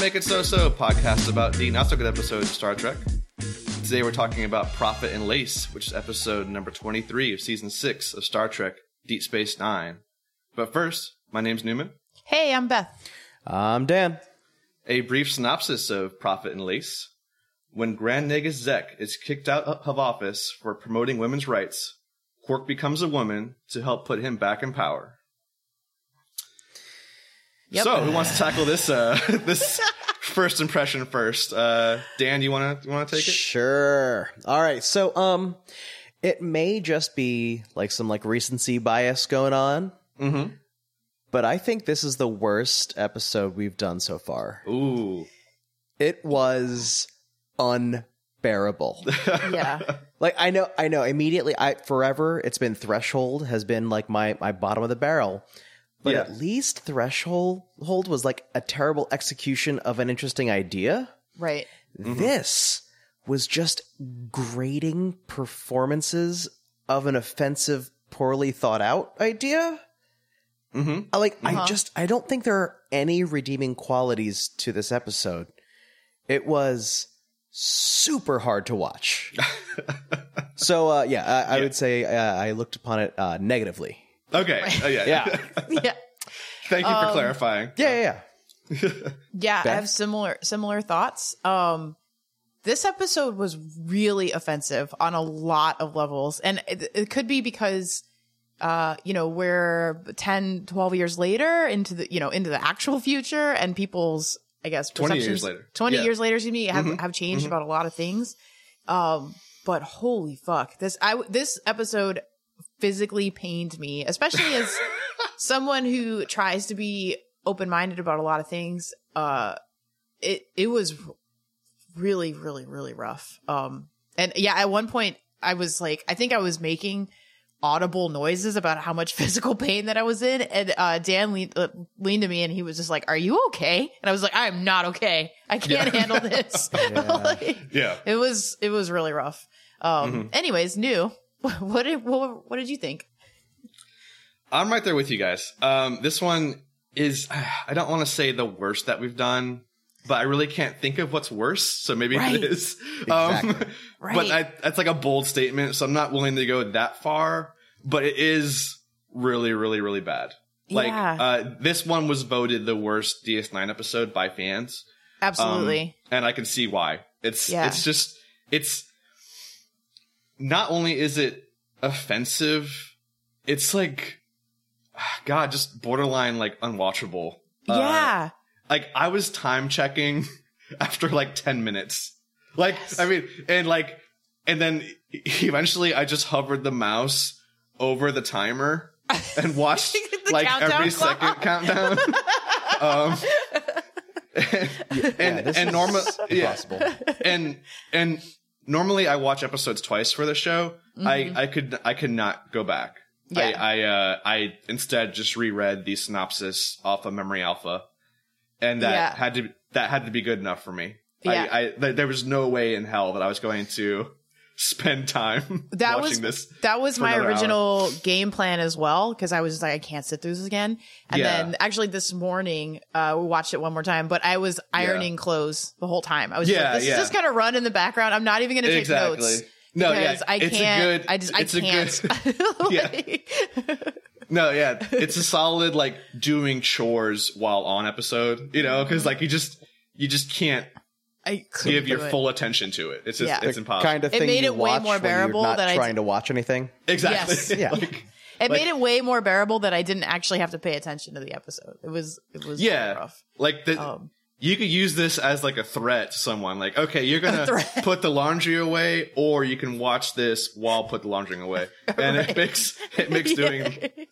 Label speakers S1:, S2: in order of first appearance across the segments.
S1: Make It So So, podcast about the not so good episode of Star Trek. Today we're talking about Profit and Lace, which is episode number 23 of season 6 of Star Trek Deep Space Nine. But first, my name's Newman.
S2: Hey, I'm Beth.
S3: I'm Dan.
S1: A brief synopsis of Profit and Lace. When Grand Negus Zek is kicked out of office for promoting women's rights, Quark becomes a woman to help put him back in power.
S2: Yep.
S1: So, who wants to tackle this uh, this first impression first? Uh, Dan, you want to you want to take it?
S3: Sure. All right. So, um, it may just be like some like recency bias going on,
S1: Mm-hmm.
S3: but I think this is the worst episode we've done so far.
S1: Ooh,
S3: It was unbearable.
S2: Yeah.
S3: like I know, I know. Immediately, I forever. It's been Threshold has been like my my bottom of the barrel. But
S1: Yeah.
S3: at least Threshold hold was like a terrible execution of an interesting idea.
S2: right.
S1: Mm-hmm.
S3: This was just grading performances of an offensive, poorly thought out idea.
S1: mm-hmm.
S3: I Like,
S2: Uh-huh.
S3: I just, I don't think there are any redeeming qualities to this episode. It was super hard to watch. so, uh, yeah, I, I
S1: Yeah.
S3: would say uh, I looked upon it uh, negatively.
S1: Okay. Oh, yeah.
S3: Yeah.
S2: Yeah. Um,
S1: Thank you for clarifying.
S3: Yeah, yeah, yeah.
S2: Yeah, I
S3: Beth?
S2: have similar similar thoughts. Um this episode was really offensive on a lot of levels and it, it could be because uh you know, we're 10 12 years later into the you know, into the actual future and people's I guess
S1: 20 years
S2: perceptions-
S1: later.
S2: 20
S1: Yeah. Mm-hmm.
S2: years later, excuse me, have have changed about a lot of things. Um but holy fuck. This I w- this episode physically pained me, especially as someone who tries to be open minded about a lot of things. Uh, it it was really, really, really rough. Um, and yeah, at one point I was like, I think I was making audible noises about how much physical pain that I was in, and uh, Dan leaned, uh, leaned to me and he was just like, "Are you okay?" And I was like, "I am not okay. I can't handle this." Like,
S1: Yeah.
S2: it was it was really rough. Um,
S1: Mm-hmm.
S2: anyways, new. What did what, what did you think?
S1: I'm right there with you guys. Um, this one is I don't want to say the worst that we've done, but I really can't think of what's worse. So maybe
S2: Right.
S1: it is. Um,
S3: Exactly.
S1: But
S2: Right.
S1: I, that's like a bold statement, so I'm not willing to go that far. But it is really, really, really bad. Like
S2: Yeah.
S1: uh, this one was voted the worst DS9 episode by fans. Um,
S2: Absolutely.
S1: and I can see why. It's
S2: Yeah.
S1: it's just it's not only is it offensive, it's like ah, God, just borderline like unwatchable. Uh,
S2: yeah.
S1: like I was time checking after like ten minutes. Like I mean, and like and then e- eventually I just hovered the mouse over the timer and watched
S2: The
S1: like
S2: countdown
S1: every
S2: clock.
S1: second countdown. um, and
S3: Yeah,
S1: and,
S3: this
S1: and
S3: is
S1: normal, yeah,
S3: Impossible.
S1: and and normally I watch episodes twice for the show. I I could I could not go back. I
S2: Mm-hmm. Yeah.
S1: I, uh, I instead just reread the synopsis off of Memory Alpha, and that
S2: Yeah.
S1: had to that had to be good enough for me.
S2: Yeah.
S1: I, I th- there was no way in hell that I was going to spend time
S2: That
S1: watching
S2: was
S1: this.
S2: that was
S1: for
S2: my
S1: another hour.
S2: original game plan as well because I was just like I can't sit through this again. And
S1: Yeah.
S2: then actually this morning uh, we watched it one more time, but I was ironing clothes the whole time. I was just
S1: Yeah,
S2: like, this
S1: yeah.
S2: is just gonna run in the background. I'm not even gonna take
S1: exactly.
S2: notes.
S1: no, yeah,
S2: because I
S1: it's
S2: can't.
S1: A good,
S2: I just
S1: it's
S2: I
S1: a
S2: can't.
S1: good-
S2: Like,
S1: No, yeah, it's a solid like doing chores while on episode, you know, because like you just you just can't
S2: I couldn't
S1: give your
S2: do it.
S1: full attention to it. It's just
S2: Yeah.
S1: it's impossible.
S3: Kind of
S2: It
S3: thing
S2: made
S3: you
S2: it way
S3: watch
S2: more
S3: when you're
S2: bearable
S3: not
S2: that I
S3: trying to watch anything.
S1: exactly.
S2: Yes.
S3: Yeah.
S1: Like, like-
S2: It made it way more bearable that I didn't actually have to pay attention to the episode. It was it was really
S1: yeah,
S2: rough.
S1: like the,
S2: Um,
S1: you could use this as like a threat to someone. Like, okay, you're gonna
S2: threat.
S1: put the laundry away, or you can watch this while put the laundry away, and it makes it makes doing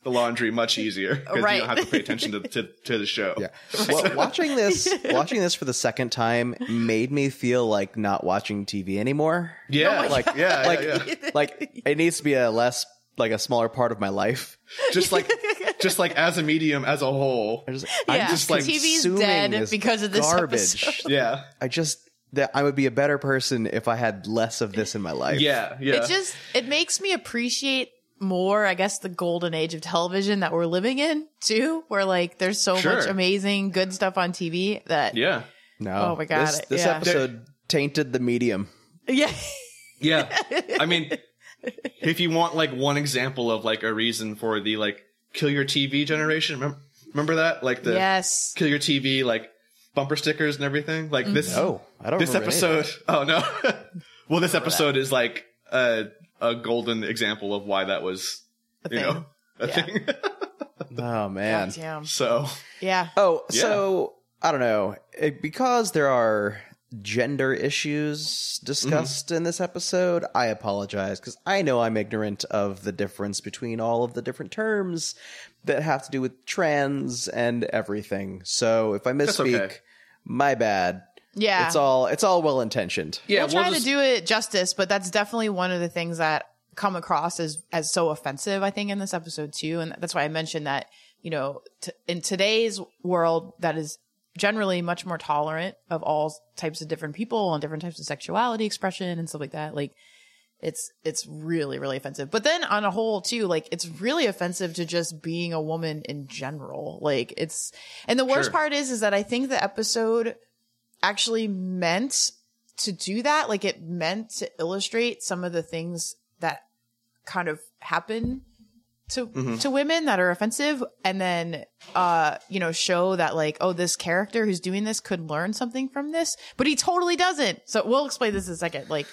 S1: the laundry much easier because you
S2: Right.
S1: don't have to pay attention to to, to the show.
S3: Yeah. Well, watching this, watching this for the second time made me feel like not watching TV anymore.
S1: yeah,
S2: my
S1: like
S3: God.
S1: yeah, yeah,
S3: Like-
S1: yeah.
S3: Like it needs to be a less, like a smaller part of my life.
S1: just like just like as a medium as a whole
S3: I just,
S2: Yeah,
S3: I'm just like
S2: TV's
S3: consuming
S2: dead
S3: this
S2: because of this
S3: garbage.
S1: yeah
S3: I just that I would be a better person if I had less of this in my life.
S1: yeah yeah
S2: It just it makes me appreciate more, I guess, the golden age of television that we're living in too, where like there's so
S1: Sure.
S2: much amazing good stuff on TV that
S1: yeah
S3: No.
S2: Oh my God,
S3: This, this
S2: yeah.
S3: episode tainted the medium.
S2: Yeah.
S1: Yeah. I mean, if you want like one example of like a reason for the like kill your TV generation, remember, remember that? Like the
S2: yes.
S1: kill your TV like bumper stickers and everything. Like this
S3: Mm-hmm.
S2: Oh,
S3: No, I don't.
S1: this
S3: remember any of
S1: episode. Oh no. well, this episode
S2: that.
S1: is like a a golden example of why that was
S2: A
S1: you
S2: thing.
S1: know a
S2: Yeah.
S1: thing.
S3: that. Oh man.
S2: Goddamn.
S1: so
S2: Yeah.
S3: Oh,
S1: Yeah.
S3: so I don't know. It- because there are gender issues discussed in this episode, I apologize because I know I'm ignorant of the difference between all of the different terms that have to do with trans and everything. So if I
S1: That's
S3: misspeak,
S1: okay.
S3: my bad.
S2: Yeah.
S3: It's all it's all well intentioned.
S1: yeah,
S2: we'll, try to do it justice, but that's definitely one of the things that come across as as so offensive. I think in this episode too, and that's why I mentioned that you know t- in today's world that is generally much more tolerant of all types of different people and different types of sexuality expression and stuff like that. Like it's it's really really offensive. But then on a whole too, like it's really offensive to just being a woman in general. Like it's and the worst
S1: Sure.
S2: part is is that I think the episode actually meant to do that. Like it meant to illustrate some of the things that kind of happen to
S1: Mm-hmm.
S2: to women that are offensive and then uh you know show that like oh this character who's doing this could learn something from this but he totally doesn't so we'll explain this in a second like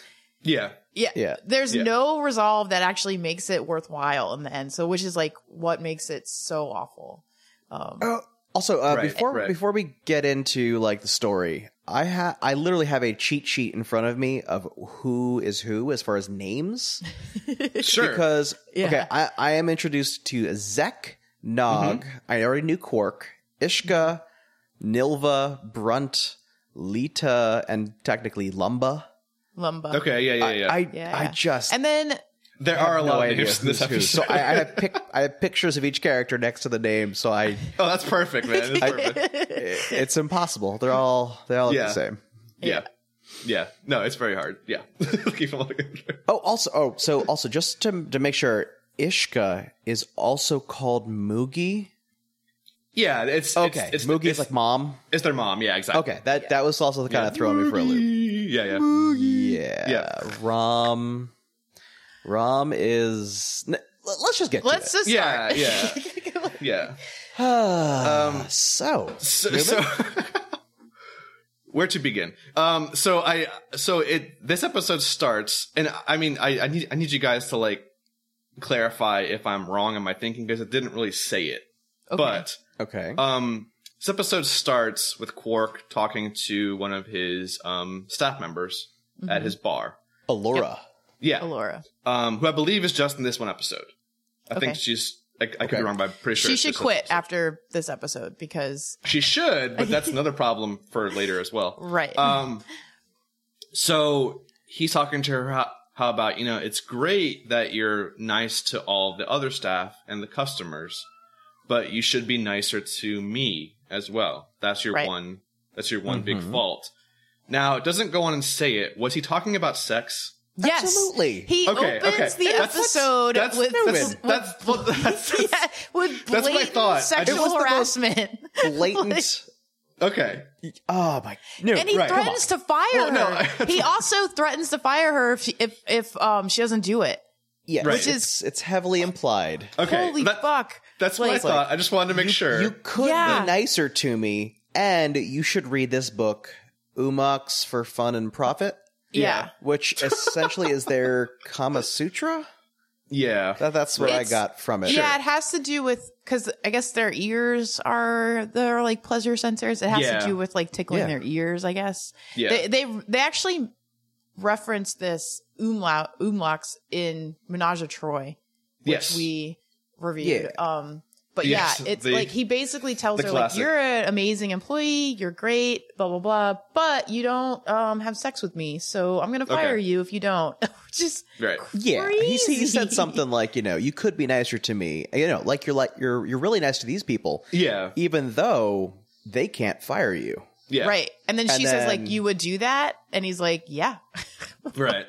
S1: yeah.
S2: yeah,
S3: Yeah.
S2: there's
S1: Yeah.
S2: no resolve that actually makes it worthwhile in the end so which is like what makes it so awful
S3: Oh, also, uh,
S1: Right,
S3: before
S1: right.
S3: before we get into like the story, I ha- I literally have a cheat sheet in front of me of who is who as far as names.
S1: Sure.
S3: because
S2: Yeah.
S3: okay, I, I am introduced to Zek, Nog.
S1: Mm-hmm.
S3: I already knew Quark, Ishka, Nilva, Brunt, Lita, and technically Lumba.
S2: lumba
S1: okay. Yeah. Yeah. Yeah.
S3: I
S2: Yeah.
S3: I just
S2: and then
S1: there
S3: have
S1: are a
S3: no
S1: lot of
S3: idea
S1: names in
S3: who's
S1: this
S3: who.
S1: episode.
S3: So I, I have pic- I have pictures of each character next to the name, so I
S1: oh, that's perfect, man. That's perfect.
S3: it's impossible. They're all they all look
S1: Yeah.
S3: the same.
S1: Yeah. Yeah. No, it's very hard. Yeah. Keep on looking.
S3: Oh, also, oh, so also, just to to make sure, Ishka is also called Moogie.
S1: Yeah, it's
S3: Okay,
S1: It's, it's,
S3: Moogie
S1: it's,
S3: is like mom.
S1: it's their mom. Yeah, exactly.
S3: Okay, that that was also kind of throwing me for a loop.
S1: Yeah, yeah.
S3: Yeah.
S1: Yeah.
S3: Rom. Rom is. n- l- Let's just get
S2: let's
S3: to
S2: just
S1: Yeah,
S2: start.
S1: yeah. Yeah.
S3: it. um. So.
S1: So, so where to begin? Um so I so it this episode starts and I mean I, I need I need you guys to like clarify if I'm wrong in my thinking because it didn't really say it.
S2: Okay.
S1: But
S3: Okay.
S1: Um, this episode starts with Quark talking to one of his um, staff members
S3: Mm-hmm.
S1: at his bar.
S3: Allura.
S1: Yeah,
S2: Alora.
S1: um, who I believe is just in this one episode. I think
S2: Okay.
S1: she's. I, I could be
S3: Okay.
S1: wrong, but I'm pretty sure
S2: she
S1: it's
S2: should
S1: just this
S2: quit
S1: episode.
S2: after this episode because
S1: She should, but that's another problem for later as well.
S2: right.
S1: Um, so he's talking to her how, how about, you know, it's great that you're nice to all the other staff and the customers, but you should be nicer to me as well. That's your
S2: Right.
S1: one that's your one big fault. Now, it doesn't go on and say it. Was he talking about sex?
S2: yes,
S3: absolutely.
S2: He
S1: Okay,
S2: opens
S1: okay.
S2: the
S1: That's-
S2: episode
S1: that's
S2: with
S1: that's, that's, that's-
S2: with, yeah, with
S1: what I
S2: blatant
S1: thought. I just-
S2: sexual
S1: It
S3: was the most-
S2: harassment,
S3: Blatant.
S1: okay.
S3: oh my. No.
S2: and he
S1: Right.
S2: threatens to fire
S1: Well, no,
S2: her. he also threatens to fire her if if, if um she doesn't do it.
S3: yeah.
S1: Right.
S3: Which is it's heavily implied.
S1: Okay.
S2: Holy
S1: that-
S2: fuck!
S1: That's what I
S2: Like-
S1: thought. I just wanted to make sure.
S3: You could
S2: Yeah.
S3: be nicer to me, and you should read this book, Umox for Fun and Profit,
S2: Yeah.
S3: which essentially is their Kama Sutra.
S1: yeah.
S3: That, that's what
S2: It's-
S3: I got from it.
S2: Yeah, it has to do with because I guess their ears are they're like pleasure sensors. It has
S1: Yeah.
S2: to do with like tickling
S3: Yeah.
S2: their ears, I guess.
S1: Yeah.
S2: They they they actually reference this umlaut umlauts in Menage a Troy, which
S1: yes.
S2: we reviewed. Um but
S1: Yes,
S2: yeah, it's
S1: the-
S2: like he basically tells
S1: the
S2: her
S1: classic.
S2: like you're an amazing employee, you're great, blah blah blah, but you don't um have sex with me, so I'm gonna fire
S1: Okay.
S2: you if you don't. Just
S1: right.
S3: Yeah, he, he said
S2: Crazy.
S3: something like, you know, you could be nicer to me. You know, like you're like you're you're really nice to these people,
S1: Yeah.
S3: even though they can't fire you.
S1: Yeah.
S2: Right. And then
S3: And
S2: she says, like,
S3: then-
S2: you would do that? And he's like, yeah.
S1: Right.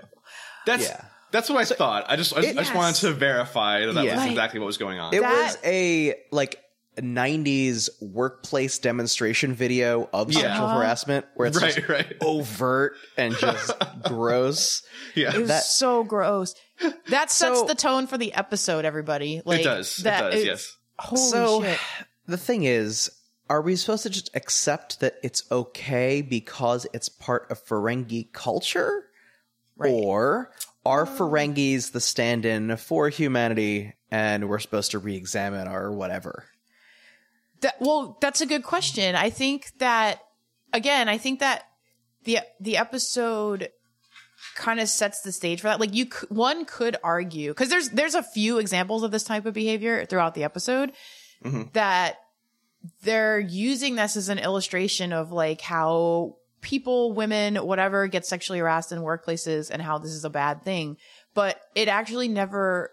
S1: That's
S3: Yeah.
S1: that's what I thought. I just I, I just
S2: Yes.
S1: wanted to verify that that
S3: Yeah.
S1: was
S2: Right.
S1: exactly what was going on.
S3: It
S2: That-
S3: was a like 90s workplace demonstration video of
S1: Yeah.
S3: sexual
S2: Uh-huh.
S3: harassment where it's
S1: right,
S3: just
S1: right.
S3: overt and just gross.
S2: It
S1: Yeah.
S2: was
S3: That-
S2: so gross. That sets
S3: So-
S2: the tone for the episode, everybody. Like
S1: it does. It
S2: that
S1: does,
S2: is-
S1: yes.
S2: Holy
S3: So-
S2: shit.
S3: The thing is, are we supposed to just accept that it's okay because it's part of Ferengi culture?
S2: Right.
S3: Or are Ferengis the stand in for humanity and we're supposed to re examine our whatever?
S2: That, well, that's a good question. I think that again, I think that the the episode kind of sets the stage for that. Like you, c- one could argue because there's there's a few examples of this type of behavior throughout the episode that they're using this as an illustration of like how people, women, whatever, get sexually harassed in workplaces and how this is a bad thing. But it actually never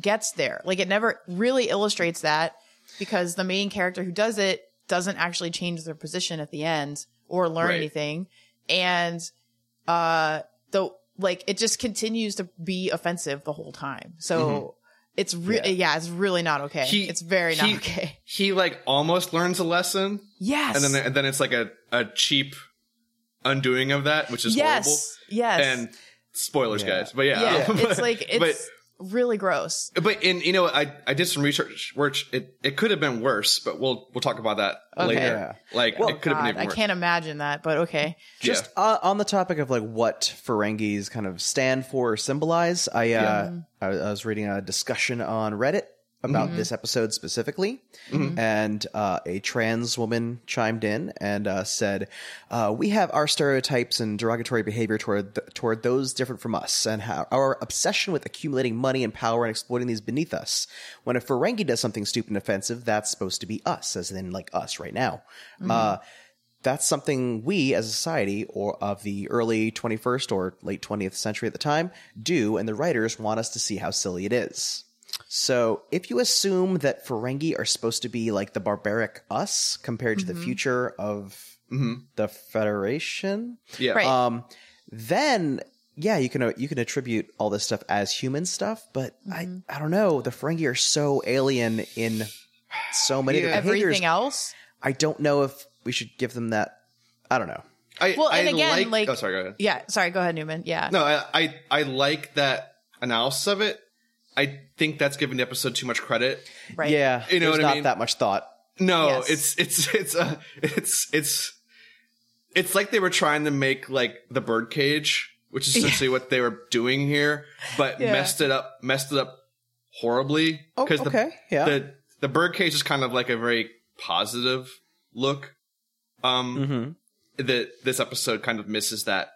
S2: gets there. Like it never really illustrates that because the main character who does it doesn't actually change their position at the end or learn
S1: Right.
S2: anything. And uh the like it just continues to be offensive the whole time. So it's re- yeah.
S3: Yeah.
S2: it's really not okay.
S1: Mm-hmm. He-
S2: it's very not
S1: he-
S2: okay.
S1: He like almost learns a lesson,
S2: Yes.
S1: and then and then it's like a, a cheap undoing of that, which is
S2: yes.
S1: horrible.
S2: Yes.
S1: And spoilers,
S3: Yeah.
S1: guys. But yeah,
S2: yeah,
S1: but-
S2: it's like it's really gross.
S1: But but in you know I I did some research. Which it it could have been worse, but we'll we'll talk about that
S2: Okay.
S1: later. Like
S3: Well,
S1: it could have
S2: Oh, God,
S1: been even
S2: I
S1: worse.
S2: can't imagine that, but okay.
S3: Just uh, on the topic of like what Ferengis kind of stand for or symbolize, I, uh, I I was reading a discussion on Reddit about this episode specifically, and uh, a trans woman chimed in and uh, said, uh, "We have our stereotypes and derogatory behavior toward th- toward those different from us, and how our obsession with accumulating money and power and exploiting these beneath us. When a Ferengi does something stupid and offensive, that's supposed to be us, as in like us right now." Uh, that's something we as a society or of the early 21st or late 20th century at the time do and the writers want us to see how silly it is so if you assume that ferengi are supposed to be like the barbaric us compared to the future of the federation
S1: Yeah.
S2: Right.
S3: um, then yeah, you can you can attribute all this stuff as human stuff, but I I don't know. The Ferengi are so alien in so many of their behaviors.
S2: Everything else.
S3: I don't know if we should give them that. I don't know.
S1: I,
S2: Well, and
S1: I
S2: again, like-
S1: oh sorry, go ahead.
S2: Yeah. Sorry. Go ahead, Newman. Yeah.
S1: No, I, I I like that analysis of it. I think that's giving the episode too much credit.
S2: Right.
S3: Yeah,
S1: You know
S3: there's
S1: what I
S3: not
S1: mean?
S3: that much thought.
S1: No,
S2: Yes.
S1: it's it's it's uh, it's it's it's like they were trying to make like the birdcage, which is essentially what they were doing here, but
S2: Yeah.
S1: messed it up, messed it up horribly.
S3: Oh,
S1: 'Cause
S3: okay,
S1: The,
S3: yeah.
S1: the the birdcage is kind of like a very positive look. Um,
S3: Mm-hmm.
S1: that this episode kind of misses that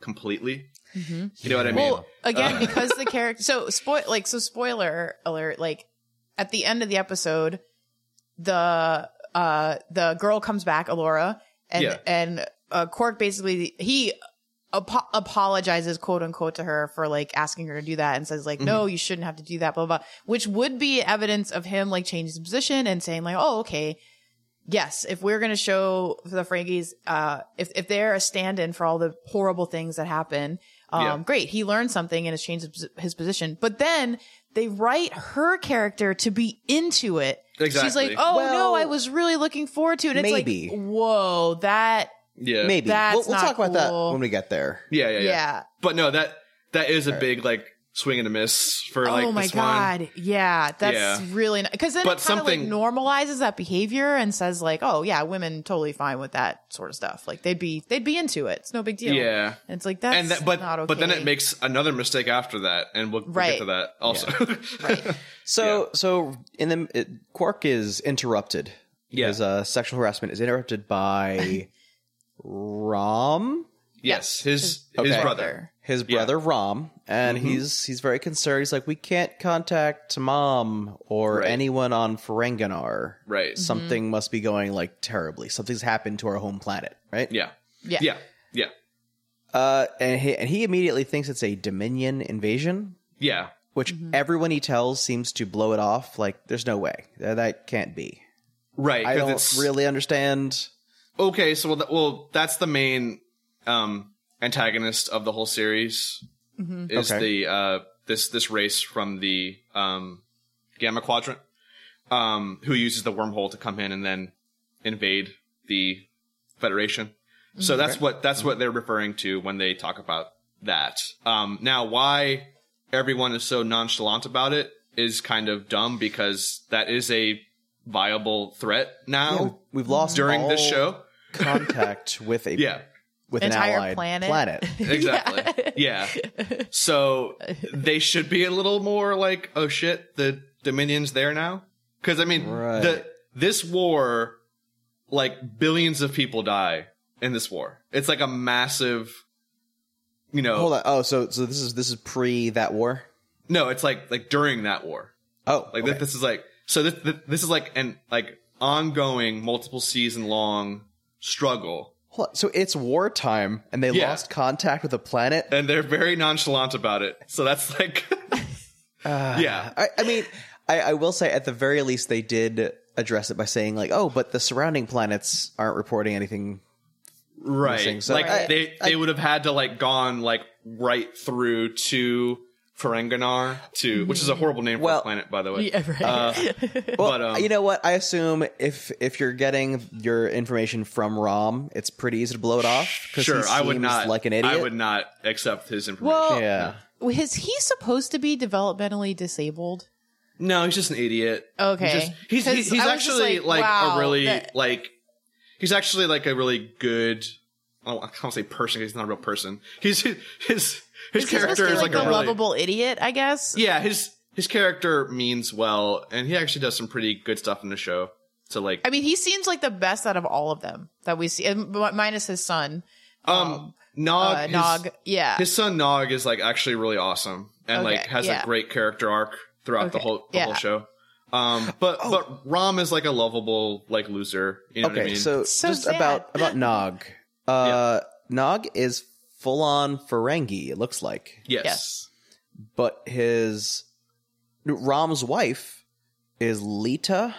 S1: completely.
S2: Mm-hmm.
S1: You know what I mean? Uh.
S2: Well, again, because the character. So spoil. Like so. Spoiler alert. Like at the end of the episode, the uh the girl comes back, Alora, and
S1: Yeah.
S2: and uh, Cork basically he apo- apologizes, quote unquote, to her for like asking her to do that, and says like,
S1: Mm-hmm.
S2: no, you shouldn't have to do that, blah blah, blah which would be evidence of him like changing his position and saying like, oh okay. Yes, if we're going to show the Frankies, uh, if, if they're a stand in for all the horrible things that happen, um,
S1: Yeah.
S2: great. He learned something and has changed his- his position. But then they write her character to be into it. She's
S1: Exactly.
S2: like, oh no,
S3: Well,
S2: I was really looking forward to it. It's
S3: maybe.
S2: like, whoa, that,
S1: yeah,
S3: Maybe
S2: That's
S3: we'll, we'll
S2: not
S3: talk about that
S2: cool.
S3: when we get there.
S1: yeah, yeah,
S2: yeah.
S1: yeah, But no, that that is a big like swing and a miss for like
S2: oh my
S1: this one.
S2: god, yeah, that's
S1: Yeah.
S2: really because then
S1: But
S2: it kind of like
S1: something-
S2: normalizes that behavior and says like, oh yeah, women totally fine with that sort of stuff. Like they'd be they'd be into it. It's no big deal.
S1: Yeah.
S2: and it's like that's
S1: And that, but
S2: not okay.
S1: but then it makes another mistake after that, and we'll, we'll
S2: Right.
S1: get to that also.
S2: right.
S3: So so in the it, Quark is interrupted
S1: Yeah.
S3: because uh, sexual harassment is interrupted by Rom.
S1: yes, his
S3: Okay.
S1: his brother.
S3: his
S1: Yeah. Mm-hmm.
S3: brother Rom, and he's he's very concerned. He's like, we can't contact mom or
S1: Right.
S3: anyone on Ferenginar.
S2: Mm-hmm.
S1: Right.
S3: Something must be going like terribly. Something's happened to our home planet, right?
S1: Yeah.
S2: Yeah.
S1: Yeah. Yeah.
S3: Uh, and he and he immediately thinks it's a Dominion invasion,
S1: Yeah.
S3: which
S2: Mm-hmm.
S3: everyone he tells seems to blow it off. Like, there's no way that, that can't be.
S1: Right.
S3: I
S1: 'cause
S3: don't
S1: it's-
S3: really understand.
S1: okay. So well, th- well, that's the main um antagonist of the whole series is
S3: Okay.
S1: the uh this this race from the um Gamma Quadrant. um, who uses the wormhole to come in and then invade the Federation. So that's what that's what they're referring to when they talk about that. Um, now, why everyone is so nonchalant about it is kind of dumb because that is a viable threat now
S3: Yeah, Oh. we've lost
S1: during this
S3: all
S1: show.
S3: contact with a
S1: Yeah,
S3: with an
S2: Entire
S3: allied
S2: planet.
S3: planet.
S1: exactly. yeah. So they should be a little more like, oh shit, the Dominion's there now. Because I mean,
S3: Right.
S1: the this war, like billions of people die in this war. It's like a massive, you know,
S3: Hold on. Oh, so so this is this is pre that war.
S1: no, it's like like during that war.
S3: Oh,
S1: Like
S3: okay.
S1: th- this is like so this, this this is like an like ongoing multiple season long struggle
S3: Hold on. so it's wartime, and they
S1: Yeah.
S3: lost contact with the planet.
S1: and they're very nonchalant about it. So that's like
S3: Uh,
S1: Yeah.
S3: I, I mean, I, I will say at the very least they did address it by saying like, oh, but the surrounding planets aren't reporting anything.
S1: right
S3: missing. So
S1: like
S3: I-
S1: they they would have had to like gone like right through to Ferenginar to which is a horrible name for
S3: Well-
S1: a planet by the way
S2: Yeah, right.
S3: Well,
S1: But, um,
S3: you know what? I assume if if you're getting your information from Rom, it's pretty easy to blow it off. 'cause he
S1: sure I would
S3: seems
S1: not
S3: like an idiot.
S1: I would not accept his information
S2: well,
S3: Yeah.
S2: is he supposed to be developmentally disabled?
S1: no he's just an idiot
S2: Okay.
S1: he's just, he's,
S2: 'Cause
S1: he's, he's
S2: I was just
S1: actually
S2: like,
S1: like,
S2: wow,
S1: a really
S2: that-
S1: like he's actually like a really good I don't- I can't say person 'cause he's not a real person he's his his,
S2: Is he supposed to
S1: character
S2: be
S1: is like,
S2: the
S1: a really
S2: lovable idiot, I guess.
S1: yeah his his character means well and he actually does some pretty good stuff in the show to like
S2: I mean, he seems like the best out of all of them that we see, and mi- minus his son,
S1: Um, Nog,
S2: uh,
S1: his,
S2: Nog. Yeah,
S1: his son Nog is like actually really awesome and
S2: Okay,
S1: like has
S2: yeah.
S1: a great character arc throughout the
S2: Okay,
S1: whole the whole
S2: yeah.
S1: show. Um, but
S3: Oh.
S1: but Rom is like a lovable like loser. You know
S3: okay,
S1: what I mean?
S3: so,
S2: So
S3: just
S2: sad.
S3: about about Nog. Uh, Nog is full on Ferengi. It looks like,
S1: yes,
S2: yes.
S3: but his Rom's wife is Lita.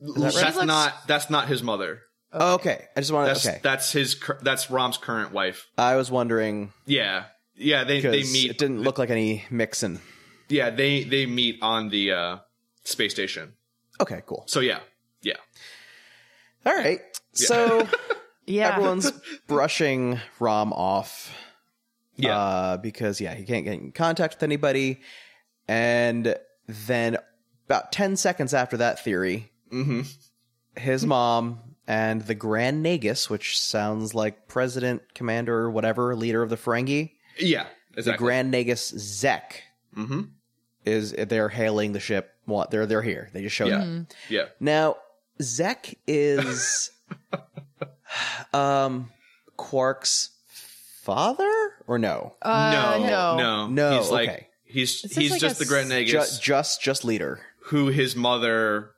S1: that's
S2: right? She looks-
S1: not that's not his mother.
S3: Oh, okay, I just want
S1: That's
S3: to. Okay,
S1: that's his cur- that's Rom's current wife.
S3: I was wondering
S1: Yeah, yeah. They they
S3: because it
S1: meet.
S3: didn't look like any mixing.
S1: Yeah, they they meet on the uh space station.
S3: Okay, cool.
S1: So yeah, yeah.
S3: All right, so
S2: yeah.
S3: everyone's brushing Rom off.
S1: Yeah.
S3: Uh, because, yeah, he can't get in contact with anybody. And then about 10 seconds after that theory,
S1: mm-hmm.
S3: his mom and the Grand Nagus, which sounds like president, commander, whatever, leader of the Ferengi,
S1: Yeah. Exactly.
S3: the Grand Nagus Zek
S1: mm-hmm.
S3: is they're hailing the ship. What they're they're here. They just
S2: Mm-hmm.
S3: showed
S1: Yeah.
S3: up.
S1: Yeah.
S3: Now, Zek is um Quark's father or no?
S2: Uh,
S1: no, no,
S3: No,
S1: He's like
S3: okay.
S1: he's
S2: This is
S1: he's
S2: like
S1: just
S2: a
S1: the Grand
S2: s-
S1: Nagus
S3: Ju- just just leader.
S1: who his mother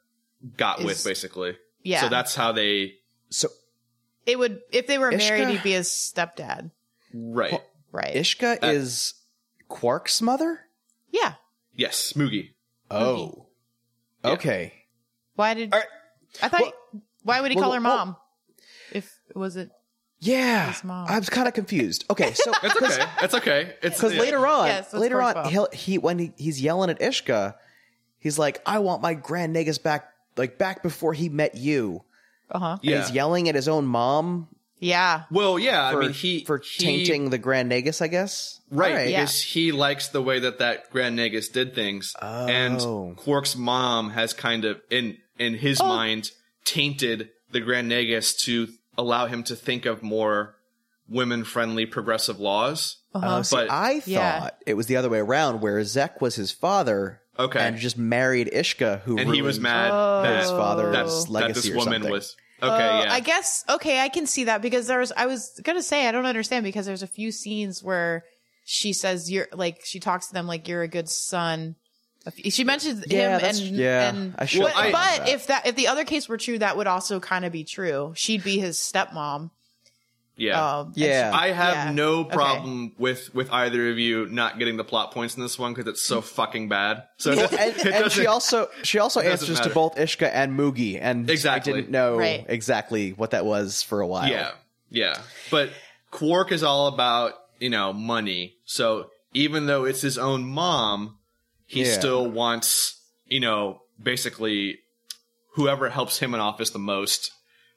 S1: got
S2: Is-
S1: with, basically.
S2: Yeah.
S1: So that's how they
S3: So
S2: it would if they were married,
S3: Ishka?
S2: he'd be his stepdad,
S1: right.
S2: right?
S3: Ishka
S1: That-
S3: is Quark's mother?
S2: yeah.
S1: yes, Smoogie.
S3: Oh.
S1: Yeah.
S3: Okay.
S2: Why did
S3: Alright.
S2: I thought? why would he
S3: well,
S2: call her
S3: well-
S2: mom? if it wasn't
S3: Yeah.
S2: His mom.
S3: I was kind of confused. Okay, so
S1: That's okay. That's okay. It's
S3: Because
S1: yeah.
S3: later on,
S2: Yes, that's
S3: later
S2: Quark's
S3: on,
S2: fault.
S3: he'll, he when he, he's yelling at Ishka, he's like, "I want my Grand Nagus back, like back before he met you."
S2: uh huh.
S1: Yeah.
S3: And he's yelling at his own mom
S2: Yeah.
S1: Well, yeah.
S3: for,
S1: I mean, he
S3: for
S1: he-
S3: tainting the Grand Nagus, I guess.
S1: right,
S3: All
S2: Yeah.
S1: because he likes the way that that Grand Nagus did things,
S3: Oh.
S1: and Quark's mom has kind of in in his
S2: Oh.
S1: mind tainted the Grand Nagus to allow him to think of more women friendly progressive laws.
S2: Uh-huh.
S3: Oh, see,
S1: But-
S3: I thought
S2: Yeah.
S3: it was the other way around, where Zek was his father,
S1: Okay.
S3: and just married Ishka, who
S1: and he was
S3: ruined
S1: mad
S2: Oh.
S1: that
S3: his father's
S1: that's, that
S3: legacy
S1: this
S3: or
S1: woman
S3: something.
S1: was okay.
S2: Oh,
S1: yeah,
S2: I guess okay, I can see that because there was I was gonna say I don't understand because there's a few scenes where she says you're like she talks to them like you're a good son. A few- She mentions
S3: Yeah,
S2: him and
S3: that's- yeah,
S2: and
S3: I should've
S2: but,
S1: thought of
S2: but
S3: that.
S2: if that if the other case were true, that would also kind of be true. She'd be his stepmom.
S1: yeah.
S2: Um, and
S3: Yeah.
S1: I have
S2: Yeah.
S1: no
S2: Okay.
S1: problem with with either of you not getting the plot points in this one because it's
S2: Mm.
S1: so fucking bad. So
S3: Well,
S1: it
S3: and,
S1: doesn't- it
S3: and she
S1: doesn't-
S3: also she also
S1: doesn't
S3: answers
S1: matter.
S3: to both Ishka and Moogie, and
S1: Exactly.
S3: I didn't know
S2: Right.
S3: exactly what that was for a while.
S1: yeah, yeah. But Quark is all about you know money. So even though it's his own mom, he
S3: Yeah.
S1: still wants you know basically whoever helps him in office the most,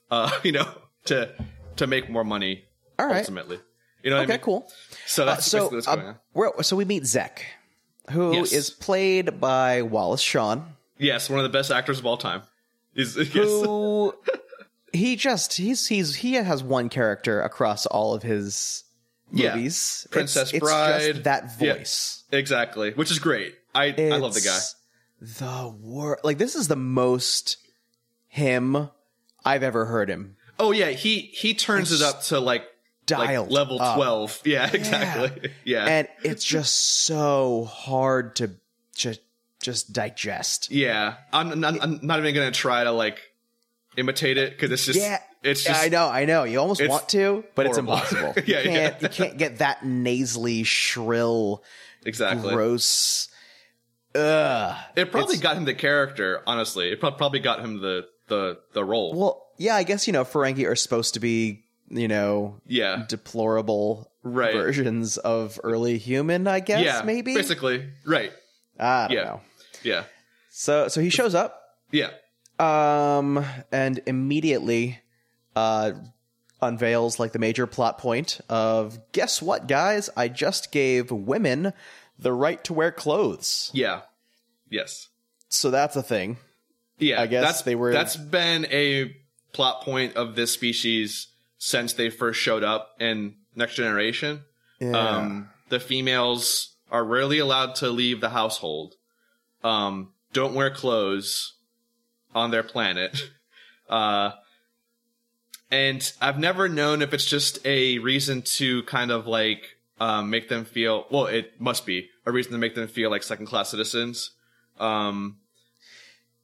S1: uh, you know, to to make more money
S3: All right.
S1: ultimately. You know what
S3: Okay,
S1: I mean?
S3: cool.
S1: So
S3: Uh,
S1: that's
S3: so,
S1: basically what's
S3: uh,
S1: going on.
S3: we're- so we meet Zek, who is
S1: Yes.
S3: played by Wallace Shawn,
S1: Yes, one of the best actors of all time. Is yes.
S3: who he just he's he's he has one character across all of his
S1: Yeah.
S3: movies.
S1: Princess
S3: it's, It's
S1: Bride.
S3: just that
S1: Yeah.
S3: voice.
S1: Exactly, which is great. I I love the guy.
S3: It's The wor like this is the most him I've ever heard him
S1: Oh yeah, he he turns it up to like like,
S3: dialed
S1: level
S3: up.
S1: twelve. Yeah, exactly. Yeah,
S3: and it's just so hard to just just digest.
S1: yeah. I'm not, I'm not even gonna try to like imitate it because it's just
S3: Yeah.
S1: it's
S3: Yeah,
S1: just
S3: I know, I know. You almost
S1: It's
S3: want to, but it's
S1: horrible.
S3: impossible.
S1: Yeah,
S3: you, can't,
S1: yeah.
S3: you can't get that nasally, shrill,
S1: exactly.
S3: gross. Ugh.
S1: It probably got him the character. Honestly, it pro- probably got him the the the role.
S3: Well, yeah, I guess you know Ferengi are supposed to be you know
S1: yeah,
S3: deplorable
S1: Right.
S3: versions of early human. I guess
S1: yeah.
S3: maybe.
S1: basically, right?
S3: I don't
S1: Yeah.
S3: know.
S1: Yeah,
S3: So so he shows up,
S1: yeah.
S3: um, and immediately, uh, unveils like the major plot point of guess what, guys? I just gave women the right to wear clothes.
S1: Yeah. Yes.
S3: So that's a thing.
S1: Yeah.
S3: I guess
S1: that's,
S3: they were-
S1: That's been a plot point of this species since they first showed up in Next Generation. Um, the females are rarely allowed to leave the household. Um, don't wear clothes on their planet. Uh, and I've never known if it's just a reason to kind of like um, make them feel well. It must be a reason to make them feel like second class citizens. Um,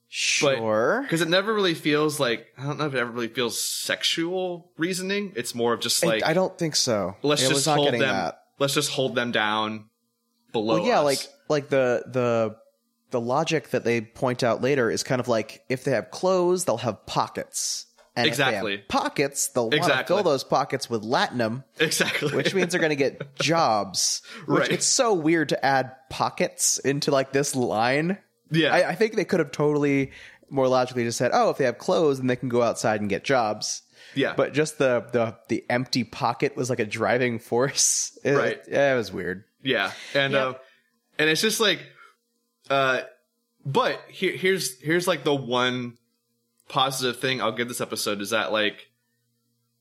S3: sure.
S1: because it never really feels like I don't know if it ever really feels sexual reasoning. It's more of just
S3: I-
S1: like
S3: I, don't think so.
S1: let's
S3: I was
S1: just
S3: not
S1: hold them.
S3: getting that.
S1: Let's just hold them down below.
S3: Well, yeah,
S1: us.
S3: like like the the the logic that they point out later is kind of like if they have clothes, they'll have pockets. And if they have
S1: Exactly.
S3: pockets, they'll want to
S1: Exactly.
S3: fill those pockets with latinum,
S1: exactly.
S3: which means they're going to get jobs. Which
S1: Right.
S3: it's so weird to add pockets into like this line.
S1: yeah,
S3: I, I think they could have totally more logically just said, "Oh, if they have clothes, then they can go outside and get jobs."
S1: yeah,
S3: But just the the the empty pocket was like a driving force. It,
S1: Right.
S3: Yeah, it was weird.
S1: yeah, and
S2: Yep.
S1: uh, and it's just like, uh, but here, here's here's like the one positive thing I'll give this episode is that like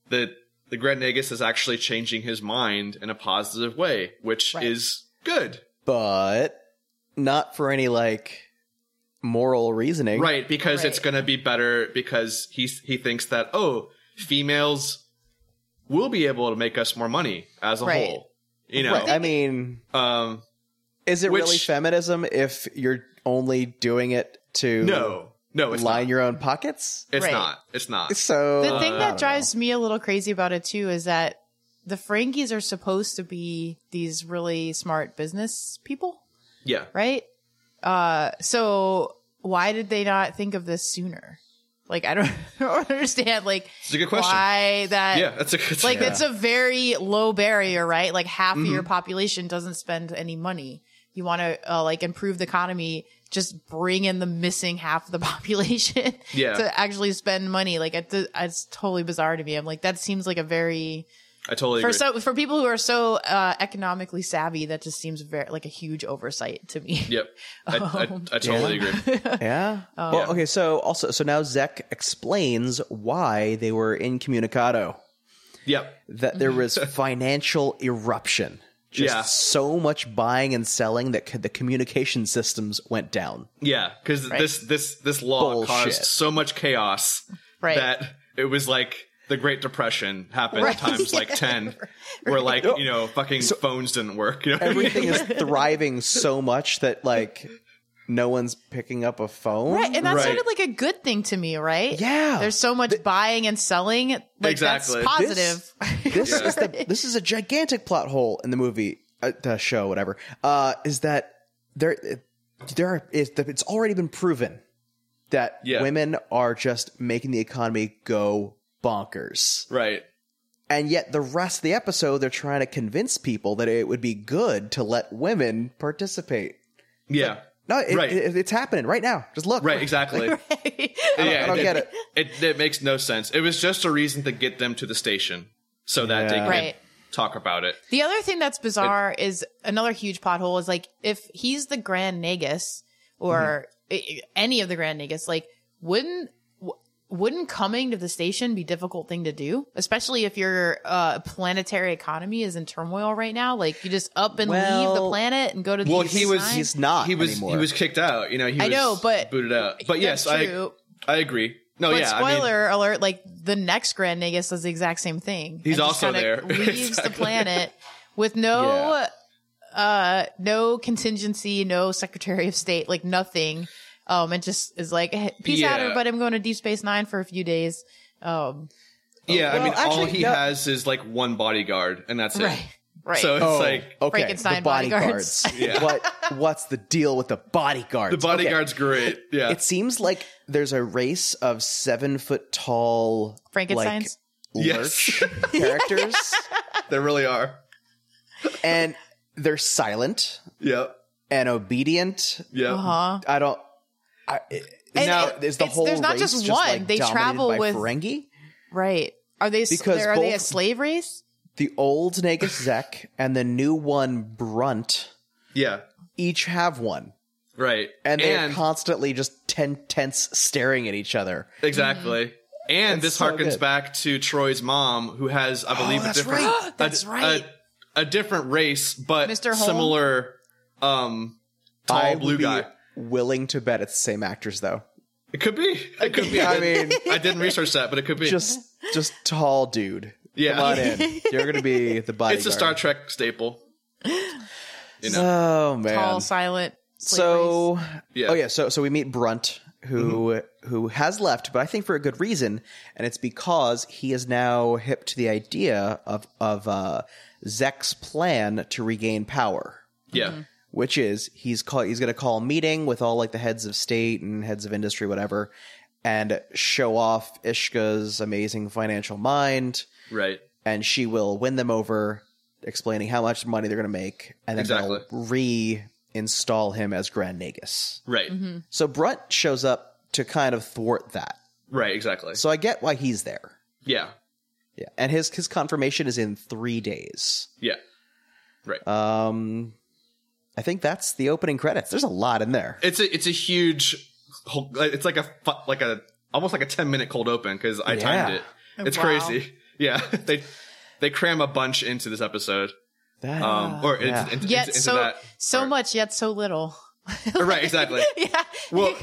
S1: the the Grand Nagus is actually changing his mind in a positive way, which
S2: Right.
S1: is good,
S3: But not for any like moral reasoning.
S1: right? Because it's
S2: Right.
S1: gonna be better because he he thinks that oh, females will be able to make us more money as a
S2: Right.
S1: whole, you know.
S3: Right. I mean,
S1: Um,
S3: is it
S1: Which-
S3: really feminism if you're only doing it to
S1: no, no, it's
S3: line
S1: not.
S3: your own pockets?
S1: It's
S2: Right.
S1: not. It's not.
S3: So
S1: Uh,
S2: The thing
S3: I
S2: that
S3: don't
S2: drives me a little crazy about it too is that the Frankies are supposed to be these really smart business people,
S1: yeah.
S2: right? Uh, so why did they not think of this sooner? Like I don't, I don't understand. Like
S1: It's a good question.
S2: why that?
S1: Yeah, that's a good
S2: Like
S1: yeah. Mm-hmm.
S2: it's a very low barrier, right? Like half of your population doesn't spend any money. You want to uh, like improve the economy, just bring in the missing half of the population
S1: Yeah.
S2: to actually spend money. Like it, it's totally bizarre to me. I'm like that seems like a very
S1: I totally
S2: for
S1: agree.
S2: so for people who are so uh, economically savvy that just seems very like a huge oversight to me.
S1: yep. I, I, I totally agree.
S3: Yeah.
S1: Oh.
S2: Oh.
S3: Well, okay. So also, so now Zek explains why they were incommunicado.
S1: Yep.
S3: That there was financial eruption. Just
S1: Mm-hmm. Yeah.
S3: so much buying and selling that c- the communication systems went down.
S1: Yeah, because this this this law
S3: Bullshit.
S1: caused so much chaos
S2: Right.
S1: that it was like the Great Depression happened
S2: Right.
S1: times like ten, where like you know fucking phones didn't work. You know?
S3: Everything is thriving so much that like no one's picking up a phone.
S2: Right, and that's
S1: Right.
S2: sort of like a good thing to me, right?
S3: Yeah.
S2: There's so much buying and selling. Like
S1: Exactly.
S2: that's positive.
S3: This is the this is a gigantic plot hole in the movie, uh, the show, whatever. Uh, is that there? There are it's, it's already been proven that
S1: Yeah.
S3: women are just making the economy go bonkers,
S1: right.
S3: and yet the rest of the episode they're trying to convince people that it would be good to let women participate.
S1: Yeah.
S3: No, it,
S1: Right.
S3: it- it's happening right now. Just look.
S1: Right, exactly. yeah,
S3: I don't
S1: it,
S3: get it.
S1: It, it makes no sense. It was just a reason to get them to the station so that they
S3: Yeah.
S1: can
S2: Right.
S1: talk about it.
S2: The other thing that's bizarre is another huge pothole is like if he's the Grand Nagus or
S1: Mm-hmm.
S2: i- i- any of the Grand Nagus, like wouldn't w- wouldn't coming to the station be a difficult thing to do, especially if your uh, planetary economy is in turmoil right now? Like you just up and leave the
S3: Well-
S2: planet and go to. the
S1: Well, he
S2: Deep
S1: was
S2: Space Nine?
S3: He's not
S1: He was
S3: anymore.
S1: he was kicked out. You know, he
S2: I
S1: was
S2: know, but-
S1: booted out. But yes,
S2: That's
S1: I
S2: true.
S1: I agree. No,
S2: But
S1: Oh, yeah, I mean-
S2: spoiler alert, like the next Grand Nagus does the exact same thing.
S1: He's
S2: And just
S1: also
S2: kinda
S1: there.
S2: Leaves
S1: Exactly.
S2: the planet with no uh no contingency, no Secretary of State, like nothing. Um and just is like "Hey, peace out
S1: Yeah.
S2: everybody, I'm going to Deep Space Nine for a few days. Um
S1: yeah, I
S3: Well,
S1: mean, all
S3: actually,
S1: he
S3: no-
S1: has is like one bodyguard, and that's it.
S2: Right. Right.
S1: So it's
S3: Oh,
S1: like
S3: okay.
S2: Frankenstein
S3: the bodyguards.
S2: bodyguards.
S1: Yeah.
S3: What what's the deal with the bodyguards?
S1: the bodyguard's great. Yeah,
S3: Okay. It seems like there's a race of seven foot tall
S2: Frankensteins?
S3: like,
S1: Yes.
S3: lurch characters,
S1: there really are.
S3: and they're silent
S1: Yep.
S3: and obedient.
S1: Yep.
S2: uh-huh.
S3: I don't. I,
S2: And
S3: now
S2: it-
S3: is the
S2: it's-
S3: whole
S2: there's not
S3: race
S2: just one.
S3: like,
S2: They
S3: dominated
S2: travel
S3: by
S2: with-
S3: Ferengi.
S2: Right. Are they
S3: Because
S2: because are they a
S3: both-
S2: slave race?
S3: The old Nagus Zek and the new one Brunt
S1: Yeah.
S3: each have one.
S1: Right.
S3: And they're constantly just ten tense staring at each other.
S1: Exactly. And this
S3: That's so
S1: harkens
S3: good.
S1: back to Troy's mom, who has, I believe, a
S3: that's
S1: different,
S2: right.
S1: a-
S2: That's right.
S1: a, a different race, but
S2: Mr. Holm?
S1: similar, um, tall
S3: I would
S1: blue
S3: be
S1: guy.
S3: Willing to bet it's the same actors though.
S1: It could be. It could be.
S3: I
S1: I mean,
S3: mean,
S1: I didn't research that, but it could be.
S3: just just tall dude.
S1: Yeah.
S3: Come on in. You're gonna be the body.
S1: it's a Star Trek staple. You know.
S3: Oh man.
S2: Tall, silent, slave race.
S3: so
S1: Yeah. Mm-hmm.
S3: oh yeah. So so we meet Brunt, who who has left, but I think for a good reason, and it's because he is now hip to the idea of of uh, Zek's plan to regain power.
S1: yeah.
S3: which is he's call he's going to call a meeting with all like the heads of state and heads of industry whatever and show off Ishka's amazing financial mind
S1: Right.
S3: and she will win them over explaining how much money they're going to make and then
S1: Exactly.
S3: they'll reinstall him as Grand Nagus.
S1: Right.
S3: So Brunt shows up to kind of thwart that.
S1: Right. Exactly.
S3: So I get why he's there.
S1: yeah.
S3: Yeah. And his his confirmation is in 3 days.
S1: Yeah.
S3: Um I think that's the opening credits. There's a lot in there.
S1: It's a it's a huge. whole- It's like a fu- like a almost like a ten minute cold open because I timed
S3: Yeah.
S1: it. It's
S2: Oh, Wow.
S1: crazy. Yeah. they they cram a bunch into this episode.
S3: That-
S1: um, or
S3: Ah. Yeah.
S1: into, into,
S2: yet
S1: into
S2: so
S1: that.
S2: so
S1: part.
S2: much yet so little
S1: Right, exactly.
S2: yeah
S1: Well,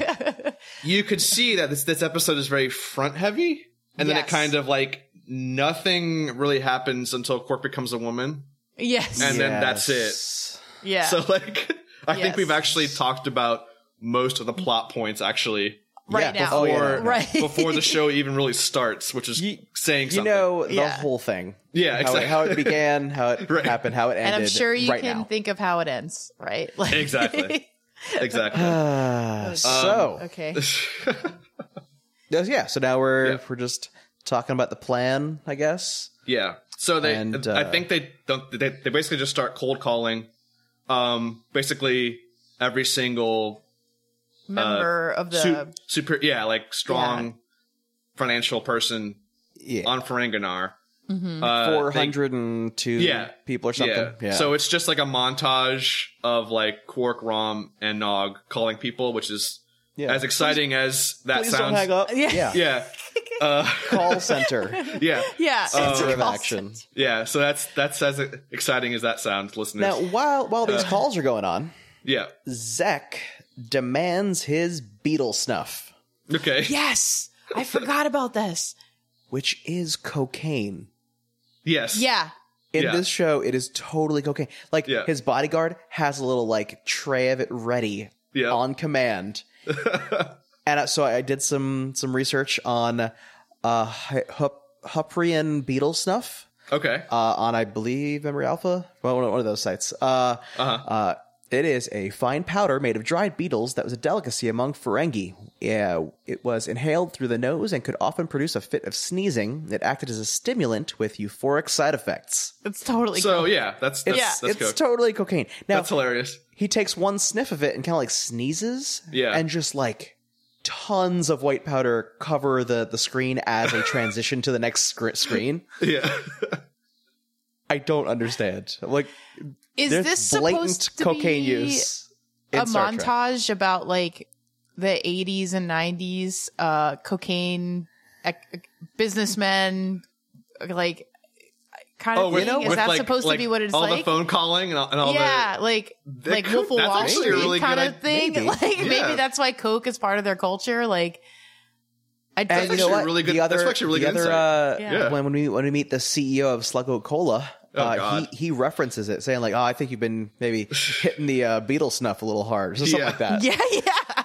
S1: you could see that this this episode is very front heavy, and then it
S2: Yes.
S1: kind of like nothing really happens until Quark becomes a woman,
S2: yes
S1: and then that's it.
S3: Yes.
S2: yeah
S1: So like, I think
S2: Yes.
S1: we've actually talked about most of the plot points actually
S2: right
S3: Yeah,
S2: now
S3: Oh, yeah,
S1: before
S3: no, no.
S2: right
S1: before the show even really starts, which is
S3: You-
S1: saying
S3: You
S1: something.
S3: know the
S2: Yeah.
S3: whole thing.
S1: yeah,
S3: How,
S1: exactly.
S3: it- how it began, how it
S1: Right.
S3: happened, how it ended.
S2: and i'm sure you
S3: right
S2: can
S3: now.
S2: think of how it ends right like
S1: Exactly. Uh, exactly.
S3: Ah,
S1: Um,
S3: so
S2: okay
S3: yes, yeah, so now we're
S1: Yeah.
S3: we're just talking about the plan, I guess.
S1: Yeah. So they,
S3: And,
S1: I
S3: uh,
S1: think they don't. They, they basically just start cold calling, um, basically every single
S2: member of the
S1: su- super, yeah, like strong financial person
S3: Yeah,
S1: on Ferenginar.
S2: Mhm.
S1: Uh,
S3: four
S1: they-
S3: hundred and two
S1: Yeah.
S3: people or something.
S1: yeah.
S3: Yeah.
S1: So it's just like a montage of like Quark, Rom, and Nog calling people, which is
S3: Yeah.
S1: as exciting as that
S3: Please
S1: sounds.
S3: don't hang up. yeah.
S2: Yeah.
S1: Yeah. Uh,
S3: Call center.
S1: yeah.
S2: yeah it's
S3: Sort
S2: a
S3: of
S2: call
S3: action.
S2: center.
S1: Yeah. So that's that's as exciting as that sounds, listeners.
S3: Now, while while
S1: Uh.
S3: these calls are going on,
S1: yeah.
S3: Zek demands his beetle snuff,
S1: Okay.
S2: yes i forgot about this
S3: which is cocaine.
S1: Yes.
S2: yeah
S3: In
S1: Yeah.
S3: this show, it is totally cocaine. Like
S1: Yeah.
S3: his bodyguard has a little like tray of it ready
S1: Yeah.
S3: on command. and uh, so I did some some research on uh Hy- Hup- Huprian beetle snuff
S1: Okay.
S3: uh, on I believe Memory Alpha, well, one of one of those sites. Uh,
S1: Uh-huh.
S3: uh, It is a fine powder made of dried beetles that was a delicacy among Ferengi. Yeah, it was inhaled through the nose and could often produce a fit of sneezing. It acted as a stimulant with euphoric side effects.
S2: It's totally
S1: So yeah, that's that's,
S2: Yeah.
S1: that's
S3: it's
S1: coke.
S3: totally cocaine. Now
S1: that's hilarious.
S3: he takes one sniff of it and kind of like sneezes.
S1: Yeah.
S3: And just like tons of white powder cover the, the screen as they transition to the next scr- screen.
S1: Yeah.
S3: I don't understand. Like
S2: Is
S3: there's
S2: this
S3: blatant
S2: supposed to
S3: cocaine
S2: be
S3: use. in
S2: a
S3: Star Trek.
S2: montage about like the 80s and 90s uh cocaine ec- ec- businessmen like kind of
S1: Oh,
S2: thing
S1: with,
S2: is
S1: with
S2: that
S1: like,
S2: supposed
S1: like
S2: to be what it's
S1: all
S2: like
S1: the phone calling and all, and all
S2: yeah like
S1: That
S2: like
S1: could-
S2: wolf of
S1: that's
S2: wall
S1: actually a
S2: street
S1: really good
S2: kind
S1: idea.
S2: of thing
S3: Maybe.
S2: like
S1: Yeah.
S2: maybe that's why coke is part of their culture like i
S3: And
S1: That's
S3: you know
S1: actually
S3: what?
S1: really good-
S3: the
S1: that's
S3: other,
S1: actually really
S3: the
S1: good
S3: other, uh,
S2: insight. Yeah.
S3: when, when we when we meet the CEO of Slug Cola,
S1: Oh,
S3: uh,
S1: God.
S3: he he references it, saying like, "Oh, I think you've been maybe hitting the uh, beetle snuff a little hard, or something
S1: Yeah.
S3: like that."
S2: yeah yeah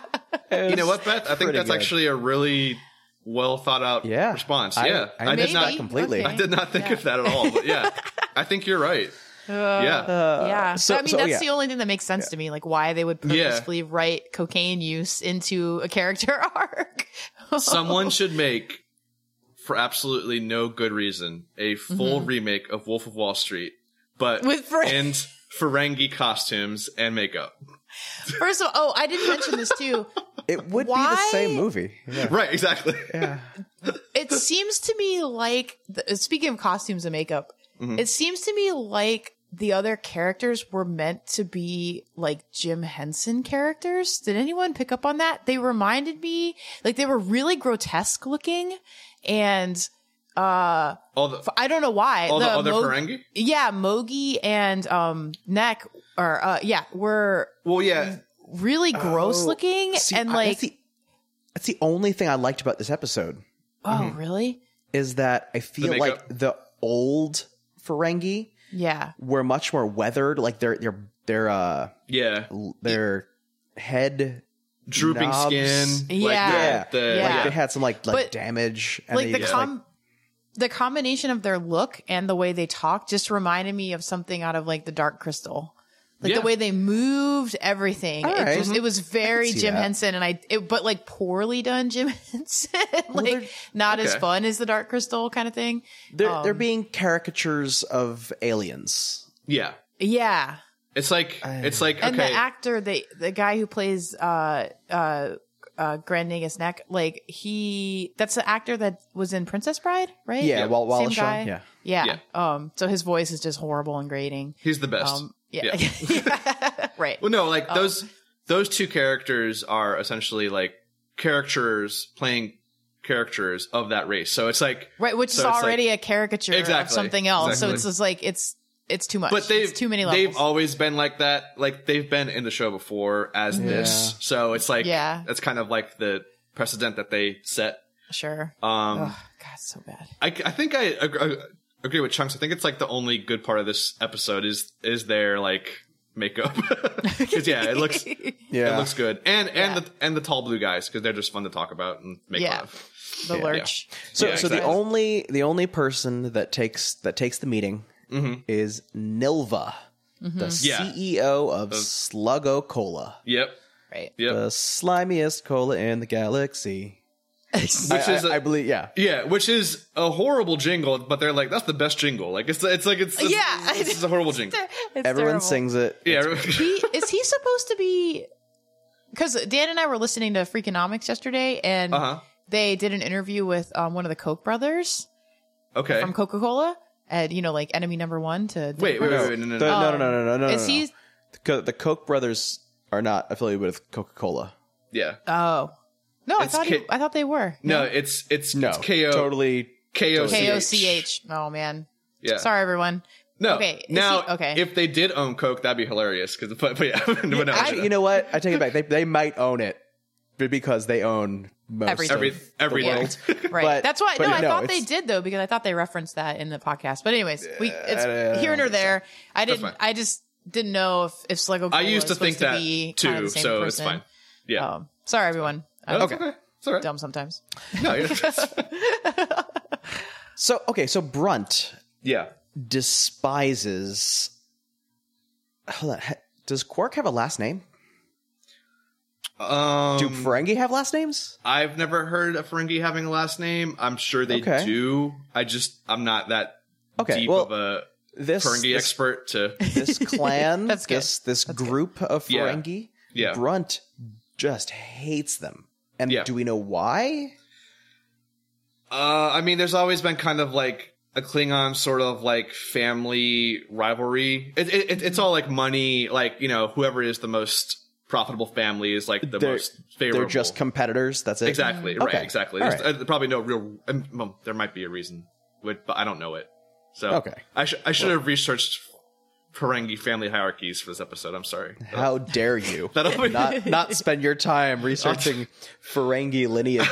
S1: the, you know what, Beth? I think
S3: pretty
S1: that's
S3: good.
S1: actually a really well thought out
S3: Yeah.
S1: response.
S3: I-
S1: yeah,
S3: I
S1: did
S3: missed
S1: not
S3: that completely.
S1: I did not think of that at all. But yeah, I think you're right.
S2: Uh,
S1: yeah,
S2: yeah.
S3: Uh, so-
S2: So, I mean,
S3: so,
S2: that's
S3: yeah.
S2: the only thing that makes sense to me, like why they would
S1: Yeah.
S2: purposefully write cocaine use into a character arc.
S1: someone should make for absolutely no good reason a full remake of Wolf of Wall Street, but
S2: Mm-hmm. With Fer-
S1: and Ferengi costumes and makeup.
S2: First of all, oh, I didn't mention this too.
S3: It would be
S2: Why-
S3: the same movie. Yeah.
S1: Right, exactly.
S2: It seems to me like, the, uh, speaking of costumes and makeup,
S3: Mm-hmm.
S2: it seems to me like the other characters were meant to be like Jim Henson characters. Did anyone pick up on that? They reminded me, like, they were really grotesque looking and, uh,
S1: All the
S2: I don't know why.
S1: all the, other
S2: Mo-
S1: Ferengi.
S2: yeah, Mogi and um Neck or uh yeah, were
S1: Well, yeah,
S2: Mm. really gross
S3: Oh,
S2: looking
S3: See,
S2: and
S3: I-
S2: like
S3: that's the, that's the only thing I liked about this episode
S2: oh
S3: mm-hmm.
S2: really?
S3: is that I feel like
S1: makeup.
S3: the old Ferengi
S2: Yeah.
S3: were much more weathered. Like their their their uh
S1: yeah,
S3: their head
S1: drooping
S3: Knobs.
S1: skin.
S2: Yeah.
S1: like the, the-
S2: Yeah.
S3: like they had some like like
S2: But-
S3: damage and
S2: Like
S3: they
S2: the
S3: just,
S2: com the combination of their look and the way they talk just reminded me of something out of like the Dark Crystal. Like
S1: Yeah.
S2: the way they moved everything.
S3: All
S2: It
S3: right.
S2: just it was very
S3: Mm-hmm. see
S2: Jim
S3: that.
S2: Henson and I it, but like poorly done Jim Henson. like
S3: they're-
S2: not as
S1: okay.
S2: fun as the Dark Crystal kind of thing.
S3: they're,
S2: um,
S3: they're being caricatures of aliens.
S1: yeah.
S2: Yeah.
S1: It's like it's like okay.
S2: and the actor the the guy who plays uh uh uh Grand Nagus Neck, like he that's the actor that was in Princess Bride, right?
S3: Yeah, Wal-
S2: Same
S3: Wallace Shawn,
S2: guy?
S3: yeah.
S2: yeah. Um so his voice is just horrible and grating.
S1: He's the best.
S2: Um yeah. right.
S1: Well, no, like those those two characters are essentially like characters playing characters of that race. So it's like
S2: Right, which
S1: so
S2: is
S1: it's
S2: already a caricature
S1: Exactly,
S2: of something else. So
S1: exactly.
S2: it's just like it's it's too much.
S1: but they've
S2: it's too many levels.
S1: they've always been like that. Like they've been in the show before as this. So it's like
S2: Yeah.
S1: that's kind of like the precedent that they set.
S2: sure.
S1: Um,
S2: Ugh, God, so bad.
S1: I, I think I agree, agree with chunks. I think it's like the only good part of this episode is is their like makeup because yeah, it looks
S3: Yeah.
S1: it looks good and and
S2: Yeah.
S1: the and the tall blue guys because they're just fun to talk about and make
S2: Yeah.
S1: fun of.
S2: the lurch.
S3: so
S1: Yeah,
S3: so the
S1: exactly.
S3: only the only person that takes that takes the meeting is Nilva,
S2: Mm-hmm.
S3: the
S1: Mm-hmm. Yeah.
S3: CEO of Sluggo Cola,
S1: Yep.
S2: Right.
S1: Yep.
S3: the slimiest cola in the galaxy.
S1: which
S3: I,
S1: is a-
S3: I believe, yeah.
S1: yeah, which is a horrible jingle, but they're like, that's the best jingle. Like it's it's like it's, it's
S2: Yeah.
S1: this is a horrible jingle.
S2: It's
S3: Everyone
S2: terrible.
S3: sings it.
S1: Yeah,
S2: he is he supposed to be because dan and i were listening to freakonomics yesterday and
S1: uh huh.
S2: they did an interview with um, one of the koch brothers
S1: Okay.
S2: from coca-cola and you know like enemy number one to
S1: Wait, wait, wait, wait, no, no,
S3: The-
S1: no.
S3: no, no, no, no, no, no,
S2: Um, is
S3: no,
S2: he
S3: no. The Co- The Koch brothers are not affiliated with Coca Cola.
S1: Yeah.
S2: oh no i
S1: It's
S2: thought
S1: K-
S2: he, i thought they were
S1: No, it's it's
S3: No,
S1: it's KO
S3: totally.
S1: KOCH.
S2: k-o-c-h oh man
S1: Yeah.
S2: sorry everyone
S1: No.
S2: Okay, is
S1: Now,
S2: he- okay.
S1: if they did own Coke, that'd be hilarious. Because, but, but yeah, but no,
S3: I, you know what? I take it back. They they might own it but because they own most
S2: Everything.
S1: every
S3: of
S1: every
S3: the
S1: day.
S3: world.
S2: right
S3: But-
S2: that's why
S3: but
S2: no
S3: yeah,
S2: i
S3: no,
S2: thought they
S3: it's-
S2: did though because i thought they referenced that in the podcast but anyways we it's
S3: I- I
S2: here and or
S3: don't
S2: there i didn't
S1: fine.
S2: i just didn't know if if Sligo
S1: I used to think that
S2: be
S1: too,
S2: kind of the same
S1: so
S2: person.
S1: it's fine. Yeah.
S2: Um, sorry, everyone. I'm
S1: No, it's okay. It's all right.
S2: dumb sometimes.
S1: No, it's-
S3: So okay, so Brunt
S1: yeah.
S3: despises. Hold on. ha- Does Quark have a last name?
S1: Um,
S3: Do Ferengi have last names?
S1: I've never heard a Ferengi having a last name. I'm sure they
S3: Okay.
S1: do. I just I'm not that
S3: Okay,
S1: deep
S3: well,
S1: of a
S3: This
S1: Ferengi
S3: this,
S1: expert to
S3: this clan,
S2: That's good.
S3: this this group of
S1: Yeah.
S3: Ferengi,
S1: yeah.
S3: Brunt just hates them. And
S1: Yeah.
S3: do we know why?
S1: Uh, I mean, there's always been kind of like a Klingon sort of like family rivalry. It, it, it, it's all like money, like you know, whoever is the most profitable family is like the
S3: They're-
S1: most favorable.
S3: They're just competitors. That's it.
S1: exactly right,
S3: Okay.
S1: exactly.
S3: All
S1: There's uh, probably no real. Um, well, there might be a reason, but but I don't know it. So
S3: Okay.
S1: I should I should have researched Ferengi family hierarchies for this episode. I'm sorry. Uh,
S3: How dare you?
S1: That'll be-
S3: not not spend your time researching Ferengi lineage.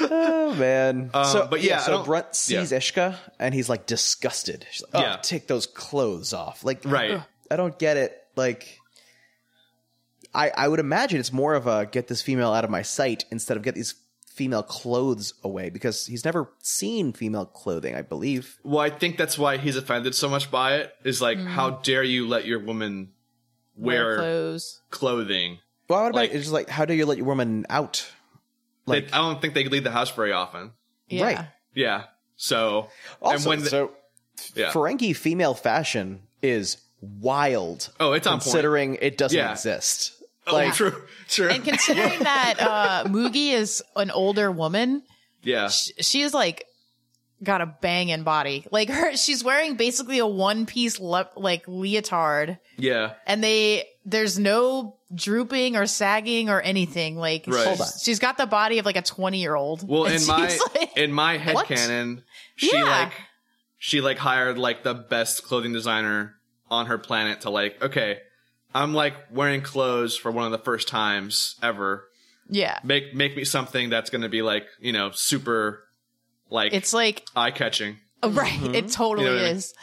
S3: oh man! so,
S1: Um, but yeah, I
S3: so
S1: don't-
S3: Brunt sees
S1: yeah.
S3: Ishka and he's like disgusted. She's like, "Oh,
S1: Yeah.
S3: take those clothes off!" Like,
S1: Right.
S3: ugh, I don't get it. Like, I I would imagine it's more of a get this female out of my sight instead of get these female clothes away because he's never seen female clothing, I believe.
S1: Well, I think that's why he's offended so much by it. Is like, how dare you let your woman
S2: Wear
S1: wear
S2: clothes.
S1: clothing?
S3: Well, what about
S1: Like-
S3: it's just like how do you let your woman out?
S1: They-
S3: Like,
S1: I don't think they leave the house very often.
S2: Yeah.
S3: Right.
S1: Yeah. So
S3: also,
S1: and when the-
S3: so
S1: yeah.
S3: Ferengi female fashion is wild.
S1: Oh, it's on point.
S3: considering it doesn't
S1: Yeah.
S3: exist.
S1: Oh,
S3: Like
S1: true, true.
S2: And considering that uh, Moogie is an older woman,
S1: yeah.
S2: sh- she is like got a banging body. Like her, she's wearing basically a one piece le- like leotard,
S1: Yeah.
S2: and they there's no drooping or sagging or anything. Like
S1: Right. Hold
S3: on.
S2: she's got the body of like a twenty year old.
S1: Well, in my
S2: like,
S1: in my head
S2: What?
S1: canon, she
S2: Yeah.
S1: like she like hired like the best clothing designer on her planet to like, okay, I'm like wearing clothes for one of the first times ever.
S2: yeah,
S1: Make make me something that's going to be like, you know, super like
S2: it's like
S1: eye catching.
S2: right. It
S1: Mm-hmm. You
S2: totally
S1: know what I mean?
S2: is.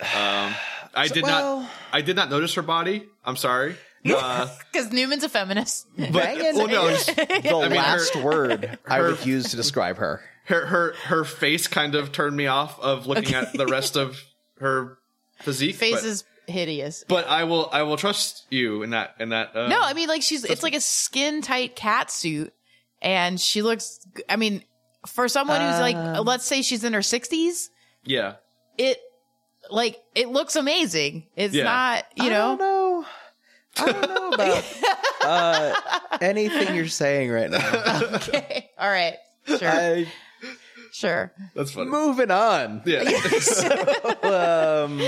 S1: Um I did
S3: well-
S1: not I did not notice her body. I'm sorry. Uh,
S2: Because Newman's a feminist.
S1: but
S3: Bangin'
S1: well, no,
S3: is the
S1: mean, her-
S3: last word I
S1: her-
S3: would use to describe her.
S1: her her her face kind of turned me off of looking at the rest of her physique.
S2: Face
S1: but,
S2: is hideous.
S1: but I will I will trust you in that in that. Uh,
S3: Oh.
S2: No, I mean like she's it's like a skin tight cat suit, and she looks. g- I mean, for someone who's like,
S3: Um,
S2: let's say she's in her sixties,
S1: yeah,
S2: it like it looks amazing. It's
S1: Yeah.
S2: not you
S3: I don't
S2: know.
S3: know. I don't know about uh, anything you're saying right now.
S2: Okay, all right, sure,
S3: I,
S2: sure.
S1: that's funny.
S3: moving on.
S1: Yeah,
S3: Um,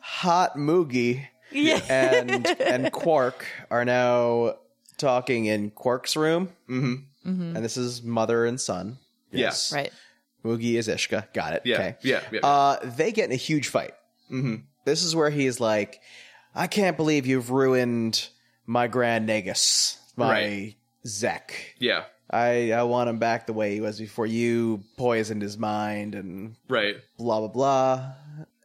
S3: hot Moogie
S2: Yeah,
S3: and and Quark are now talking in Quark's room, Mm-hmm.
S1: hmm
S3: and this is mother and son.
S1: Yeah.
S2: right.
S3: Moogie is Ishka. Got it.
S1: yeah,
S3: Okay.
S1: yeah, yeah.
S3: Uh, they get in a huge fight. Mm-hmm.
S1: hmm
S3: This is where he's like, I can't believe you've ruined my Grand Nagus, my
S1: Right.
S3: Zek.
S1: yeah,
S3: I, I want him back the way he was before you poisoned his mind and
S1: right.
S3: blah, blah, blah.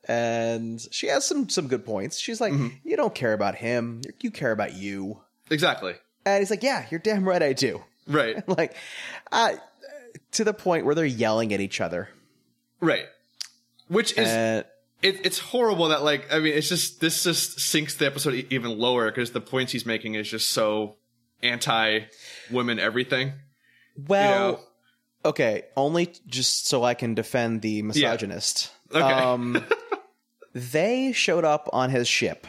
S3: And she has some, some good points. She's like,
S1: Mm-hmm.
S3: You don't care about him, you care about you.
S1: Exactly.
S3: And he's like, Yeah, you're damn right I do.
S1: Right.
S3: Like, uh, to the point where they're yelling at each other.
S1: Right. Which is
S3: And-
S1: it, it's horrible that like I mean it's just this just sinks the episode e- even lower because the points he's making is just so anti women everything.
S3: Well,
S1: know?
S3: okay, only just so I can defend the misogynist.
S1: Okay.
S3: Um, they showed up on his ship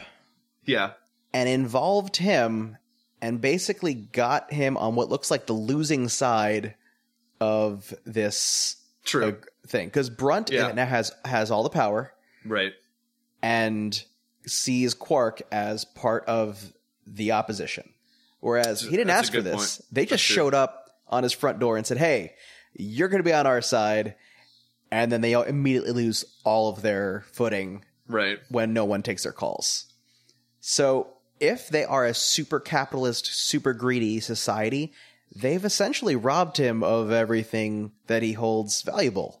S1: Yeah.
S3: and involved him and basically got him on what looks like the losing side of this
S1: True.
S3: uh, thing because Brunt
S1: Yeah.
S3: in it now has has all the power
S1: right.
S3: and sees Quark as part of the opposition. Whereas he didn't
S1: That's a
S3: ask for
S1: good
S3: this.
S1: point.
S3: They just
S1: That's true.
S3: showed up on his front door and said, "Hey, you're going to be on our side." And then they all immediately lose all of their footing
S1: Right.
S3: when no one takes their calls. So, if they are a super capitalist, super greedy society, they've essentially robbed him of everything that he holds valuable.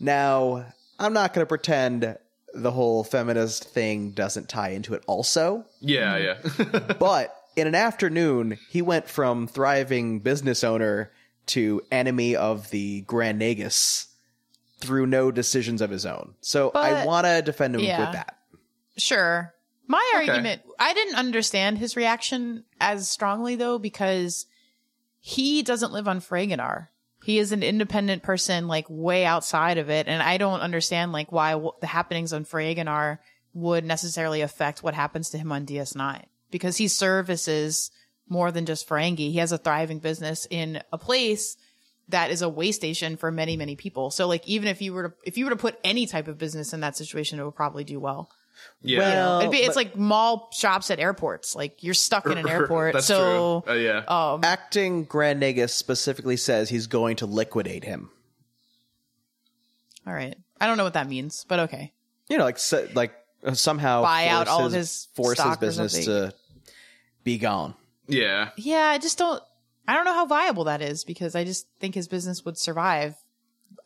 S3: Now, I'm not going to pretend the whole feminist thing doesn't tie into it, also,
S1: Yeah. Yeah.
S3: but in an afternoon, he went from thriving business owner to enemy of the Grand Nagus through no decisions of his own. So, I
S2: But-
S3: want to defend him
S2: yeah.
S3: with that.
S2: Sure. My
S1: Okay.
S2: argument, I didn't understand his reaction as strongly though, because he doesn't live on Fragonar. He is an independent person, like way outside of it. And I don't understand like why w- the happenings on Fragonar would necessarily affect what happens to him on DS9 because he services more than just Ferengi. He has a thriving business in a place that is a way station for many, many people. So like, even if you were to, if you were to put any type of business in that situation, it would probably do well.
S1: Yeah.
S3: Well,
S2: It'd be,
S3: but-
S2: it's like mall shops at airports. Like you're stuck in an airport.
S1: That's
S2: so
S1: true.
S2: uh,
S1: Oh, yeah.
S3: Acting Grand Nagus specifically says he's going to liquidate him.
S2: all right. I don't know what that means, but okay.
S3: You know, like se- like uh, somehow
S2: Buy
S3: force
S2: out all of his
S3: force his
S2: stock or
S3: business
S2: something.
S3: to be gone.
S1: yeah.
S2: Yeah, I just don't I don't know how viable that is because I just think his business would survive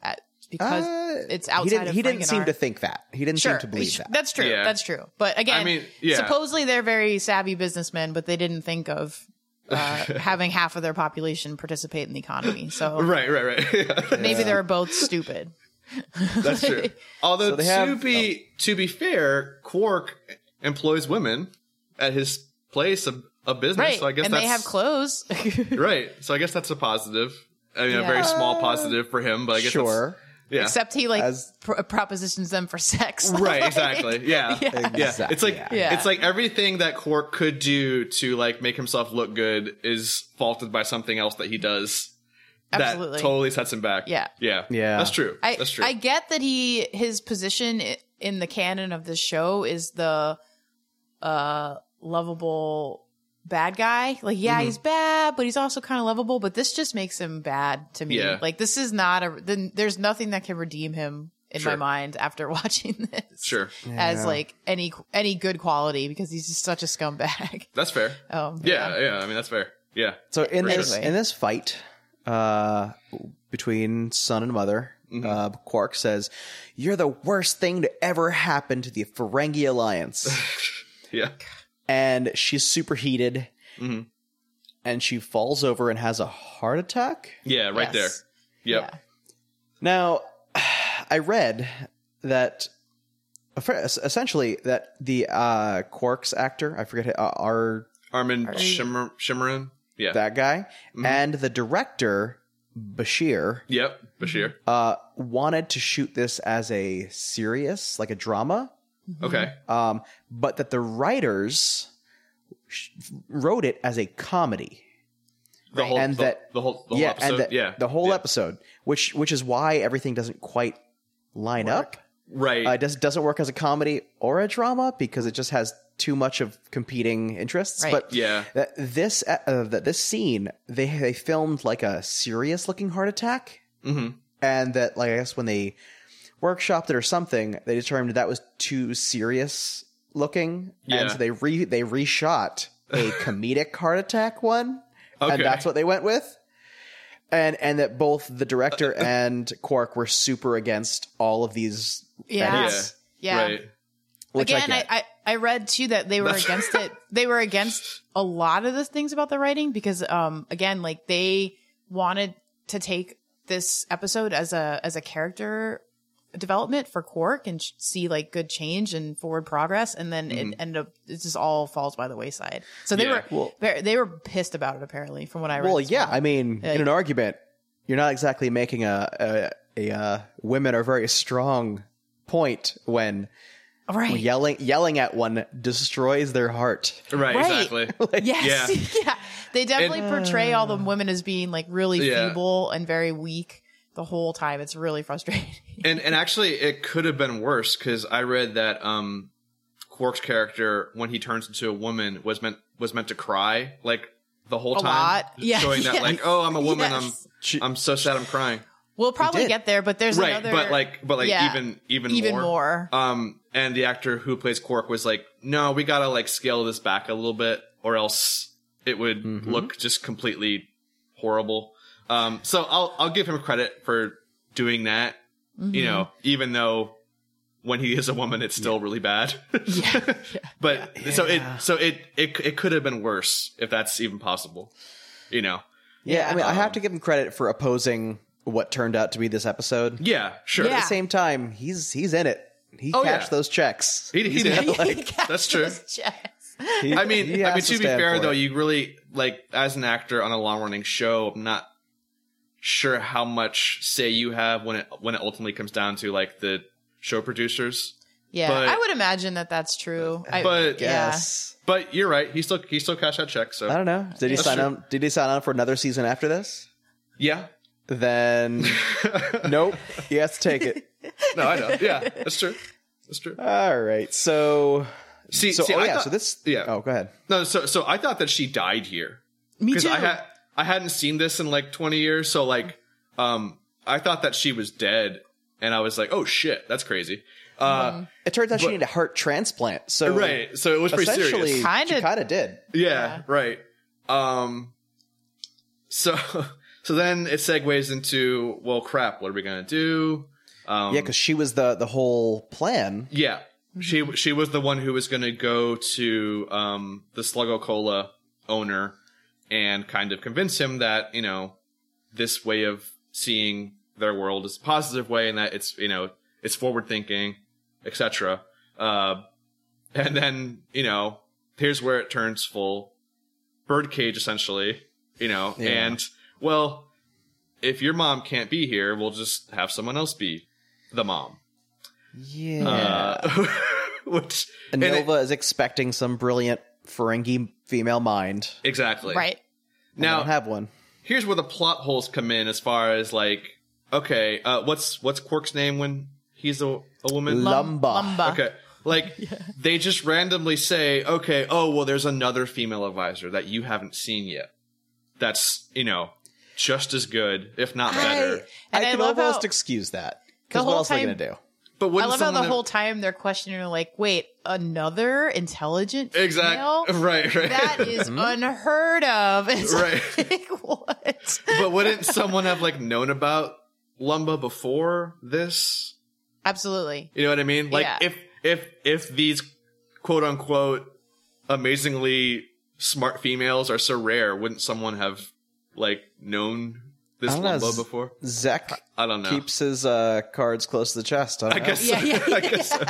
S2: at, because
S3: Uh,
S2: it's
S3: he
S2: outside
S3: didn't,
S2: of
S3: he didn't seem
S2: Frankenar.
S3: to think that. He didn't
S2: Sure,
S3: seem to believe
S2: sh-
S3: that.
S2: that's true.
S1: Yeah.
S2: That's true. But again,
S1: I mean, yeah.
S2: supposedly they're very savvy businessmen, but they didn't think of uh, having half of their population participate in the economy. So
S1: Right, right, right. Yeah.
S2: maybe they're both stupid.
S1: That's true. Although
S3: So they have- oh.
S1: to be to be fair, Quark employs women at his place of, of business.
S2: Right.
S1: So I guess
S2: and
S1: that's
S2: they have clothes.
S1: right. So I guess that's a positive. I mean, a
S2: Yeah.
S1: very small positive for him, but I guess that's-
S3: Sure.
S1: yeah.
S2: except he like
S3: As-
S2: pr- propositions them for sex.
S1: Right,
S2: Like-
S1: exactly. Yeah. yeah.
S3: Exact-
S1: It's like
S3: yeah.
S2: Yeah.
S1: it's like everything that Quark could do to like make himself look good is faulted by something else that he does.
S2: Absolutely.
S1: That totally sets him back.
S2: Yeah.
S1: Yeah.
S3: Yeah.
S1: That's true.
S2: I,
S1: That's true.
S2: I get that he his position i- in the canon of this show is the uh lovable bad guy. Like
S1: Mm-hmm.
S2: yeah, he's bad, but he's also kind of lovable, but this just makes him bad to me.
S1: Yeah.
S2: Like this is not a then there's nothing that can redeem him in my
S1: Sure.
S2: mind after watching this.
S1: sure.
S2: As like any any good quality because he's just such a scumbag.
S1: That's fair.
S2: Um
S1: yeah, yeah, I mean that's fair. Yeah.
S3: So in this
S2: Anyway.
S3: in this fight uh, between son and mother,
S2: Mm-hmm.
S3: uh, Quark says, "You're the worst thing to ever happen to the Ferengi Alliance,"
S1: Yeah.
S3: and she's superheated, and she falls over and has a heart attack.
S1: Yeah, right
S2: Yes.
S1: there. Yep.
S3: Now, I read that essentially that the uh, Quark's actor, I forget uh, our
S1: Armin Shimmer Shimmerin. Yeah.
S3: that guy, and the director Bashir.
S1: Yep. Bashir.
S3: uh, wanted to shoot this as a serious, like a drama,
S2: Mm-hmm.
S1: Okay.
S3: um, but that the writers sh- wrote it as a comedy.
S1: The whole
S3: And
S1: the,
S3: that-
S1: the whole the whole
S3: yeah,
S1: episode.
S3: and the,
S1: yeah.
S3: the whole
S1: yeah.
S3: episode, which which is why everything doesn't quite line up.
S1: Right.
S3: Uh, it just doesn't work as a comedy or a drama because it just has too much of competing interests.
S2: Right.
S3: But
S1: Yeah.
S3: that this uh, uh, that this scene they they filmed like a serious looking heart attack,
S1: Mhm.
S3: and that like I guess when they workshopped it or something, they determined that was too serious looking,
S1: Yeah.
S3: and so they re they reshot a comedic heart attack one,
S1: Okay.
S3: and that's what they went with. And and that both the director
S1: Uh,
S3: and Quark were super against all of these
S2: Yeah.
S1: Yeah.
S3: edits,
S2: Yeah.
S1: Right.
S3: which
S2: Again,
S3: I,
S2: I,
S3: get.
S2: I, I read too that they were
S1: That's-
S2: against it. They were against a lot of the things about the writing because, um, again, like they wanted to take this episode as a as a character development for Quark and sh- see like good change and forward progress, and then it ended up it just all falls by the wayside. So they
S1: Mm-hmm. Yeah.
S2: were ver- they were pissed about it apparently, from what I read.
S3: Well,
S2: as
S3: yeah, I mean, in
S2: yeah.
S3: an argument, you're not exactly making a a, a uh, women are very strong point when
S2: right,
S3: yelling yelling at one destroys their heart.
S1: Right,
S2: Right.
S1: exactly.
S2: Yes. Yeah. They definitely
S1: And-
S2: portray all the women as being like really
S1: Yeah.
S2: feeble and very weak the whole time. It's really frustrating.
S1: and and actually it could have been worse because I read that um Quark's character when he turns into a woman was meant was meant to cry like the whole
S2: A
S1: time,
S2: lot. Yeah,
S1: showing that
S2: yeah.
S1: like oh I'm a woman
S2: Yes.
S3: She-
S1: I'm I'm so sad I'm crying
S2: We'll probably
S3: did.
S2: get there, but there's
S1: right
S2: another
S1: but like but like
S2: yeah.
S1: even even
S2: even more.
S1: more. um and the actor who plays Quark was like no we gotta like scale this back a little bit or else it would
S2: Mm-hmm.
S1: look just completely horrible um so I'll I'll give him credit for doing that
S2: Mm-hmm.
S1: you know, even though when he is a woman, it's still really bad.
S2: Yeah.
S1: but so it so it it it could have been worse if that's even possible. You know.
S3: yeah, I mean, I have to give him credit for opposing what turned out to be this episode.
S1: Yeah. Sure.
S2: Yeah.
S3: At the same time, he's he's in it. He
S1: Oh,
S3: cashed
S1: yeah.
S3: those checks.
S1: He, he did. that's true.
S2: Checks.
S3: He-
S1: I mean,
S3: he
S1: I mean
S3: has
S1: to be
S3: stand
S1: fair
S3: for
S1: though,
S3: it.
S1: you really like as an actor on a long running show. I'm not sure how much say you have when it when it ultimately comes down to like the show producers.
S2: Yeah,
S1: But-
S2: I would imagine that that's true. I,
S1: But-
S2: yeah,
S3: yes.
S1: But you're right. He still he still cashed that check.
S3: I
S1: So
S3: don't know. Did he
S1: That's
S3: sign
S1: true.
S3: on? Did he sign on for another season after this?
S1: yeah.
S3: Then nope. He has to take it.
S1: No, I know. Yeah, that's true. That's true.
S3: All right. So
S1: See,
S3: so
S1: see,
S3: oh
S1: I
S3: yeah.
S1: thought-
S3: so this
S1: yeah.
S3: Oh, go ahead.
S1: No, so so I thought that she died here
S2: me
S1: because
S2: too.
S1: I had I hadn't seen this in like 20 years. So like, um, I thought that she was dead, and I was like, oh shit, that's crazy. Uh,
S3: It turns out she
S1: But-
S3: needed a heart transplant. So
S1: right. So it was pretty
S3: Mm-hmm. essentially,
S1: serious.
S2: Kinda-
S3: she kind of did.
S1: Yeah, right. Um so so then it segues into well crap, what are we going to do? Um
S3: yeah, because she was the the whole plan.
S1: yeah. She she was the one who was going to go to um the Sluggo Cola owner and kind of convince him that, you know, this way of seeing their world is a positive way and that it's, you know, it's forward thinking, etc. Uh and then, you know, here's where it turns full birdcage essentially, you know,
S3: Yeah.
S1: and well, if your mom can't be here, we'll just have someone else be the mom.
S3: Yeah.
S1: Uh, which
S3: and
S1: and it-
S3: Nova is expecting some brilliant Ferengi female mind.
S1: exactly
S2: right.
S3: And I
S1: now.
S3: don't have one.
S1: here's where the plot holes come in, as far as like, okay, uh, what's what's Quark's name when he's a, a woman?
S3: Lum- Lumba.
S2: Lumba.
S1: okay, like they just randomly say, okay, oh well, there's another female advisor that you haven't seen yet. That's you know just as good, if not better.
S2: And
S3: I,
S2: I
S3: can
S2: love
S3: almost
S2: how-
S3: excuse that.
S2: The
S3: Because what
S2: whole
S3: else are they
S2: time-
S3: going to do?
S1: but
S2: I
S1: wouldn't
S2: love how the
S1: someone
S2: whole time they're questioning, like, wait, another intelligent female?
S1: exactly right, right.
S2: That is
S3: Mm-hmm.
S2: unheard of. It's
S1: Right.
S2: like, what?
S1: but wouldn't someone have like known about Lumba before this?
S2: Absolutely.
S1: You know what I mean? Like
S2: Yeah.
S1: if if if these quote unquote amazingly smart females are so rare, wouldn't someone have like known this
S3: I don't know,
S1: Lumbo
S3: Z-
S1: before?
S3: Zek
S1: I don't know.
S3: keeps his uh, cards close to the chest. I, don't
S1: I
S3: know.
S1: guess.
S2: Yeah, yeah,
S1: I guess so.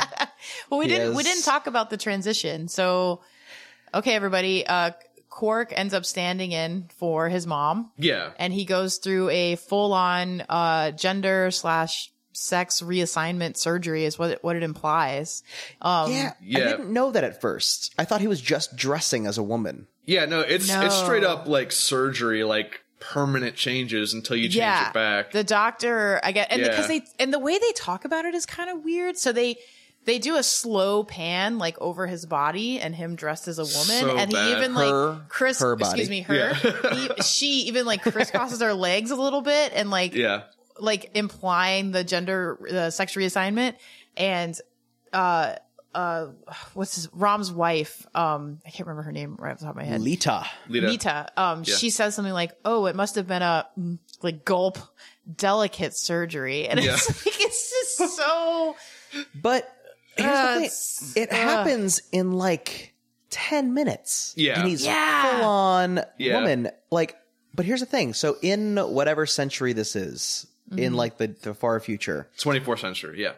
S2: Well, we
S3: He
S2: didn't we
S3: is-
S2: didn't talk about the transition. So, okay, everybody. Uh, Quark ends up standing in for his mom,
S1: Yeah.
S2: and he goes through a full on uh, gender slash sex reassignment surgery. Is what it, what it implies. Um,
S3: yeah, I
S1: Yeah.
S3: didn't know that at first. I thought he was just dressing as a woman.
S1: Yeah. No, it's it's
S2: No.
S1: straight up like surgery, like permanent changes until you change
S2: Yeah.
S1: it back.
S2: the doctor i get and
S1: Yeah.
S2: because they and the way they talk about it is kind of weird so they they do a slow pan like over his body and him dressed as a woman
S1: So
S2: and he
S1: bad.
S2: even
S3: Her-
S2: like chris
S3: her body.
S2: excuse me her
S1: Yeah.
S2: he- she even like crisscrosses her legs a little bit and like
S1: yeah.
S2: like implying the gender the sex reassignment and uh uh what's his rom's wife um i can't remember her name right off the top of my head
S3: Lita.
S1: Lita.
S2: Nita, um,
S1: Yeah.
S2: she says something like, "Oh, it must have been a mm, like gulp, delicate surgery," and
S1: Yeah.
S2: it's like it's just so
S3: But here's
S2: Uh,
S3: the
S2: it's-
S3: thing: it
S2: ugh.
S3: happens in like ten minutes.
S1: Yeah.
S3: and he's
S2: Yeah.
S3: full on
S1: Yeah.
S3: woman. Like, but here's the thing: so in whatever century this is, in like the, the far future,
S1: 24th century. Yeah.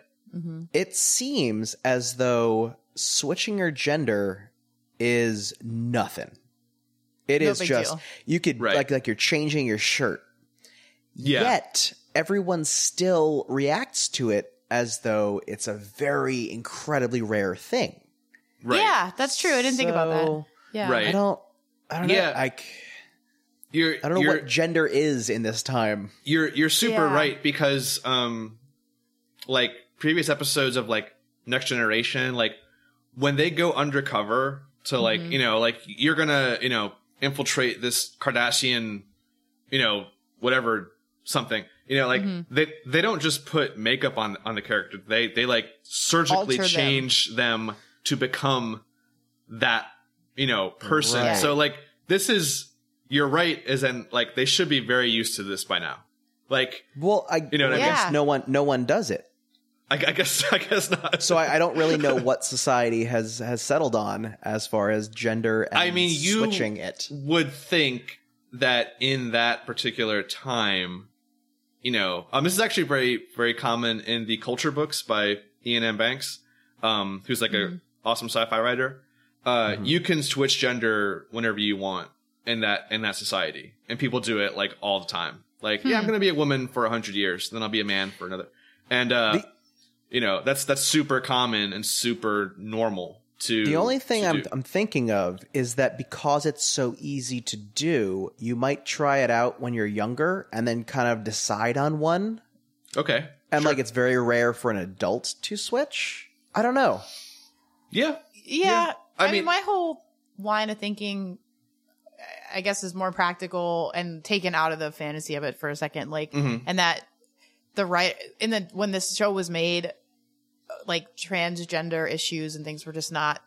S3: it seems as though switching your gender is nothing. It
S2: No
S3: is
S2: big
S3: just
S2: deal.
S3: you could
S1: Right.
S3: like like you're changing your shirt.
S1: Yeah.
S3: Yet everyone still reacts to it as though it's a very incredibly rare thing.
S1: Right.
S2: yeah, that's true. I didn't think about that.
S3: So,
S2: Yeah,
S1: Right.
S3: I don't. I don't
S1: Yeah.
S3: know. I, c-
S1: You're,
S3: I don't know
S1: you're,
S3: what gender is in this time.
S1: you're you're super
S2: Yeah.
S1: right because um like previous episodes of like next generation like when they go undercover to like
S2: Mm-hmm.
S1: you know like you're gonna you know infiltrate this kardashian you know whatever something you know like
S2: Mm-hmm.
S1: they they don't just put makeup on on the character they they like surgically
S2: Alter them.
S1: change them. to become that you know person
S3: Right.
S1: so like this is you're right as in like they should be very used to this by now like
S3: Well, I,
S1: You know what
S3: I
S1: I
S2: mean? Yeah.
S3: guess no one no one does it.
S1: I, I guess I guess not.
S3: So I, I don't really know what society has has settled on as far as gender. And
S1: I mean, you-
S3: switching it.
S1: would think that in that particular time, you know, um, this is actually very very common in the culture books by Ian M. Banks, um, who's like a awesome sci-fi writer. Uh,
S3: Mhm.
S1: You can switch gender whenever you want in that in that society, and people do it like all the time. Like, yeah, I'm
S2: Hmm.
S1: going to be a woman for hundred years, then I'll be a man for another, and uh,
S3: The-
S1: you know that's that's super common and super normal. To
S3: The only thing
S1: to
S3: I'm,
S1: do.
S3: I'm thinking of is that because it's so easy to do, you might try it out when you're younger and then kind of decide on one.
S1: okay,
S3: And like it's very rare for an adult to switch. I don't know.
S1: yeah,
S2: Yeah.
S1: Yeah. I
S2: I, mean,
S1: mean-
S2: my whole line of thinking, I guess, is more practical and taken out of the fantasy of it for a second. Like,
S1: Mhm.
S2: and that the right in the when this show was made, uh, like transgender issues and things were just not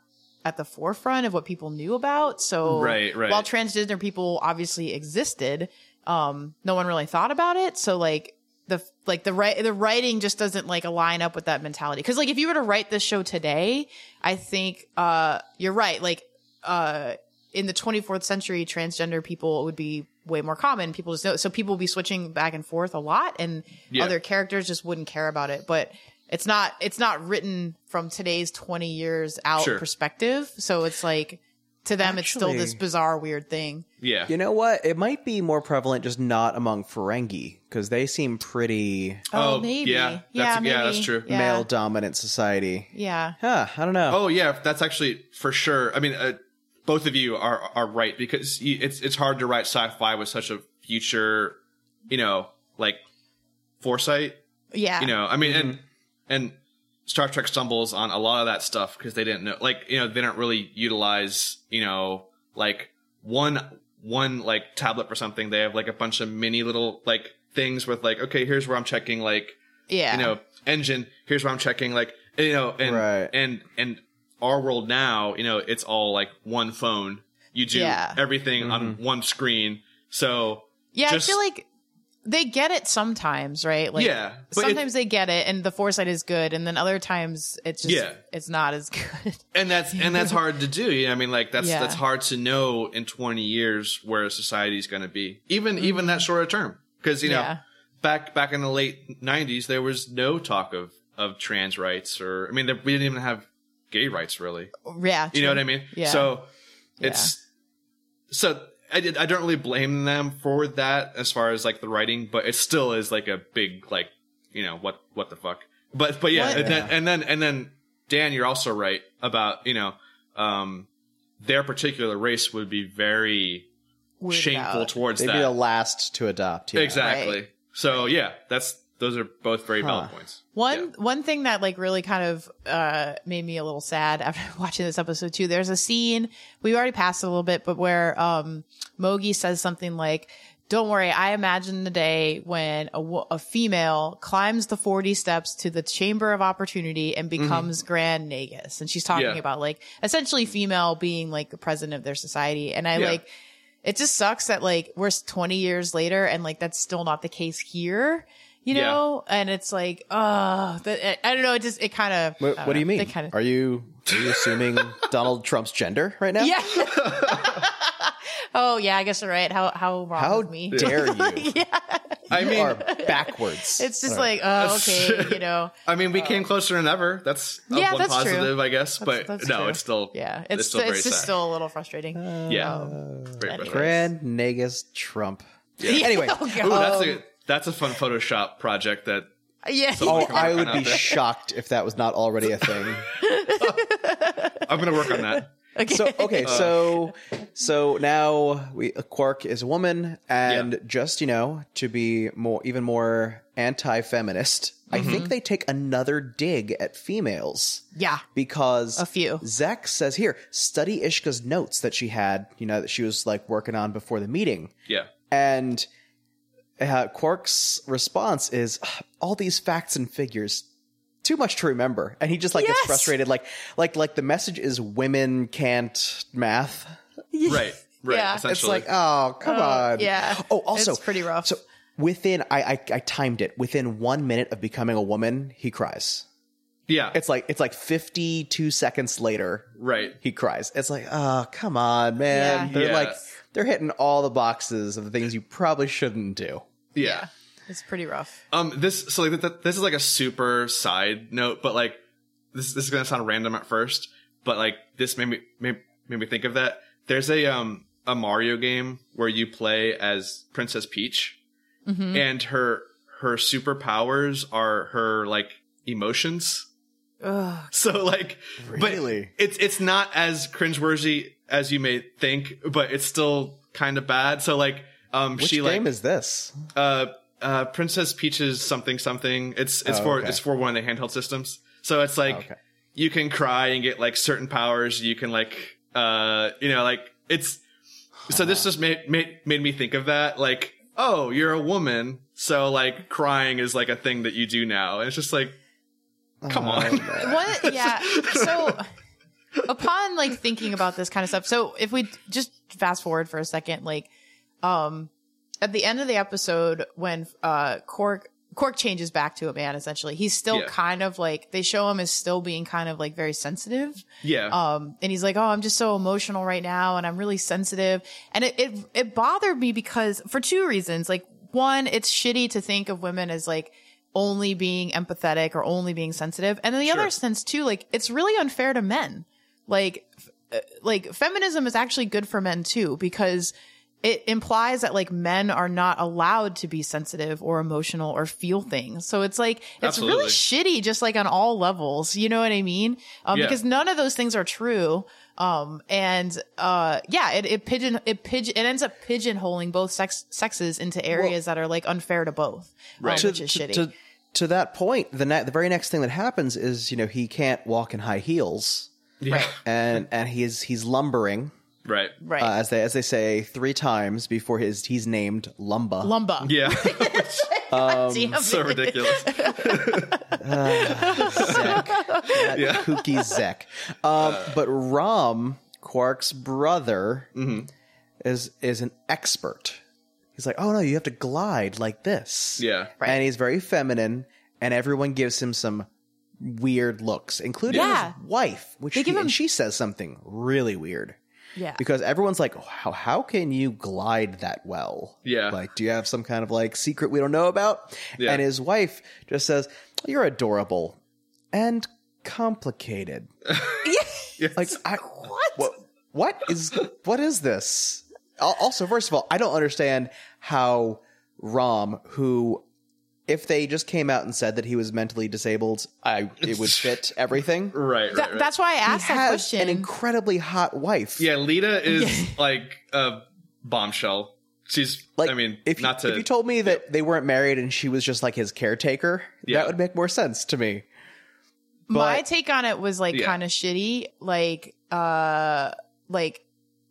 S2: at the forefront of what people knew about. So,
S1: Right, right.
S2: While transgender people obviously existed, um, no one really thought about it. So, like the like the right the writing just doesn't like align up with that mentality. Because like if you were to write this show today, I think uh you're right. Like uh in the 24th century, transgender people would be way more common. People just know so people will be switching back and forth a lot, and
S1: Yeah.
S2: other characters just wouldn't care about it. But it's not it's not written from today's 20 years out
S1: Sure.
S2: perspective. So it's like to them, it's still this
S3: Actually-
S2: bizarre weird thing.
S1: yeah,
S3: You know what? It might be more prevalent just not among Ferengi because they seem pretty
S1: Oh, yeah. That's-
S2: yeah,
S1: yeah, that's
S2: maybe.
S1: true.
S2: Yeah.
S3: male dominant society.
S2: Yeah.
S3: Huh, I don't know.
S1: Oh yeah, that's actually for sure. I mean, uh, both of you are are right because you, it's it's hard to write sci-fi with such a future, you know, like foresight.
S2: Yeah.
S1: You know, I mean, and and Star Trek stumbles on a lot of that stuff because they didn't know, like, you know, they didn't really utilize, you know, like one one like tablet or something. They have like a bunch of mini little like things with like, okay, here's where I'm checking like
S2: yeah.
S1: you know engine here's what i'm checking like you know and
S3: Right.
S1: and and our world now you know it's all like one phone you do
S2: Yeah.
S1: everything on one screen so
S2: Yeah,
S1: Just-
S2: I feel like they get it sometimes, right? Like
S1: Yeah, but it-
S2: sometimes they get it and the foresight is good and then other times it's just
S1: Yeah.
S2: it's not as good.
S1: and that's and that's hard to do you know, i mean like that's
S2: Yeah.
S1: that's hard to know in 20 years where society's going to be even even that shorter term because you know
S2: Mm-hmm. Yeah.
S1: back back in the late 90s there was no talk of of trans rights or i mean there, we didn't even have gay rights really
S2: yeah.
S1: You know
S2: true.
S1: what I mean?
S2: Yeah.
S1: So it's so I did, I don't really blame them for that as far as like the writing, but it still is like a big like you know what what the fuck. But but yeah,
S2: What?
S1: and, Then, and then and then Dan, you're also right about you know um their particular race would be very
S2: Weird
S1: shameful
S2: about.
S1: towards
S3: They'd be the
S1: that.
S3: last to adopt. Yeah.
S1: exactly. So yeah, that's those are both very valid
S3: Huh.
S1: points.
S2: One one thing that like really kind of uh made me a little sad after watching this episode too. There's a scene we already passed it a little bit, but where um Mogi says something like, "Don't worry, I imagine the day when a, wo- a female climbs the 40 steps to the chamber of opportunity and becomes Grand Nagus." And she's talking
S1: Mm-hmm. Yeah.
S2: about like essentially female being like the president of their society. And I
S1: Yeah.
S2: like it just sucks that like we're s- 20 years later and like that's still not the case here you
S1: Yeah.
S2: know and it's like uh that i don't know it just it uh, kind of
S3: What, what do you mean?
S2: kind of
S3: Are you are you assuming Donald Trump's gender right now?
S2: yeah oh yeah i guess you're right how how wrong
S3: How
S2: of me
S3: dare you?
S2: yeah
S1: I
S3: You
S1: mean,
S3: are backwards.
S2: it's just like oh okay you know
S1: I mean, we came closer than ever. That's uh,
S2: Uh, Yeah,
S1: one
S2: that's true.
S1: positive, I guess. but
S2: that's
S1: no,
S2: true.
S1: it's still
S2: yeah it's it's,
S1: still very
S2: just
S1: sad. Uh,
S2: still a little frustrating
S1: yeah. Very
S2: anyway.
S1: frustrating.
S3: Grand Negus Trump.
S2: Yeah,
S3: Anyway.
S2: oh,
S1: Ooh,
S2: God.
S1: that's a that's a fun Photoshop project that
S2: yeah
S3: Oh,
S1: Come on,
S3: I would
S1: out
S3: be
S1: there.
S3: shocked if that was not already a thing.
S1: I'm gonna work on that.
S2: okay.
S3: So okay,
S2: Uh.
S3: so so now we Quark is a woman, and
S1: Yeah.
S3: just you know to be more even more anti-feminist, I
S2: Mm-hmm.
S3: think they take another dig at females.
S2: yeah
S3: because
S2: A few.
S3: Zach says here, study Ishka's notes that she had, you know, that she was like working on before the meeting.
S1: Yeah,
S3: And uh, Quark's response is "Ugh, all these facts and figures too much to remember. And he just like
S2: Yes!
S3: gets frustrated like like like the message is women can't math.
S1: right, right.
S2: Yeah. It's
S1: Essentially,
S3: It's like, "Oh, come on."
S2: yeah
S3: Oh, also
S2: it's pretty rough
S3: So within I, I I timed it. Within 1 minute of becoming a woman, he cries.
S1: yeah,
S3: It's like it's like 52 seconds later
S1: right.
S3: he cries. It's like, oh, come on, man.
S2: Yeah.
S3: They're
S1: Yeah.
S3: like, they're hitting all the boxes of the things you probably shouldn't do.
S1: Yeah.
S2: yeah it's pretty rough
S1: Um. This so like th- th- this is like a super side note, but like this this is gonna sound random at first, but like this made me made, made me think of that. There's a um a Mario game where you play as Princess Peach,
S2: Mhm.
S1: and her her superpowers are her like emotions.
S2: Ugh.
S1: So like,
S3: Really?
S1: but it's it's not as cringeworthy as you may think, but it's still kind of bad. So like, um,
S3: Which
S1: she like
S3: game is this?
S1: uh, uh, Princess Peach's something something. It's it's
S3: Oh,
S1: for
S3: okay.
S1: it's for one of the handheld systems. So it's like
S3: Oh, Okay.
S1: you can cry and get like certain powers. You can like uh you know like it's. So
S3: Uh-huh.
S1: this just made made made me think of that. Like oh you're a woman, so like crying is like a thing that you do now. And it's just like
S3: Oh,
S1: come
S3: Uh,
S1: on.
S2: What? Yeah. So, upon like thinking about this kind of stuff, so if we just fast forward for a second, like, um, at the end of the episode when uh Cork Cork changes back to a man, essentially, he's still
S1: Yeah.
S2: kind of like they show him as still being kind of like very sensitive.
S1: yeah.
S3: uh,
S2: Um, and he's like, "Oh, I'm just so emotional right now, and I'm really sensitive." And it it, it bothered me because for two reasons. Like, one, it's shitty to think of women as like only being empathetic or only being sensitive, and then the other
S1: Sure.
S2: sense too, like it's really unfair to men. Like, f- uh, like feminism is actually good for men too because it implies that like men are not allowed to be sensitive or emotional or feel things. So it's like it's really shitty just like on all levels, you know what I mean? Um
S1: Yeah.
S2: because none of those things are true. Um and uh yeah, it, it pigeon it pigeon it ends up pigeonholing both sex sexes into areas that are like unfair to both. um,
S1: Right.
S2: which is shitty.
S3: To, to that point, the ne- the very next thing that happens is you know he can't walk in high heels,
S1: yeah. Right.
S3: and and he is he's lumbering
S2: right.
S3: uh, as they as they say three times before his he's named Lumba.
S2: Lumba.
S1: Yeah.
S2: Damn
S1: so
S2: it.
S1: ridiculous.
S3: Zek. That kooky Zek. Um, but Rom, Quark's brother, is is an expert. He's like, oh no, you have to glide like this.
S1: Yeah.
S2: Right.
S3: And he's very feminine, and everyone gives him some weird looks, including
S2: Yeah.
S3: his wife, which
S2: They give
S3: he-
S2: him-
S3: and she says something really weird.
S2: Yeah.
S3: Because everyone's like, how, how can you glide that well?
S1: Yeah.
S3: Like, do you have some kind of like secret we don't know about?
S1: Yeah.
S3: And his wife just says, you're adorable and complicated. Like, I,
S2: What?
S3: what, what is, what is this? Al- Also, first of all, I don't understand how Rom, who, if they just came out and said that he was mentally disabled, I, it would fit everything.
S1: Right. Right.
S2: That-
S1: right.
S2: That's why I
S3: He
S2: asked that
S3: has
S2: question.
S3: an incredibly hot wife.
S1: Yeah, Lita is like a bombshell. She's
S3: Like,
S1: I mean,
S3: if you,
S1: not to
S3: if you told me that they weren't married and she was just like his caretaker,
S1: Yeah.
S3: that would make more sense to me.
S2: my
S3: But-
S2: take on it was like
S1: Yeah.
S2: kind of shitty like uh like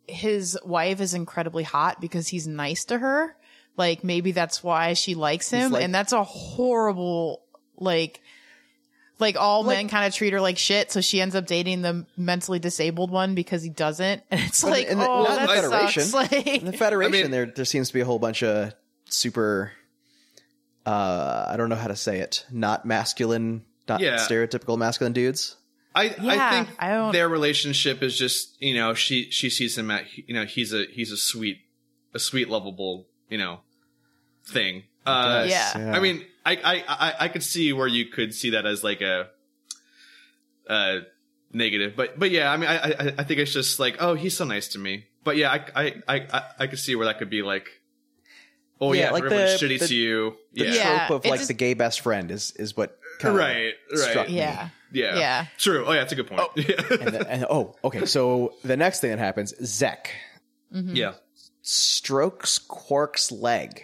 S2: his wife is incredibly hot because he's nice to her like maybe that's why she likes him
S3: like-
S2: and that's a horrible like like all men kind of treat her like shit so she ends up dating the mentally disabled one because he doesn't and it's
S3: But
S2: like
S3: in the-
S2: oh
S3: not in
S2: that
S3: the Federation.
S2: sucks like
S3: In the Federation,
S1: I mean-
S3: there there seems to be a whole bunch of super. Uh, I don't know how to say it. Not masculine, not
S1: Yeah.
S3: stereotypical masculine dudes.
S1: I
S2: Yeah,
S1: I think
S2: I don't-
S1: their relationship is just, you know, she she sees him at you know, he's a he's a sweet a sweet lovable, you know, thing. Uh
S2: Yeah.
S1: I mean, I I I, I could see where you could see that as like a uh negative. But but yeah, I mean I I, I think it's just like, oh, he's so nice to me. But yeah, I I I I, I could see where that could be like Oh
S3: Yeah,
S1: yeah,
S3: like
S1: everyone's
S3: the-
S1: shitty
S3: the-
S1: to you.
S3: the
S1: Yeah.
S2: Yeah,
S3: trope of
S2: it
S3: like
S2: just-
S3: the gay best friend is is what kind
S1: Right,
S3: struck
S1: right.
S3: me.
S2: yeah
S1: Yeah.
S2: Yeah.
S1: True. Oh yeah, that's a good point. yeah.
S3: And, the- and- oh, okay. So the next thing that happens, Zek
S2: Mm-hmm.
S1: yeah.
S3: strokes Quark's leg.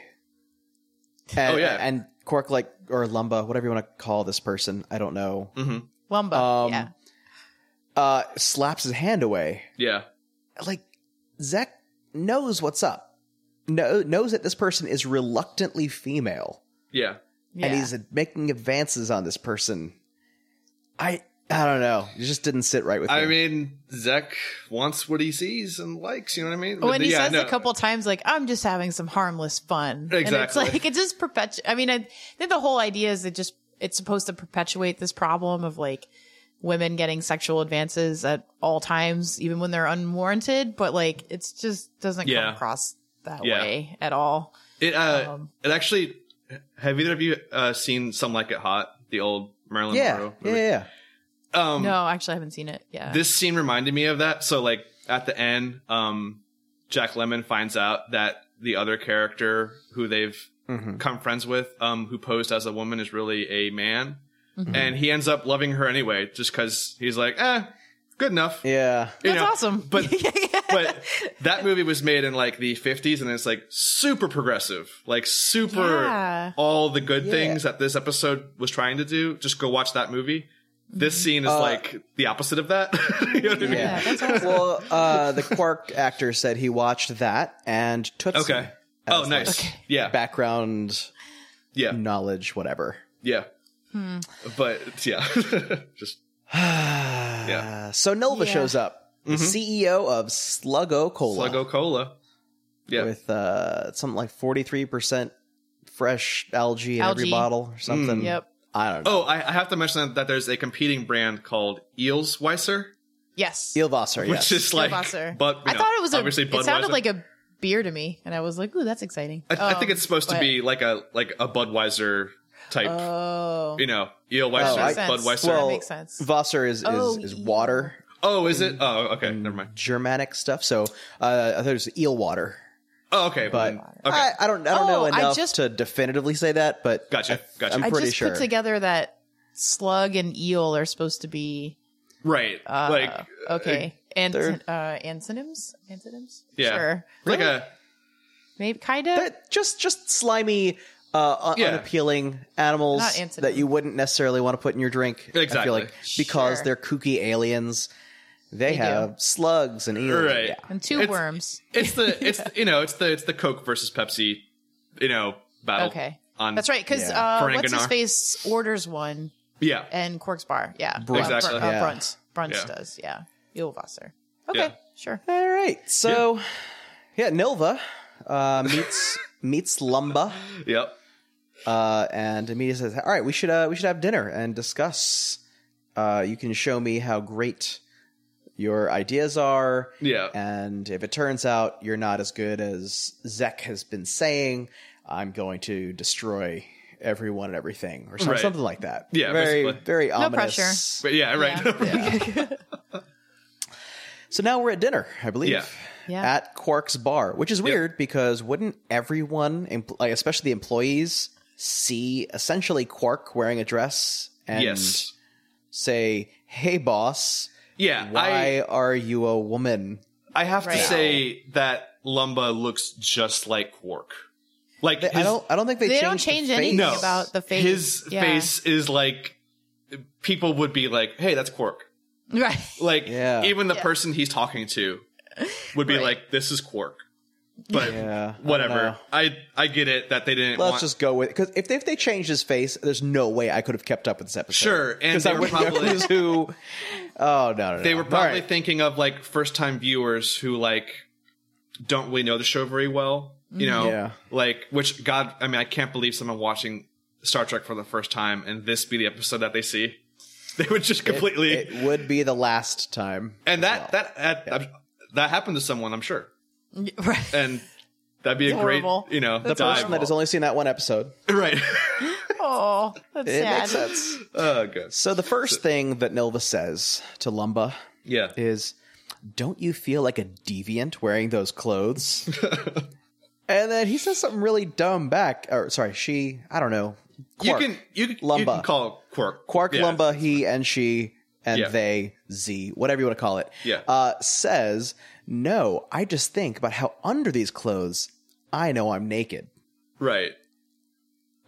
S3: And,
S1: Oh, yeah.
S3: and Quark like or Lumba, whatever you want to call this person, I don't know.
S2: lumba
S3: Um,
S2: yeah
S3: Uh, slaps his hand away.
S1: Yeah.
S3: Like Zek knows what's up. No, knows that this person is reluctantly female,
S1: Yeah.
S2: yeah
S3: and he's making advances on this person. I I don't know. It just didn't sit right with me.
S1: I mean, Zek wants what he sees and likes. You know what I mean?
S2: when Oh, he
S1: Yeah,
S2: says
S1: no.
S2: a couple times like i'm just having some harmless fun and it's
S1: Exactly.
S2: like it just perpetuates i mean I, think the whole idea is it just it's supposed to perpetuate this problem of like women getting sexual advances at all times even when they're unwarranted but like it's just doesn't
S1: Yeah.
S2: come across that
S1: Yeah.
S2: way at all
S1: it uh,
S2: um,
S1: it actually. Have either of you uh, seen Some Like It Hot, the old Marilyn
S3: yeah,
S1: Monroe
S3: yeah,
S1: movie?
S3: yeah.
S1: Um,
S2: no, actually, I haven't seen it. Yeah.
S1: this scene reminded me of that. So like at the end, um, Jack Lemon finds out that the other character who they've
S3: Mm-hmm.
S1: come friends with, um, who posed as a woman, is really a man, and he ends up loving her anyway, just because he's like, eh, good enough.
S3: Yeah.
S1: You
S2: That's
S1: know,
S2: awesome.
S1: But but that movie was made in like the 50s and it's like super progressive, like super
S2: Yeah.
S1: all the good
S3: Yeah.
S1: things that this episode was trying to do. Just go watch that movie. This
S2: Mm-hmm.
S1: scene is
S3: Uh,
S1: like the opposite of that. you know what I mean?
S2: Yeah, that's awesome.
S3: Well, uh, the Quark actor said he watched that and Tootsie.
S1: Okay.
S3: as,
S1: Oh, nice.
S2: Okay.
S1: Yeah.
S3: like, background
S1: yeah.
S3: Mm. knowledge, whatever.
S1: Yeah.
S2: Hmm.
S1: But yeah. Just
S3: yeah. So Nilva
S2: Yeah.
S3: shows up, the CEO of Sluggo Cola,
S1: Mm-hmm. Sluggo Cola. Yeah.
S3: with uh, something like forty three percent fresh algae in every
S2: Algae. Mm.
S3: bottle or
S1: Um,
S3: something.
S2: yep.
S3: I don't know.
S1: oh, I, I have to mention that there's a competing brand called Eelsweiser,
S2: Yes.
S3: Ilvasser,
S1: which
S3: yes.
S1: is like,
S2: Budweiser.
S1: but
S2: I thought it was
S1: obviously
S2: a. It sounded
S1: Budweiser.
S2: like a beer to me, and I was like, "Ooh, that's exciting."
S1: I, I think
S2: Um,
S1: it's supposed to
S2: but-
S1: be like a like a Budweiser type,
S2: Oh,
S1: you know, Eelweiser,
S3: Oh, I-
S2: Sense.
S1: Budweiser.
S2: Well-
S1: Well,
S2: makes sense.
S3: Vasser is, is,
S2: Oh,
S3: is
S2: yeah.
S3: water,
S1: oh, is it? Oh, okay,
S3: mm.
S1: never mind.
S3: Germanic stuff. So uh, I thought it was eel water.
S1: Oh, okay,
S3: But
S1: okay,
S3: I, I don't, I don't know
S2: Oh, I
S3: enough
S2: just-
S3: to definitively say that. But
S1: Gotcha,
S3: I,
S1: gotcha.
S3: I'm
S2: I
S3: pretty
S2: just
S3: sure.
S2: put together that slug and eel are supposed to be
S1: right,
S2: uh,
S1: like
S2: okay Ant-
S3: they're-
S2: uh, antonyms, antonyms.
S1: yeah,
S2: sure.
S1: like a
S2: Maybe kind of.
S3: They're just just slimy, uh, un-
S1: Yeah.
S3: unappealing animals
S2: Not antidote.
S3: that you wouldn't necessarily want to put in your drink. I
S1: Exactly.
S3: feel like because
S2: Sure.
S3: they're kooky aliens. They,
S2: They
S3: have
S2: do.
S3: slugs and eels.
S1: Right.
S3: Yeah.
S2: and two
S1: it's-
S2: worms.
S1: it's the it's you know it's the it's the Coke versus Pepsi, you know battle.
S2: Okay.
S1: on
S2: That's right, because
S3: Yeah.
S2: uh,
S1: For
S2: what's his
S1: Angunar.
S2: face orders one
S1: Yeah,
S2: and Cork's bar. Yeah,
S3: Brunt.
S1: Exactly.
S2: Uh,
S3: Yeah.
S2: Brunt. Brunt
S1: Yeah.
S2: does. Yeah, Eelvasser. Okay,
S1: Yeah.
S2: sure.
S3: All right. So, yeah, Nilva uh, meets meets Lumba
S1: yep.
S3: uh, and Amelia says, "All right, we should uh, we should have dinner and discuss. Uh, you can show me how great your ideas are."
S1: Yeah.
S3: And if it turns out you're not as good as Zek has been saying, I'm going to destroy everyone and everything, or some-
S1: Right.
S3: something like that.
S1: Yeah,
S3: very,
S1: basically.
S3: very ominous.
S2: pressure.
S1: But yeah, right.
S3: So now we're at dinner, I believe.
S1: Yeah.
S2: Yeah.
S3: At Quark's bar, which is weird because wouldn't everyone, empl- like especially the employees, see essentially Quark wearing a dress and
S1: yes.
S3: say, "Hey, boss,
S1: Yeah. I
S3: why are you a woman?"
S1: I have
S2: Right.
S1: to say that Lumba looks just like Quark. Like
S3: I don't. I don't think they,
S2: They don't
S3: changed the face.
S2: change anything
S1: No.
S2: about the face.
S1: His
S2: Yeah.
S1: face is like people would be like, "Hey, that's Quark."
S2: Right.
S1: Like
S3: Yeah.
S1: even the
S2: Yeah.
S1: person he's talking to would be
S2: Right.
S1: like, "This is Quark." But
S3: Yeah, I don't
S1: whatever.
S3: know.
S1: I, I get it that they didn't
S3: Let's
S1: want
S3: just go with because if they, if they changed his face, there's no way I could have kept up with this episode.
S1: Sure, and
S3: 'Cause
S1: they
S3: I
S1: were
S3: wouldn't know
S1: probably-
S3: who's who. Oh no, no, no.
S1: they were
S3: All
S1: probably
S3: right.
S1: thinking of like first time viewers who like don't really know the show very well
S2: Mm-hmm.
S1: you know
S3: Yeah.
S1: like which god i mean i can't believe someone watching star trek for the first time and this be the episode that they see they would just completely
S3: It would be the last time.
S1: and that, that that that happened to someone i'm sure
S2: right.
S1: and that'd be a
S2: Horrible.
S1: great you know
S2: That's
S1: dive.
S3: person that has only seen that one episode.
S1: right
S2: Oh, that's
S3: It
S2: sad.
S3: makes sense.
S1: oh good
S3: So the first thing that Nilva says to Lumba
S1: yeah
S3: is, "Don't you feel like a deviant wearing those clothes?" and then he says something really dumb back. Or sorry, she. I don't know.
S1: you
S3: Quark,
S1: can you, can- you
S3: Lumba.
S1: can call quark
S3: Quark
S1: Yeah.
S3: Lumba, he and she and
S1: Yeah.
S3: they, Z, whatever you want to call it,
S1: Yeah.
S3: uh, says, No, I just think about how under these clothes, I know I'm naked.
S1: right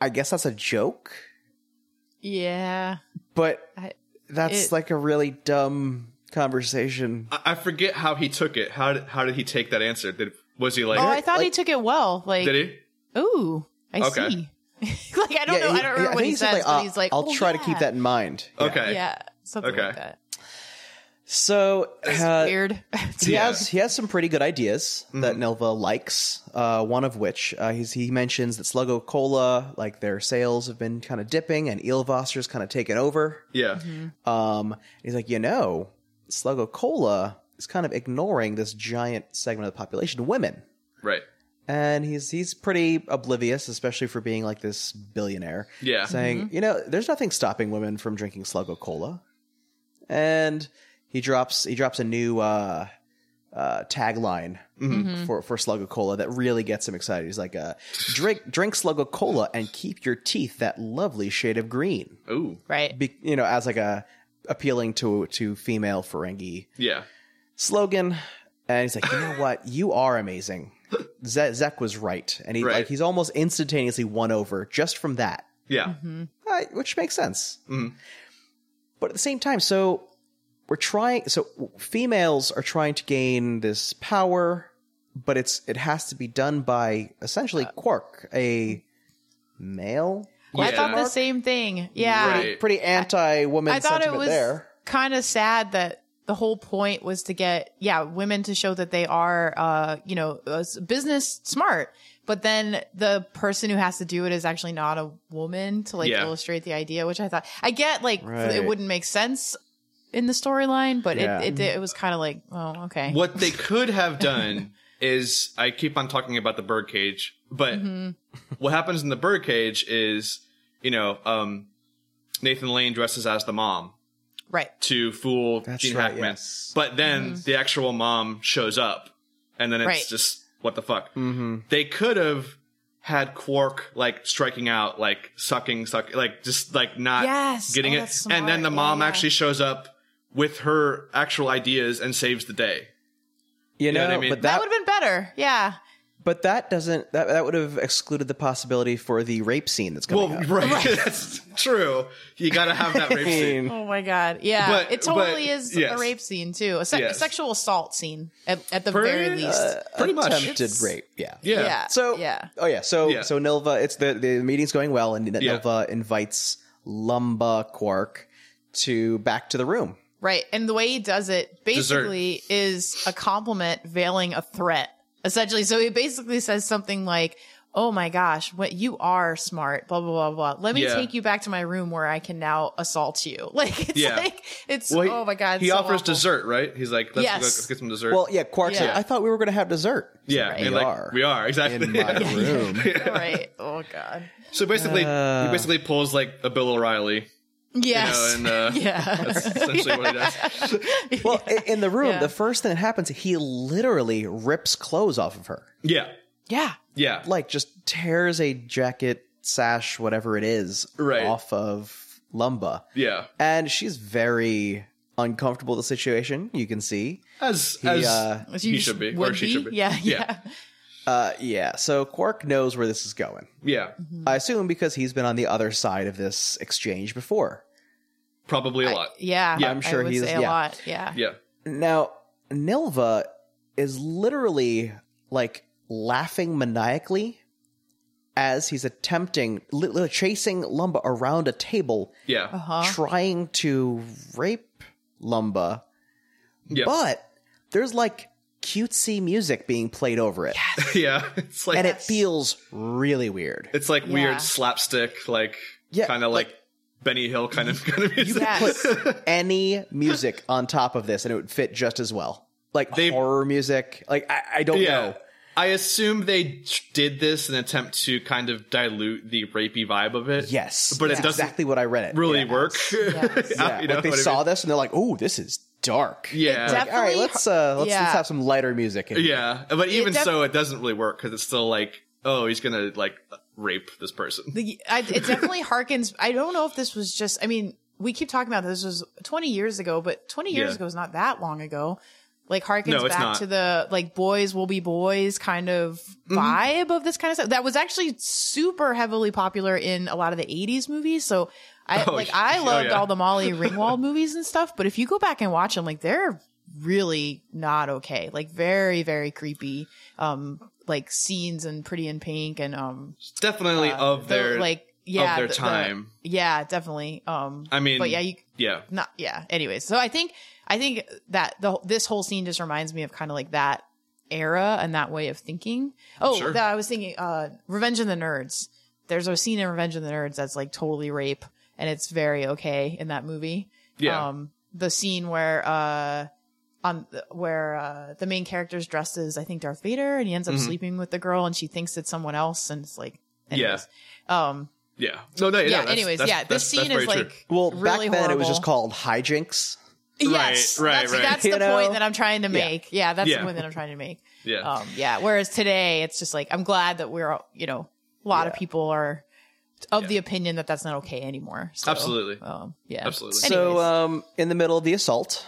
S3: I guess that's a joke,
S2: Yeah.
S3: but
S2: I-
S3: that's
S2: it-
S3: like a really dumb conversation.
S1: I, I forget how he took it how did how did he take that answer did was he like
S2: Oh, I thought he
S3: like-
S2: took it well. Like,
S1: did he
S2: ooh, I
S1: Okay.
S2: see. like, I don't know.
S3: he-
S2: I don't remember
S3: think
S2: what he,
S3: said,
S2: says,
S3: like,
S2: but
S3: I'll-
S2: he's like,
S3: I'll
S2: "Oh,
S3: try to
S2: yeah."
S3: keep that in mind. Yeah.
S1: Okay.
S2: Yeah, something
S1: Okay.
S2: like that.
S3: So uh,
S2: Weird.
S3: he
S1: Yeah.
S3: has he has some pretty good ideas that Nilva likes. Uh, one of which uh, he's, he mentions that Sluggo Cola, like their sales have been kind of dipping, and Eelvosser's kind of taken over.
S1: Yeah.
S2: Mm-hmm.
S3: Um, he's like, you know, Sluggo Cola is kind of ignoring this giant segment of the population, women,
S1: Right.
S3: and he's he's pretty oblivious, especially for being like this billionaire.
S1: Yeah.
S3: saying, you know, there's nothing stopping women from drinking Sluggo Cola. and he drops he drops a new uh, uh, tagline mm-hmm, for for Slug Cola that really gets him excited. He's like, uh, "Drink drink Slug Cola and keep your teeth that lovely shade of green."
S1: Ooh.
S2: Right.
S3: Be, you know, as like a appealing to to female Ferengi
S1: Yeah.
S3: slogan. And he's like, you know what? You are amazing. Ze- Zek was right, and he
S1: Right.
S3: like he's almost instantaneously won over just from that,
S1: Yeah.
S2: Mm-hmm.
S3: Uh, which makes sense.
S1: Mm-hmm.
S3: But at the same time, so we're trying. So females are trying to gain this power, but it's it has to be done by
S1: Uh,
S3: essentially Quark, a male.
S2: Well, I
S1: Yeah.
S2: thought the same thing. Yeah.
S1: Right.
S3: Pretty anti woman
S2: I thought it
S3: sentiment
S2: was
S3: there.
S2: kind of sad that the whole point was to get yeah women to show that they are uh you know uh, s- business smart but then the person who has to do it is actually not a woman to like
S1: Yeah.
S2: illustrate the idea which i thought i get like
S3: Right.
S2: it wouldn't make sense in the storyline but
S3: Yeah.
S2: it, it it was kind of like oh okay
S1: What they could have done is I keep on talking about the birdcage, but
S2: Mm-hmm.
S1: what happens in the birdcage is, you know, um, Nathan Lane dresses as the mom
S2: right
S1: to fool
S3: That's
S1: Gene
S3: right,
S1: Hackman.
S3: yes.
S1: But then the actual mom shows up and then it's
S2: Mm-hmm. Right.
S1: just what the fuck.
S3: Mm-hmm.
S1: They could have had Quark like striking out, like sucking, suck, like just like not
S2: Yes.
S1: getting
S2: Oh,
S1: it.
S2: that's
S1: And then
S2: smart.
S1: the
S2: Yeah,
S1: mom
S2: yeah.
S1: actually shows up with her actual ideas and saves the day.
S3: You know,
S1: know what I mean?
S3: but
S2: that
S3: that
S2: would have been better yeah
S3: But that doesn't that that would have excluded the possibility for the rape scene that's coming
S1: Well,
S3: up.
S1: right. That's true. You got to have that rape
S3: I
S1: scene.
S3: mean,
S2: oh my god yeah
S1: But-
S2: it totally
S1: but-
S2: is
S1: yes.
S2: a rape scene too a, se-
S1: Yes.
S2: sexual assault scene at, at the
S1: Pretty-
S2: very least
S1: uh, pretty much.
S3: attempted
S2: It's-
S3: rape. Yeah.
S1: yeah.
S2: yeah
S3: So
S2: yeah
S3: Oh yeah. So
S1: Yeah.
S3: so Nilva, it's the the meeting's going well, and
S1: Yeah.
S3: Nilva invites Lumba Quark to back to the room.
S2: Right. And the way he does it basically is a compliment veiling a threat, essentially. So he basically says something like, Oh my gosh, what you are smart, blah, blah, blah, blah. Let me
S1: Yeah.
S2: take you back to my room where I can now assault you. Like, it's
S1: Yeah.
S2: like, it's,
S1: Well, he-
S2: oh my God. it's
S1: He
S2: so
S1: offers
S2: awful.
S1: dessert, right? He's like, let's,
S2: Yes.
S1: go, let's get some dessert.
S3: Well, yeah, Quark's like,
S2: Yeah.
S3: I thought we were going to have dessert.
S1: yeah.
S2: Right.
S1: and
S3: We
S1: like,
S3: are.
S1: We are. Exactly.
S3: In my room. Uh.
S2: right. Oh God.
S1: So basically, he basically pulls like a Bill O'Reilly.
S2: Yes.
S1: You know, and, uh,
S2: yeah.
S1: That's essentially what he does.
S3: Well, i in the room,
S2: Yeah.
S3: the first thing that happens, he literally rips clothes off of her.
S1: Yeah.
S2: yeah.
S1: Yeah.
S3: Like just tears a jacket, sash, whatever it is,
S1: Right.
S3: off of Lumba.
S1: Yeah.
S3: and she's very uncomfortable with the situation you can see
S1: As,
S3: he,
S1: as
S3: uh,
S1: he should be. Or
S2: would
S1: she should be.
S2: Yeah.
S1: Yeah.
S2: Yeah.
S3: uh yeah so quark knows where this is going
S1: yeah.
S3: i assume because he's been on the other side of this exchange before
S1: Probably a lot.
S2: Yeah.
S1: Yeah.
S2: I
S3: I'm sure
S2: would
S3: he's-
S2: say a
S3: yeah.
S2: lot. Yeah.
S1: yeah.
S3: now nilva is literally like laughing maniacally as he's attempting li- li- chasing lumba around a table
S1: Yeah.
S2: Uh-huh.
S3: trying to rape lumba
S1: Yeah.
S3: but there's like cutesy music being played over it
S1: yeah. It's like,
S3: and it feels really weird.
S1: it's like
S2: Yeah.
S1: weird slapstick, like,
S3: Yeah,
S1: kind of like,
S3: like-
S1: Benny Hill kind of kind of music.
S2: Yes.
S3: Any music on top of this, and it would fit just as well. Like
S1: They-
S3: horror music. Like I, I don't
S1: Yeah.
S3: know.
S1: I assume they did this in an attempt to kind of dilute the rapey vibe of it.
S3: Yes,
S1: But it
S3: that's
S1: doesn't
S3: exactly what I read. It
S1: really
S3: Yeah.
S1: work.
S2: Yes.
S3: Yeah,
S1: You know
S3: like they
S1: what I mean?
S3: saw this and they're like, "Oh, this is dark."
S1: Yeah.
S2: It
S3: All
S2: def-
S3: right,
S2: Definitely-
S3: let's uh, let's,
S2: yeah.
S3: let's have some lighter music. In here.
S1: yeah. But even
S2: def-
S1: so, it doesn't really work because it's still like, oh, he's gonna like rape this person.
S2: the, I, it definitely harkens. I don't know if this was just. I mean, we keep talking about this was 20 years ago, but 20 years
S1: Yeah.
S2: ago is not that long ago. Like harkens
S1: No, it's
S2: back
S1: not.
S2: to the like boys will be boys kind of
S1: Mm-hmm.
S2: vibe of this kind of stuff that was actually super heavily popular in a lot of the 80s movies. So I
S1: Oh,
S2: like
S1: sh-
S2: I
S1: oh,
S2: loved
S1: yeah.
S2: all the Molly Ringwald movies and stuff, but if you go back and watch them, like they're really not okay. Like very very creepy. Um, like scenes and Pretty in Pink and um
S1: It's definitely of
S2: the,
S1: their
S2: like yeah
S1: their
S2: the- the-
S1: time.
S2: yeah definitely um
S1: I mean,
S2: but yeah you
S1: yeah,
S2: not yeah anyways so i think i think that the this whole scene just reminds me of kind of like that era and that way of thinking oh
S1: Sure.
S2: that i was thinking uh revenge of the nerds there's a scene in revenge of the nerds that's like totally rape and it's very okay in that movie
S1: Yeah.
S2: um the scene where uh on where uh, the main character's dressed as I think Darth Vader, and he ends up sleeping with the girl, and she thinks it's someone else, and it's like,
S1: Mm-hmm. Yeah.
S2: anyways. yeah, um,
S1: yeah. No, no, no,
S2: yeah.
S1: that's-
S2: anyways,
S1: that's-
S2: yeah, this
S1: that's-
S2: scene
S1: that's
S2: is
S1: very
S2: like
S1: true.
S3: Well,
S2: really
S3: back then it was
S2: horrible.
S3: just called hijinks.
S2: yes,
S1: right,
S2: that's,
S1: right.
S2: That's
S3: You
S2: the
S3: know?
S2: point that I'm trying to
S3: Yeah.
S2: make. Yeah, that's
S1: Yeah.
S2: the point that I'm trying to make.
S1: Yeah.
S2: Um, yeah. Whereas today, it's just like I'm glad that we're all- you know a lot of
S3: Yeah.
S2: people are of
S1: Yeah.
S2: the opinion that that's not okay anymore. So,
S1: Absolutely.
S2: Um, yeah.
S1: Absolutely.
S2: Anyways.
S3: So, um, in the middle of the assault,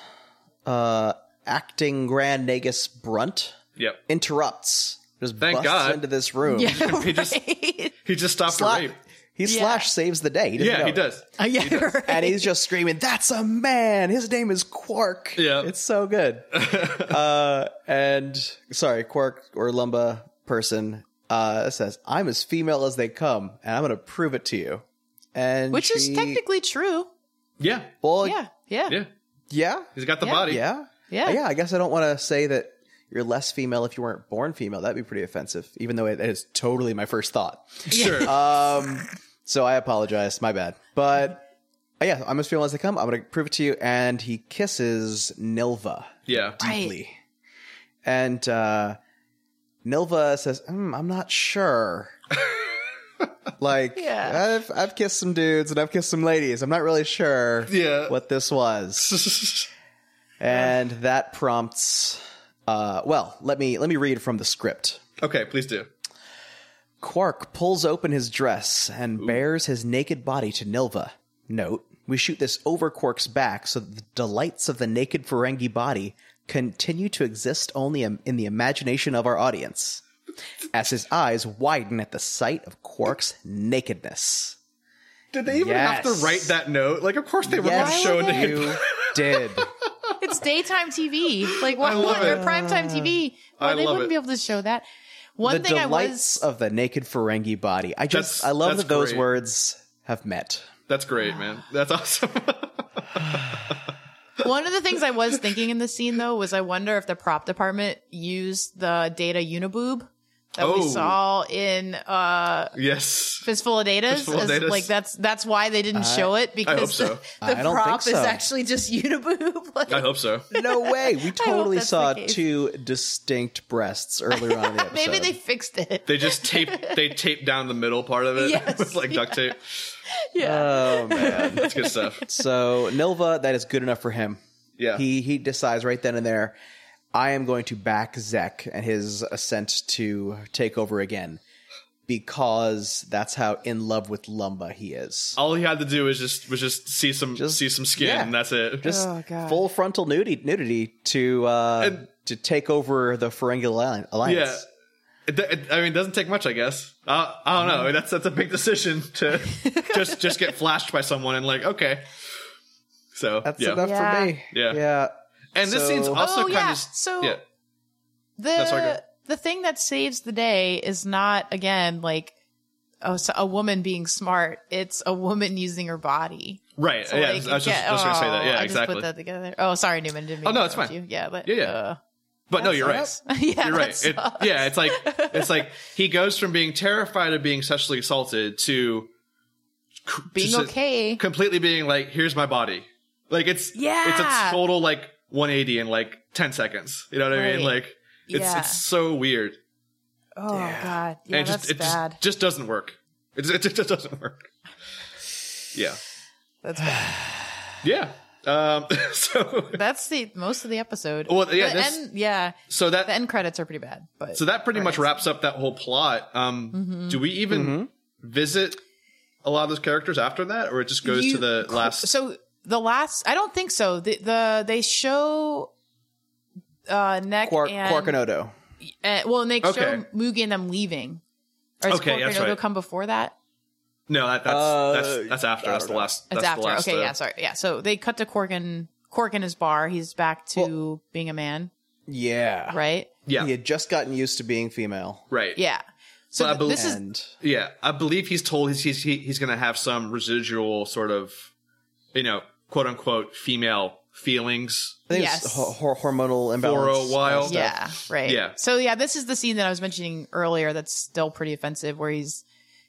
S3: uh, acting Grand Nagus Brunt
S1: Yep.
S3: interrupts, just
S1: Thank
S3: busts
S1: God.
S3: into this room.
S2: yeah.
S1: He just-
S2: right.
S1: He just stopped
S3: Sla-
S1: the rape.
S3: he
S2: Yeah.
S3: slash saves the day. doesn't
S1: Yeah,
S3: know
S1: he
S3: it.
S1: does.
S2: Uh, yeah, right.
S3: and he's just screaming, "That's a man! His name is Quark."
S1: Yeah.
S3: it's so good. uh, and sorry, Quark or Lumba person uh, says, "I'm as female as they come, and I'm going to prove it to you." And
S2: which is
S3: she-
S2: technically true.
S1: Yeah.
S3: well,
S2: Yeah, yeah, yeah,
S1: Yeah.
S3: yeah,
S1: He's got the
S2: Yeah.
S1: body.
S3: yeah,
S2: yeah.
S3: yeah. I guess I don't want to say that you're less female if you weren't born female. That'd be pretty offensive, even though it is totally my first thought.
S1: Sure.
S3: Um, so I apologize. My bad. But uh, yeah, I'm as female as they come. I'm going to prove it to you. And he kisses Nilva
S1: yeah.
S2: Right.
S3: deeply. And uh, Nilva says, mm, I'm not sure. like,
S2: Yeah.
S3: I've, I've kissed some dudes and I've kissed some ladies. I'm not really sure
S1: Yeah.
S3: what this was and that prompts uh, well let me let me read from the script
S1: okay, please do.
S3: quark pulls open his dress and bares his naked body to nilva note we shoot this over quark's back so that the delights of the naked ferengi body continue to exist only im- in the imagination of our audience as his eyes widen at the sight of quark's nakedness
S1: Did they even have
S3: Yes.
S1: to write that note? Like, of course they were going to show it to you.
S3: you did
S2: It's daytime TV. Like why
S1: I love
S2: would or
S1: it.
S2: primetime TV? Why
S1: I
S2: they
S1: love
S2: wouldn't
S1: it.
S2: be able to show that? One
S3: the
S2: thing I
S3: delights
S2: was
S3: of the naked Ferengi body. I just
S1: That's-
S3: I love
S1: that's
S3: that those
S1: great.
S3: words have met.
S1: That's great, man. That's awesome.
S2: one of the things I was thinking in the scene though was I wonder if the prop department used the data uniboob that we
S1: Oh.
S2: saw in uh
S1: yes.
S2: Fistful of Datas.
S1: Fistful of
S2: As-
S1: Datas.
S2: like that's that's why they didn't show it because
S1: so.
S2: the, the
S3: I don't
S2: prop
S3: think
S2: is
S3: so.
S2: actually just uniboob. Like,
S1: I hope so.
S3: No way. We totally
S2: that's
S3: saw
S2: the case.
S3: two distinct breasts earlier on in the episode.
S2: maybe they fixed it.
S1: They just tape. They tape down the middle part of it
S2: Yes,
S1: with like duct tape.
S2: yeah.
S3: Oh man.
S1: That's good stuff.
S3: so Nilva, that is good enough for him.
S1: Yeah.
S3: He he decides right then and there, I am going to back Zek and his ascent to take over again. Because that's how in love with Lumba he is.
S1: All he had to do was just was just see some
S3: Just-
S1: see some skin,
S3: yeah.
S1: and that's it.
S3: just
S2: Oh, God.
S3: full frontal nudity, nudity to uh,
S1: And-
S3: to take over the Ferengi Alli- Alliance.
S1: yeah. It, it- I mean, it doesn't take much, I guess. Uh, I don't know. That's that's a big decision to just just get flashed by someone and like, okay. So
S3: That's
S1: yeah,
S3: enough
S2: Yeah.
S3: for me.
S1: Yeah.
S3: yeah.
S1: and this
S3: so-
S1: scene's also
S2: Oh,
S1: kind
S2: yeah.
S1: of
S2: So-
S1: yeah, That's all
S2: the
S1: good.
S2: the thing that saves the day is not again like a, a woman being smart. It's a woman using her body.
S1: right.
S2: So,
S1: yeah,
S2: like,
S1: I was
S2: you
S1: just,
S2: get-
S1: just gonna say that.
S2: oh,
S1: Yeah,
S2: I
S1: exactly.
S2: Just put that together. Oh, sorry, Newman. Didn't mean
S1: Oh, no,
S2: to
S1: it's
S2: interrupt
S1: fine.
S2: You. Yeah, but
S1: Yeah, yeah.
S2: uh,
S1: but no, you're right.
S2: sucks. yeah,
S1: You're
S2: that
S1: right. It,
S2: sucks.
S1: yeah, it's like it's like he goes from being terrified of being sexually assaulted to c-
S2: being
S1: just
S2: okay.
S1: completely being like, "Here's my body." Like it's it's a
S2: Yeah.
S1: total like 180 in like 10 seconds. You know what I mean?
S2: Right.
S1: Like it's
S2: Yeah.
S1: it's so weird.
S2: oh God, yeah,
S1: and it just
S2: that's
S1: it just-
S2: bad.
S1: Just, doesn't work. It just, it just doesn't work. Yeah,
S2: that's bad.
S1: yeah. Um, so
S2: That's the most of the episode.
S1: Well, yeah,
S2: the
S1: this-
S2: end, yeah.
S1: so that
S2: The end credits are pretty bad, but
S1: so that pretty much wraps up that whole plot. Um,
S2: Mm-hmm.
S1: Do we even visit a lot of those characters after that, or it just goes to
S2: You-
S1: the last?
S2: so the last i don't think so the, the they show uh neck
S3: Quark,
S2: and,
S3: Quark and Odo.
S2: uh, well and they show
S1: Okay.
S2: Moogie and them leaving or does
S1: Okay,
S2: Quark
S1: that's
S2: and Odo
S1: right.
S2: come before that
S1: no, that, that's,
S3: Uh,
S1: that's that's after.
S3: I
S1: That's
S3: don't
S1: the
S3: know.
S1: last.
S2: that's,
S1: That's
S2: after
S1: The last,
S2: okay
S1: uh,
S2: yeah sorry yeah so they cut to Quark and Quark in his bar he's back to being a man
S3: Yeah.
S2: right
S1: Yeah,
S3: He had just gotten used to being female.
S1: right.
S2: yeah so
S1: But I
S2: th- this is
S3: And
S1: yeah. I believe he's told he's he's he, he's going to have some residual sort of, you know, quote unquote female feelings.
S3: I think
S2: Yes.
S3: it's ho- hor- hormonal
S1: For
S3: imbalance.
S1: a while.
S3: Yeah.
S2: Yeah, right.
S1: Yeah.
S2: So yeah, this is the scene that I was mentioning earlier that's still pretty offensive where he's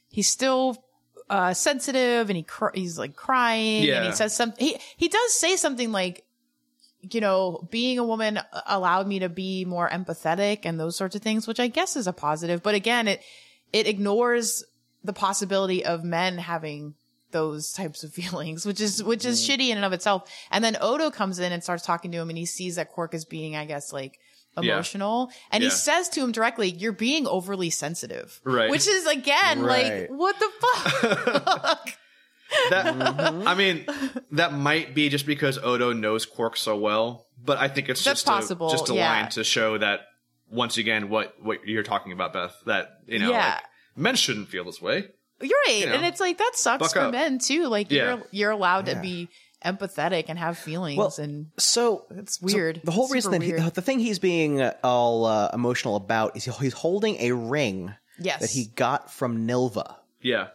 S2: he's still uh sensitive and he cr- he's like crying
S1: Yeah.
S2: and he says something he he does say something like you know, being a woman allowed me to be more empathetic and those sorts of things, which I guess is a positive, but again, it it ignores the possibility of men having those types of feelings, which is which
S1: Mm.
S2: is shitty in and of itself. And then Odo comes in and starts talking to him, and he sees that Quark is being, I guess, like emotional, and he
S1: Yeah.
S2: says to him directly, "You're being overly sensitive,"
S1: Right.
S2: Which is again like,
S3: Right.
S2: what the fuck?
S1: That
S2: Mm-hmm.
S1: I mean, that might be just because Odo knows Quark so well, but I think it's
S2: That's
S1: just a,
S2: possible,
S1: just a
S2: yeah.
S1: line to show that once again what what you're talking about, Beth. That you know,
S2: Yeah.
S1: like, men shouldn't feel this way.
S2: You're right.
S1: You know,
S2: and it's like that sucks
S1: buck
S2: for
S1: up.
S2: men too. Like
S1: Yeah.
S2: you're you're allowed to
S3: Yeah.
S2: be empathetic and have feelings
S3: Well,
S2: and
S3: So
S2: That's
S3: so
S2: weird.
S3: the whole
S2: Super
S3: reason that he,
S2: weird.
S3: the thing he's being uh, all uh, emotional about is he- he's holding a ring
S2: yes.
S3: that he got from Nilva,
S1: Yeah,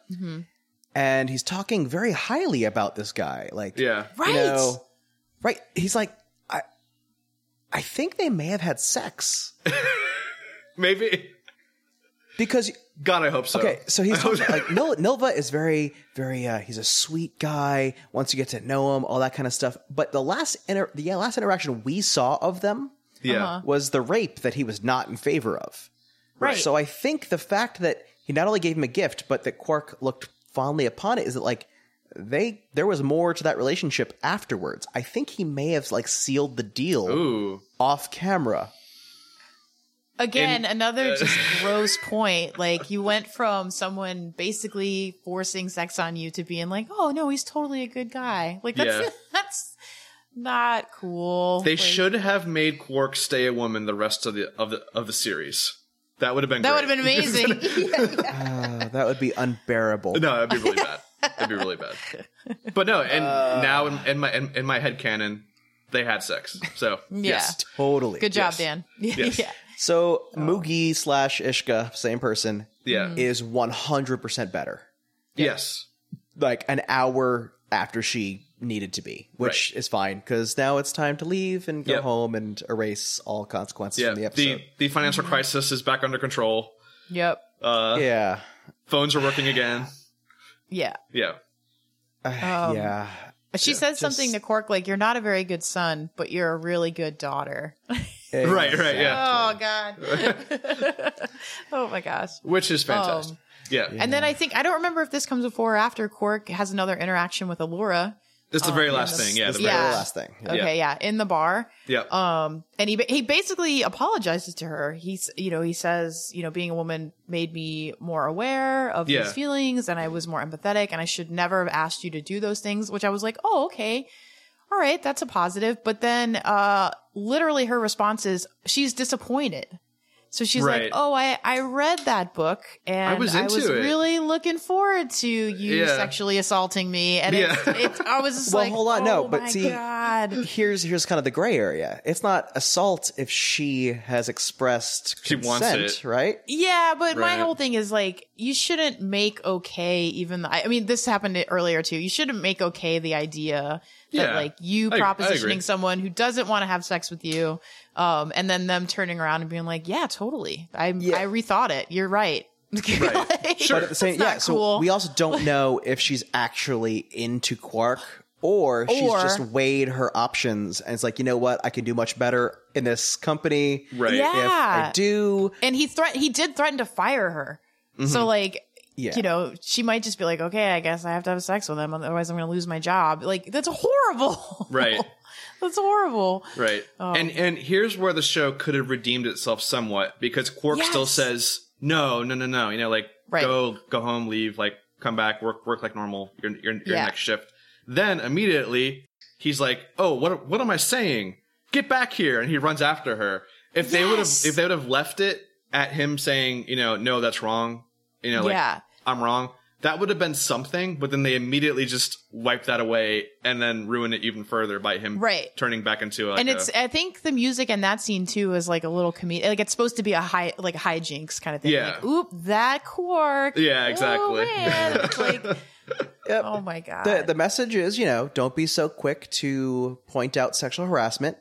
S3: and he's talking very highly about this guy. Like,
S1: yeah,
S2: right.
S3: you know, right? He's like, I, I think they may have had sex
S1: maybe.
S3: because
S1: God, I hope so.
S3: Okay, so he's talking, like Nil- Nilva is very, very. Uh, he's a sweet guy. Once you get to know him, all that kind of stuff. But the last inter- the last interaction we saw of them
S1: yeah,
S2: Uh-huh.
S3: was the rape that he was not in favor of.
S2: Right.
S3: So I think the fact that he not only gave him a gift, but that Quark looked fondly upon it is that like they there was more to that relationship afterwards. I think he may have like sealed the deal
S1: ooh,
S3: off camera.
S2: Again,
S1: And-
S2: another just gross point. Like you went from someone basically forcing sex on you to being like, "Oh no, he's totally a good guy." Like that's
S1: Yeah.
S2: that's not cool.
S1: they
S2: Like,
S1: should have made Quark stay a woman the rest of the of the of the series. That would have been
S2: That would
S1: great.
S2: have been amazing.
S3: Uh, that would be unbearable.
S1: No, that'd be really bad. That'd be really bad. But no, and
S3: Uh.
S1: now in, in my in, in my head canon, they had sex. So yes.
S3: Totally.
S2: Good job,
S1: Yes.
S2: Dan.
S1: Yes.
S2: yeah.
S3: So Moogie slash Ishka, same person,
S1: Yeah. Mhm.
S3: is one hundred percent better.
S1: Yes.
S3: Like an hour after she needed to be, which is fine because now it's time to leave and go
S1: Yep.
S3: home and erase all consequences
S1: Yeah.
S3: from the
S1: The
S3: episode.
S1: the, financial
S2: Mm-hmm.
S1: crisis is back under control.
S2: Yep.
S1: Uh,
S3: yeah,
S1: Phones are working again.
S2: Yeah.
S1: Yeah.
S3: Uh, yeah.
S2: She says something
S3: Just-
S2: to Cork like, "You're not a very good son, but you're a really good daughter."
S1: Right. Right. Yeah.
S2: Oh god. oh my gosh.
S1: Which is fantastic.
S2: Um,
S1: yeah.
S2: And then I think I don't remember if this comes before or after Quark has another interaction with Allura.
S1: It's the very last
S2: this-
S1: thing. Yeah.
S3: This
S1: The
S3: is the
S1: very-
S2: Oh, Yeah.
S3: very last thing. Yeah.
S2: Okay, yeah, in the bar.
S1: yeah.
S2: Um, and he ba- he basically apologizes to her. He's you know he says you know being a woman made me more aware of
S1: Yeah.
S2: these feelings, and I was more empathetic, and I should never have asked you to do those things. Which I was like, oh okay, all right, that's a positive. But then, uh, literally her response is she's disappointed. So she's
S1: Right.
S2: like, oh, I I read that book, and I was,
S1: was into it."
S2: really looking forward to you
S1: Yeah.
S2: sexually assaulting me, and
S1: Yeah.
S2: it's, it, I was just
S3: Well,
S2: like,
S3: hold on,
S2: oh
S3: no, but
S2: my
S3: see-
S2: God.
S3: Here's here's kind of the gray area. It's not assault if she has expressed
S1: She wants
S3: consent,
S1: it.
S3: right?
S2: Yeah, but my
S1: Right.
S2: whole thing is like you shouldn't make okay even the, I I mean this happened earlier too. You shouldn't make okay the idea that
S1: Yeah.
S2: like you
S1: I- I
S2: propositioning
S1: agree.
S2: someone who doesn't want to have sex with you um and then them turning around and being like, "Yeah, totally. I
S3: Yeah.
S2: I rethought it. You're right." Like,
S1: Sure.
S3: But at the same,
S2: That's not
S3: yeah. So
S2: cool.
S3: we also don't know if she's actually into Quark or, she's
S2: Or-
S3: just weighed her options and it's like, you know what, I can do much better in this company.
S1: Right.
S2: Yeah.
S3: If I do,
S2: and he threat he did threaten to fire her.
S1: Mm-hmm.
S2: So like
S3: Yeah.
S2: you know, she might just be like, "Okay, I guess I have to have sex with him otherwise I'm going to lose my job." Like that's horrible.
S1: Right.
S2: that's horrible.
S1: Right.
S2: Um,
S1: And and here's where the show could have redeemed itself somewhat because Quark
S2: Yes.
S1: still says no, no, no, no. You know, like
S2: Right.
S1: go go home, leave, like come back, work work like normal. Your your, your
S2: Yeah.
S1: next shift. Then immediately he's like, oh, what what am I saying? Get back here! And he runs after her. If they would have
S2: Yes.
S1: if they would have left it at him saying, you know, no, that's wrong. You know, like
S2: Yeah.
S1: I'm wrong. That would have been something, but then they immediately just wipe that away and then ruin it even further by him
S2: Right.
S1: turning back into like
S2: and
S1: a-
S2: it's I think the music in that scene too is like a little comedic. Like it's supposed to be a high like hijinks kind of thing.
S1: Yeah.
S2: Like, oop, that quark.
S1: Yeah, exactly.
S2: Oh, man. It's like,
S3: Yep.
S2: oh my god.
S3: the, the message is, you know, don't be so quick to point out sexual harassment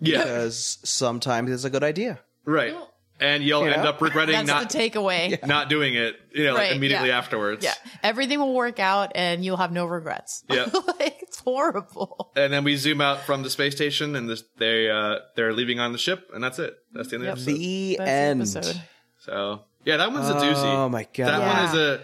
S1: yeah,
S3: because sometimes it's a good idea.
S1: right. And you'll
S3: You
S1: end
S3: know?
S1: up regretting
S2: That's
S1: not
S2: the takeaway. Yeah.
S1: not doing it, you know, like,
S2: Right,
S1: immediately
S2: yeah.
S1: afterwards.
S2: everything will work out, and you'll have no regrets.
S1: Yeah.
S2: like it's horrible.
S1: And then we zoom out from the space station, and this, they uh, they're leaving on the ship, and that's it. That's the end of the episode.
S3: The
S2: That's the
S3: end.
S2: episode.
S1: So yeah, that one's a doozy.
S3: Oh my god.
S1: That
S2: Yeah.
S1: one is a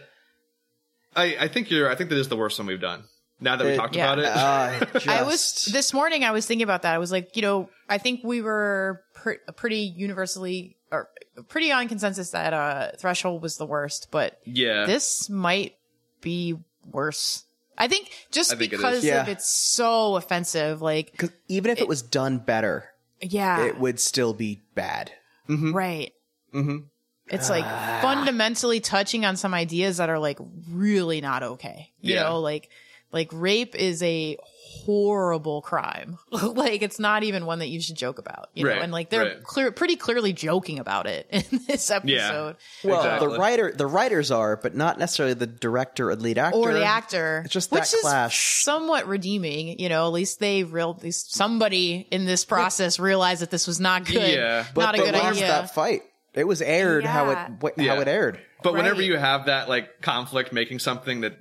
S1: I, I think you're. I think that is the worst one we've done. Now that we
S3: It- Uh,
S1: talked
S2: Yeah.
S1: about it,
S3: I just,
S2: I was this morning. I was thinking about that. I was like, you know, I think we were pre- pretty universally or pretty on consensus that uh threshold was the worst, but
S1: yeah,
S2: this might be worse. I think just
S1: I think it is.
S2: because
S3: Yeah.
S2: of it's so offensive, like
S3: 'Cause even if it, was done better,
S2: yeah,
S3: it would still be bad.
S2: right.
S1: Mhm.
S2: It's like
S3: Ah.
S2: fundamentally touching on some ideas that are like really not okay. You
S1: Yeah.
S2: know, like like rape is a horrible crime. like it's not even one that you should joke about. You
S1: Right,
S2: know, and like they're
S1: right.
S2: clear, pretty clearly joking about it in this episode,
S3: Well,
S1: Exactly.
S3: the writer, the writers are, but not necessarily the director or lead actor.
S2: or the actor,
S3: It's just
S2: which
S3: that
S2: is
S3: clash.
S2: somewhat redeeming. You know, at least they real, at least somebody in this process realized that this was not good,
S1: Yeah.
S3: But
S2: not a
S3: the
S2: good
S3: lost
S2: idea.
S3: That fight, it was aired how
S2: Yeah.
S3: it wh-
S1: Yeah.
S3: how it aired.
S1: but whenever
S2: right.
S1: you have that like conflict making something that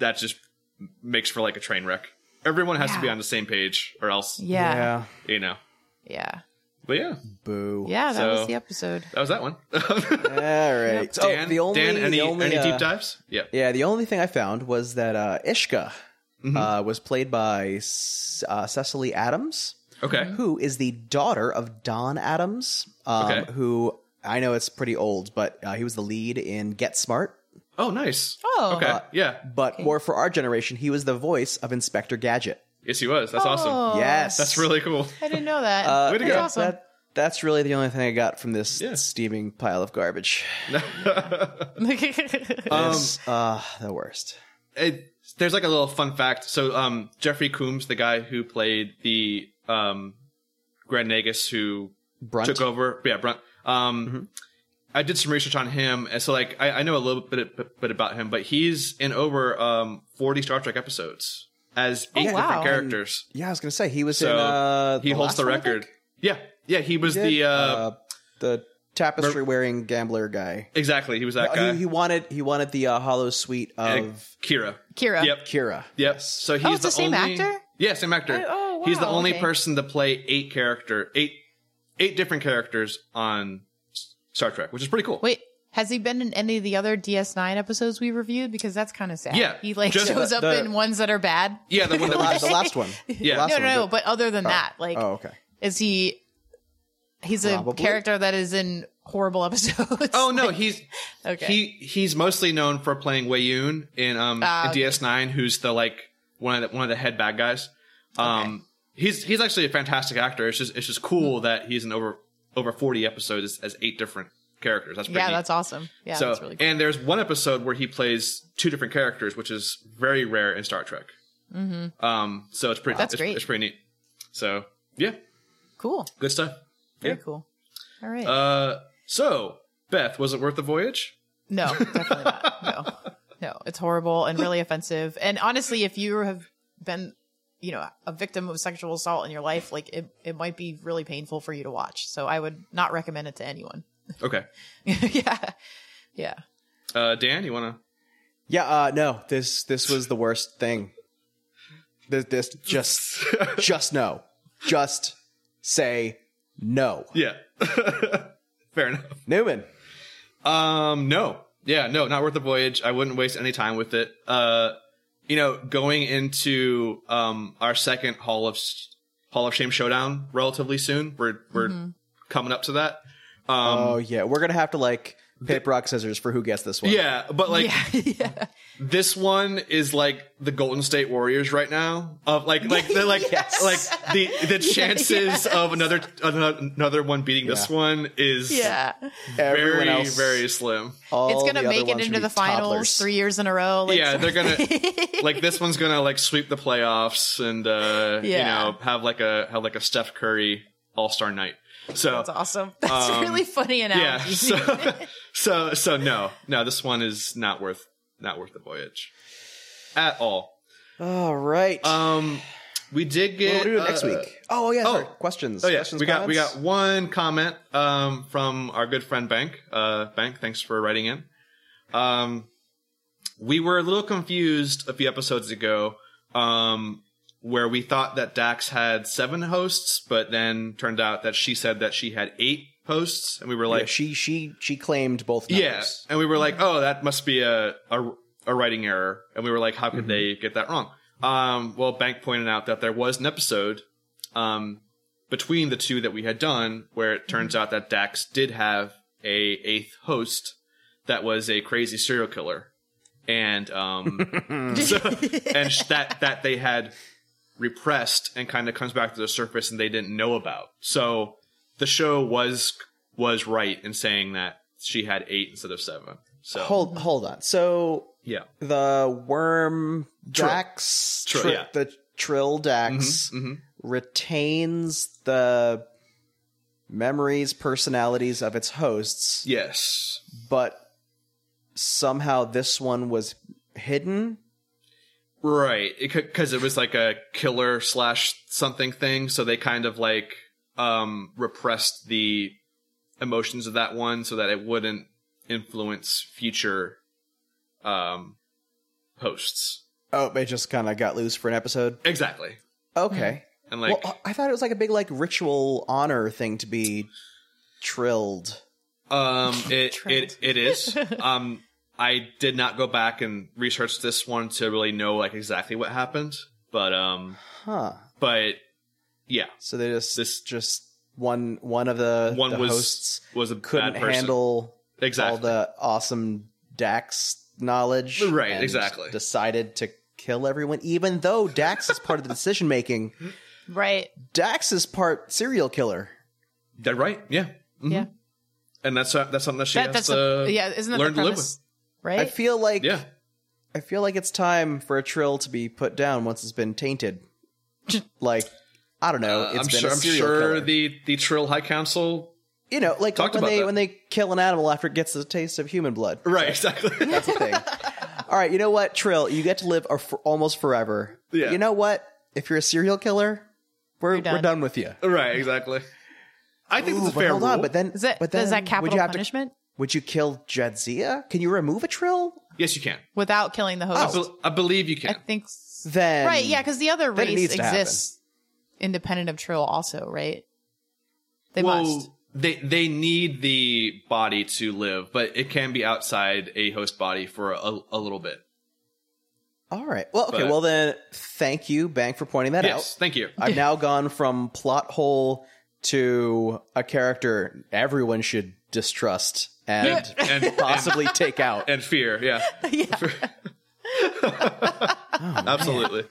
S1: that just makes for like a train wreck. Everyone has to be
S2: Yeah.
S1: on the same page, or else
S2: yeah,
S1: you know.
S2: yeah,
S1: But yeah,
S3: Boo.
S2: yeah. That
S1: So-
S2: was the episode.
S1: that was that one.
S3: All right. Oh,
S1: Dan,
S3: the Oh, only,
S1: Dan, any
S3: the only,
S1: any
S3: uh,
S1: deep dives? Yeah.
S3: Yeah, the only thing I found was that uh, Ishka
S1: Mm-hmm.
S3: uh, was played by S- uh, Cecily Adams,
S1: Okay.
S3: who is the daughter of Don Adams, um,
S1: Okay.
S3: who I know it's pretty old, but uh, he was the lead in Get Smart.
S1: Oh, nice.
S2: Oh.
S1: Okay.
S2: Uh,
S1: yeah.
S3: But more for our generation, he was the voice of Inspector Gadget.
S1: Yes, he was. That's awesome.
S2: Oh.
S3: yes,
S1: That's really cool.
S2: I didn't know that.
S3: Uh,
S1: Way to
S2: That's
S1: go.
S2: awesome.
S3: that- that's really the only thing I got from this
S1: Yeah.
S3: steaming pile of garbage.
S1: Um,
S3: It's, uh, the worst.
S1: it, there's like a little fun fact. So, um, Jeffrey Coombs, the guy who played the um, Grand Nagus who
S3: Brunt.
S1: took over, yeah, Brunt. Um, I did some research on him, and so like I, I know a little bit, bit bit about him, but he's in over um 40 Star Trek episodes as eight
S2: wow.
S1: different characters.
S3: Yeah, I was gonna say he was
S1: So
S3: in. Uh,
S1: he holds
S3: last
S1: the
S3: one, I think?
S1: record. Yeah, yeah, he was
S3: did,
S1: the uh,
S3: the tapestry wearing gambler guy.
S1: exactly. He was that
S3: Uh,
S1: guy.
S3: He, he wanted he wanted the uh, hollow suite
S1: Uh,
S3: of
S1: Kira.
S2: Kira.
S1: Yep.
S3: Kira.
S1: Yep. So he's
S2: it's the same
S1: only-
S2: actor?
S1: Yeah, same actor.
S2: I- oh,
S1: He's the
S2: wow,
S1: only
S2: okay.
S1: person to play eight character eight eight different characters on S- Star Trek, which is pretty cool.
S2: Wait, has he been in any of the other DS9 episodes we reviewed? Because that's kind of sad.
S1: Yeah,
S2: he like
S1: just-
S2: shows
S3: The-
S2: up
S3: the-
S2: in ones that are bad.
S1: Yeah, the one
S3: The
S1: that
S3: la-
S1: was
S3: the last one.
S1: Yeah.
S3: The last
S2: No, no,
S3: one,
S2: no.
S3: the-
S2: But other than that, like,
S3: oh, okay.
S2: is he? He's a
S3: Probably.
S2: character that is in horrible episodes.
S1: Oh no, he's
S2: Okay.
S1: he he's mostly known for playing Wei Yun in um
S2: Ah,
S1: in DS9, who's the like one of the one of the head bad guys. Um he's he's actually a fantastic actor. It's just it's just cool
S2: Hmm.
S1: that he's in over over forty episodes as, as eight different characters. That's pretty
S2: yeah,
S1: neat.
S2: that's awesome. Yeah,
S1: so
S2: that's really cool.
S1: and there's one episode where he plays two different characters, which is very rare in Star Trek. Mm-hmm. Um, so it's pretty.
S2: That's
S1: it's,
S2: great.
S1: It's pretty neat. So yeah,
S2: cool.
S1: good stuff.
S2: Very
S1: Yeah.
S2: cool. All right.
S1: Uh, so Beth, was it worth the voyage?
S2: No, definitely not. No, no, it's horrible and really offensive. And honestly, if you have been, you know, a victim of sexual assault in your life, like it, it might be really painful for you to watch. So I would not recommend it to anyone.
S1: Okay,
S2: yeah, yeah.
S1: uh, Dan, you wanna?
S3: Yeah. Uh, no. This this was the worst thing. This, this just just no. Just say no.
S1: yeah, fair enough.
S3: Newman.
S1: Um, no. Yeah, no, not worth the voyage. I wouldn't waste any time with it. Uh, you know, going into um our second Hall of Hall of Shame showdown relatively soon. We're we're
S2: Mm-hmm.
S1: coming up to that. Um,
S3: oh yeah, we're gonna have to like paper rock scissors for who gets this one.
S1: yeah, but like
S2: yeah, yeah.
S1: this one is like the Golden State Warriors right now. Of like like they're like like the the chances of another another one beating this
S3: Yeah.
S1: one is
S2: yeah.
S1: very
S3: Everyone else,
S1: very slim.
S3: all
S2: It's
S3: the
S2: gonna
S3: other
S2: make it
S3: ones should
S2: into
S3: be
S2: the finals
S3: toddlers.
S2: three years in a row. Like,
S1: yeah, they're gonna like this one's gonna like sweep the playoffs and uh
S2: Yeah.
S1: you know have like a have like a Steph Curry All Star night. So
S2: That's awesome. That's
S1: Um,
S2: really funny
S1: yeah,
S2: analogy.
S1: so so so no, no, this one is not worth not worth the voyage at all.
S3: All right.
S1: Um, we did get
S3: what do we do next
S1: uh,
S3: week? Oh yeah. sorry.
S1: oh.
S3: Questions.
S1: Oh yes,
S3: Questions,
S1: we got we
S3: comments?
S1: got one comment um, from our good friend Bank. Uh, Bank, thanks for writing in. Um, we were a little confused a few episodes ago, um, where we thought that Dax had seven hosts, but then turned out that she said that she had eight hosts, and we were
S3: Yeah,
S1: like,
S3: she she she claimed both.
S1: yeah,
S3: Numbers.
S1: and we were like, oh, that must be a a, a writing error, and we were like, how
S3: Mm-hmm.
S1: could they get that wrong? Um, well, Bank pointed out that there was an episode um, between the two that we had done where it
S3: Mm-hmm.
S1: turns out that Dax did have a eighth host that was a crazy serial killer, and um, so- and sh- that that they had repressed and kind of comes back to the surface and they didn't know about. So the show was was right in saying that she had eight instead of seven. So
S3: Hold hold on. So
S1: yeah,
S3: the worm Dax,
S1: Trill,
S3: tri-
S1: yeah.
S3: the Trill Dax
S1: mhm.
S3: retains the memories, personalities of its hosts,
S1: yes,
S3: but somehow this one was hidden.
S1: right. Because it, was like a killer slash something thing, so they kind of like um repressed the emotions of that one so that it wouldn't influence future um hosts.
S3: Oh, it just kind of got loose for an episode.
S1: Exactly.
S3: Okay.
S1: And like
S3: well, I thought it was like a big like ritual honor thing to be trilled. uh,
S1: Um, it
S2: Trent.
S1: it it is. Um, I did not go back and research this one to really know like exactly what happened, but um,
S3: Huh.
S1: but yeah,
S3: So they just
S1: This-
S3: just one one of the
S1: one
S3: the
S1: was
S3: hosts
S1: was a
S3: couldn't
S1: bad person.
S3: handle all
S1: exactly.
S3: the awesome Dax knowledge.
S1: Right,
S3: and
S1: exactly.
S3: Decided to kill everyone, even though Dax is part of the decision making.
S2: Right.
S3: Dax is part serial killer.
S1: They're right. Yeah. Mhm.
S2: Yeah.
S1: And that's uh, that's something that she
S2: That,
S1: has
S2: that's
S1: to
S2: the, yeah. Isn't that
S1: learn
S2: the
S1: to live
S2: premise?
S1: with.
S3: I
S2: Right.
S3: feel like
S1: Yeah.
S3: I feel like it's time for a trill to be put down once it's been tainted. like I don't know.
S1: Uh,
S3: Oh, It's
S1: I'm
S3: been
S1: sure.
S3: a
S1: I'm
S3: serial
S1: sure
S3: killer.
S1: the the Trill High Council.
S3: you know, like
S1: Talked
S3: when
S1: about
S3: they
S1: that.
S3: when they kill an animal after it gets the taste of human blood.
S1: Right. Exactly.
S3: That's a thing. All right, you know what, Trill? You get to live a, for almost forever.
S1: Yeah.
S3: You know what? If you're a serial killer, we're
S2: done.
S3: we're done with you.
S1: right. Exactly. I think
S3: Ooh,
S1: it's a
S3: but
S1: fair
S3: hold
S1: rule.
S3: on, but then
S2: Is that
S3: but then
S2: is that
S3: would
S2: capital
S3: you have
S2: punishment
S3: To, would you kill Jadzia? Can you remove a Trill?
S1: yes, you can.
S2: without killing the
S1: I,
S3: Oh.
S2: host?
S1: bel I believe you can.
S2: I think. s-
S3: Then
S2: right. Yeah, because the other
S3: then it
S2: race
S3: needs to happen.
S2: exists independent of Trill, also. Right. They must.
S1: They they need the body to live, but it can be outside a host body for a, a little bit.
S3: All right. Well, okay.
S1: But-
S3: well then, thank you, Bank, for pointing that
S1: Yes,
S3: out.
S1: thank you.
S3: I've now gone from plot hole to a character everyone should distrust and
S1: And and,
S3: possibly take out.
S1: and fear, yeah,
S2: Yeah.
S3: Oh,
S1: absolutely,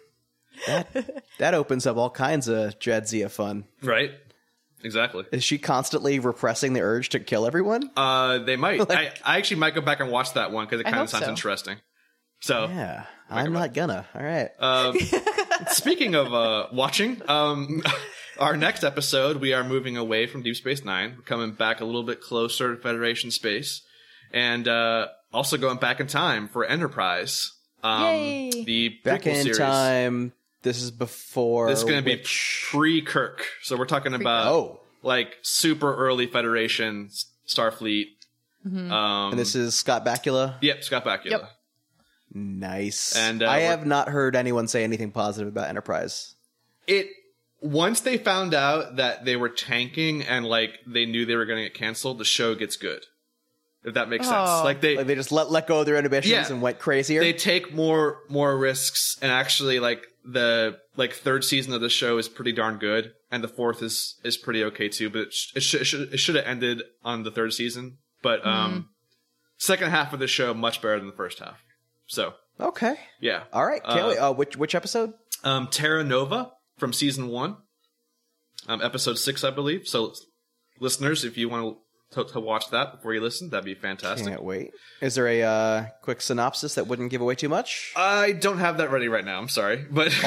S3: That opens up all kinds of Jadzia fun.
S1: right, exactly.
S3: Is she constantly repressing the urge to kill everyone?
S1: Uh, they might. I, I actually might go back and watch that one because it kind of
S2: hope
S1: sounds
S2: so.
S1: interesting. So,
S3: Yeah, I'm not gonna. All right.
S1: um, speaking of uh, watching, um, our next episode, we are moving away from Deep Space Nine, We're coming back a little bit closer to Federation space, and uh, also going back in time for Enterprise. Um,
S2: Yay.
S1: The
S3: Back
S1: prequel
S3: in
S1: series.
S3: time. This is before.
S1: This is going to be
S3: which-
S1: pre uh, Kirk, so we're talking about
S3: oh,
S1: like super early Federation, S- Starfleet. Um,
S3: Mm-hmm. and this is Scott Bakula.
S1: yep, Scott Bakula.
S2: Yep.
S3: Nice.
S1: And, uh,
S3: I
S1: we're-
S3: have not heard anyone say anything positive about Enterprise.
S1: it once they found out that they were tanking and like they knew they were going to get canceled, the show gets good. If that makes
S2: Oh.
S1: sense, like they
S3: Like they just let let go of their inhibitions
S1: Yeah.
S3: and went crazier.
S1: they take more more risks and actually like the like third season of the show is pretty darn good and the fourth is is pretty okay too. But it, sh- it, sh- it, should, it should have ended on the third season, but um, second half of the show much better than the first half. So
S3: okay.
S1: yeah,
S3: All right. Can't
S1: Uh,
S3: wait. Uh, which which episode?
S1: um, Terra Nova from season one, um, episode six, I believe. So, listeners, if you want to, to watch that before you listen, that'd be fantastic.
S3: Can't wait. Is there a uh, quick synopsis that wouldn't give away too much?
S1: I don't have that ready right now. I'm sorry, but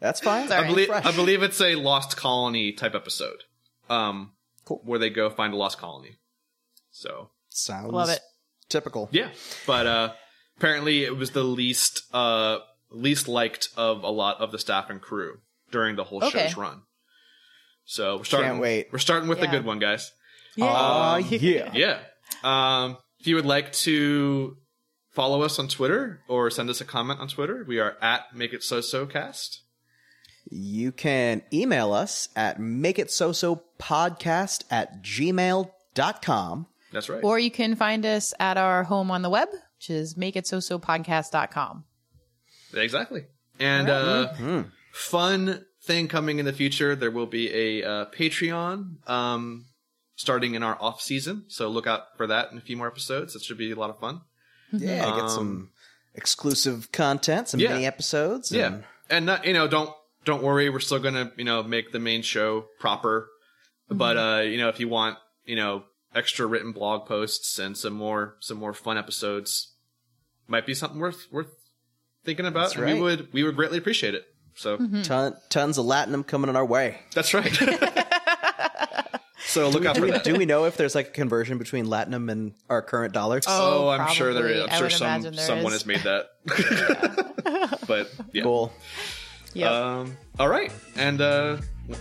S3: That's fine.
S2: all
S1: I
S2: right.
S1: believe
S3: Fresh.
S1: I believe it's a lost colony type episode, um,
S3: Cool.
S1: where they go find a lost colony. So
S3: Sounds
S2: Love it.
S3: typical.
S1: yeah, but uh, apparently it was the least uh, least liked of a lot of the staff and crew during the whole
S2: Okay.
S1: show's run. So we're starting.
S3: Can't wait.
S1: We're starting with the
S2: Yeah.
S1: good one, guys.
S3: Aw,
S1: Um,
S3: yeah.
S1: Yeah. Um, if you would like to follow us on Twitter or send us a comment on Twitter, we are at Make It So So Cast.
S3: You can email us at makeitsosopodcast at gmail.com.
S1: That's right.
S2: Or you can find us at our home on the web, which is makeitsosopodcast.com.
S1: Exactly. And uh, fun thing coming in the future. There will be a uh, Patreon um, starting in our off season, so look out for that in a few more episodes. It should be a lot of fun.
S3: Yeah, get some exclusive content, some
S1: Mm-hmm. Um, Yeah.
S3: mini episodes.
S1: Yeah,
S3: and-
S1: and not, you know, don't don't worry. We're still gonna you know make the main show proper,
S3: Mm-hmm.
S1: but uh, you know, if you want you know extra written blog posts and some more some more fun episodes, might be something worth worth thinking about.
S3: That's
S1: and
S3: right. Mm-hmm.
S1: We would we would greatly appreciate it. So
S3: ton, tons of latinum coming in our way.
S1: that's right. so look out
S3: Do
S1: for
S3: we,
S1: that.
S3: do we know if there's like a conversion between latinum and our current dollars?
S1: Oh,
S2: Oh,
S1: I'm sure there
S2: probably.
S1: is.
S2: I
S1: I'm sure
S2: would imagine
S1: some
S2: there
S1: someone
S2: is.
S1: has made that. but yeah.
S3: Cool.
S2: Yep.
S3: Uh,
S1: Um, all right, and uh,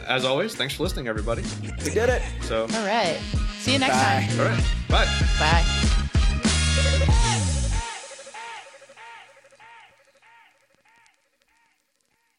S1: as always, thanks for listening, everybody.
S3: We did it.
S1: So,
S2: All right. See you next
S3: Bye.
S2: time.
S1: all right, bye.
S2: Bye.
S4: Yeah.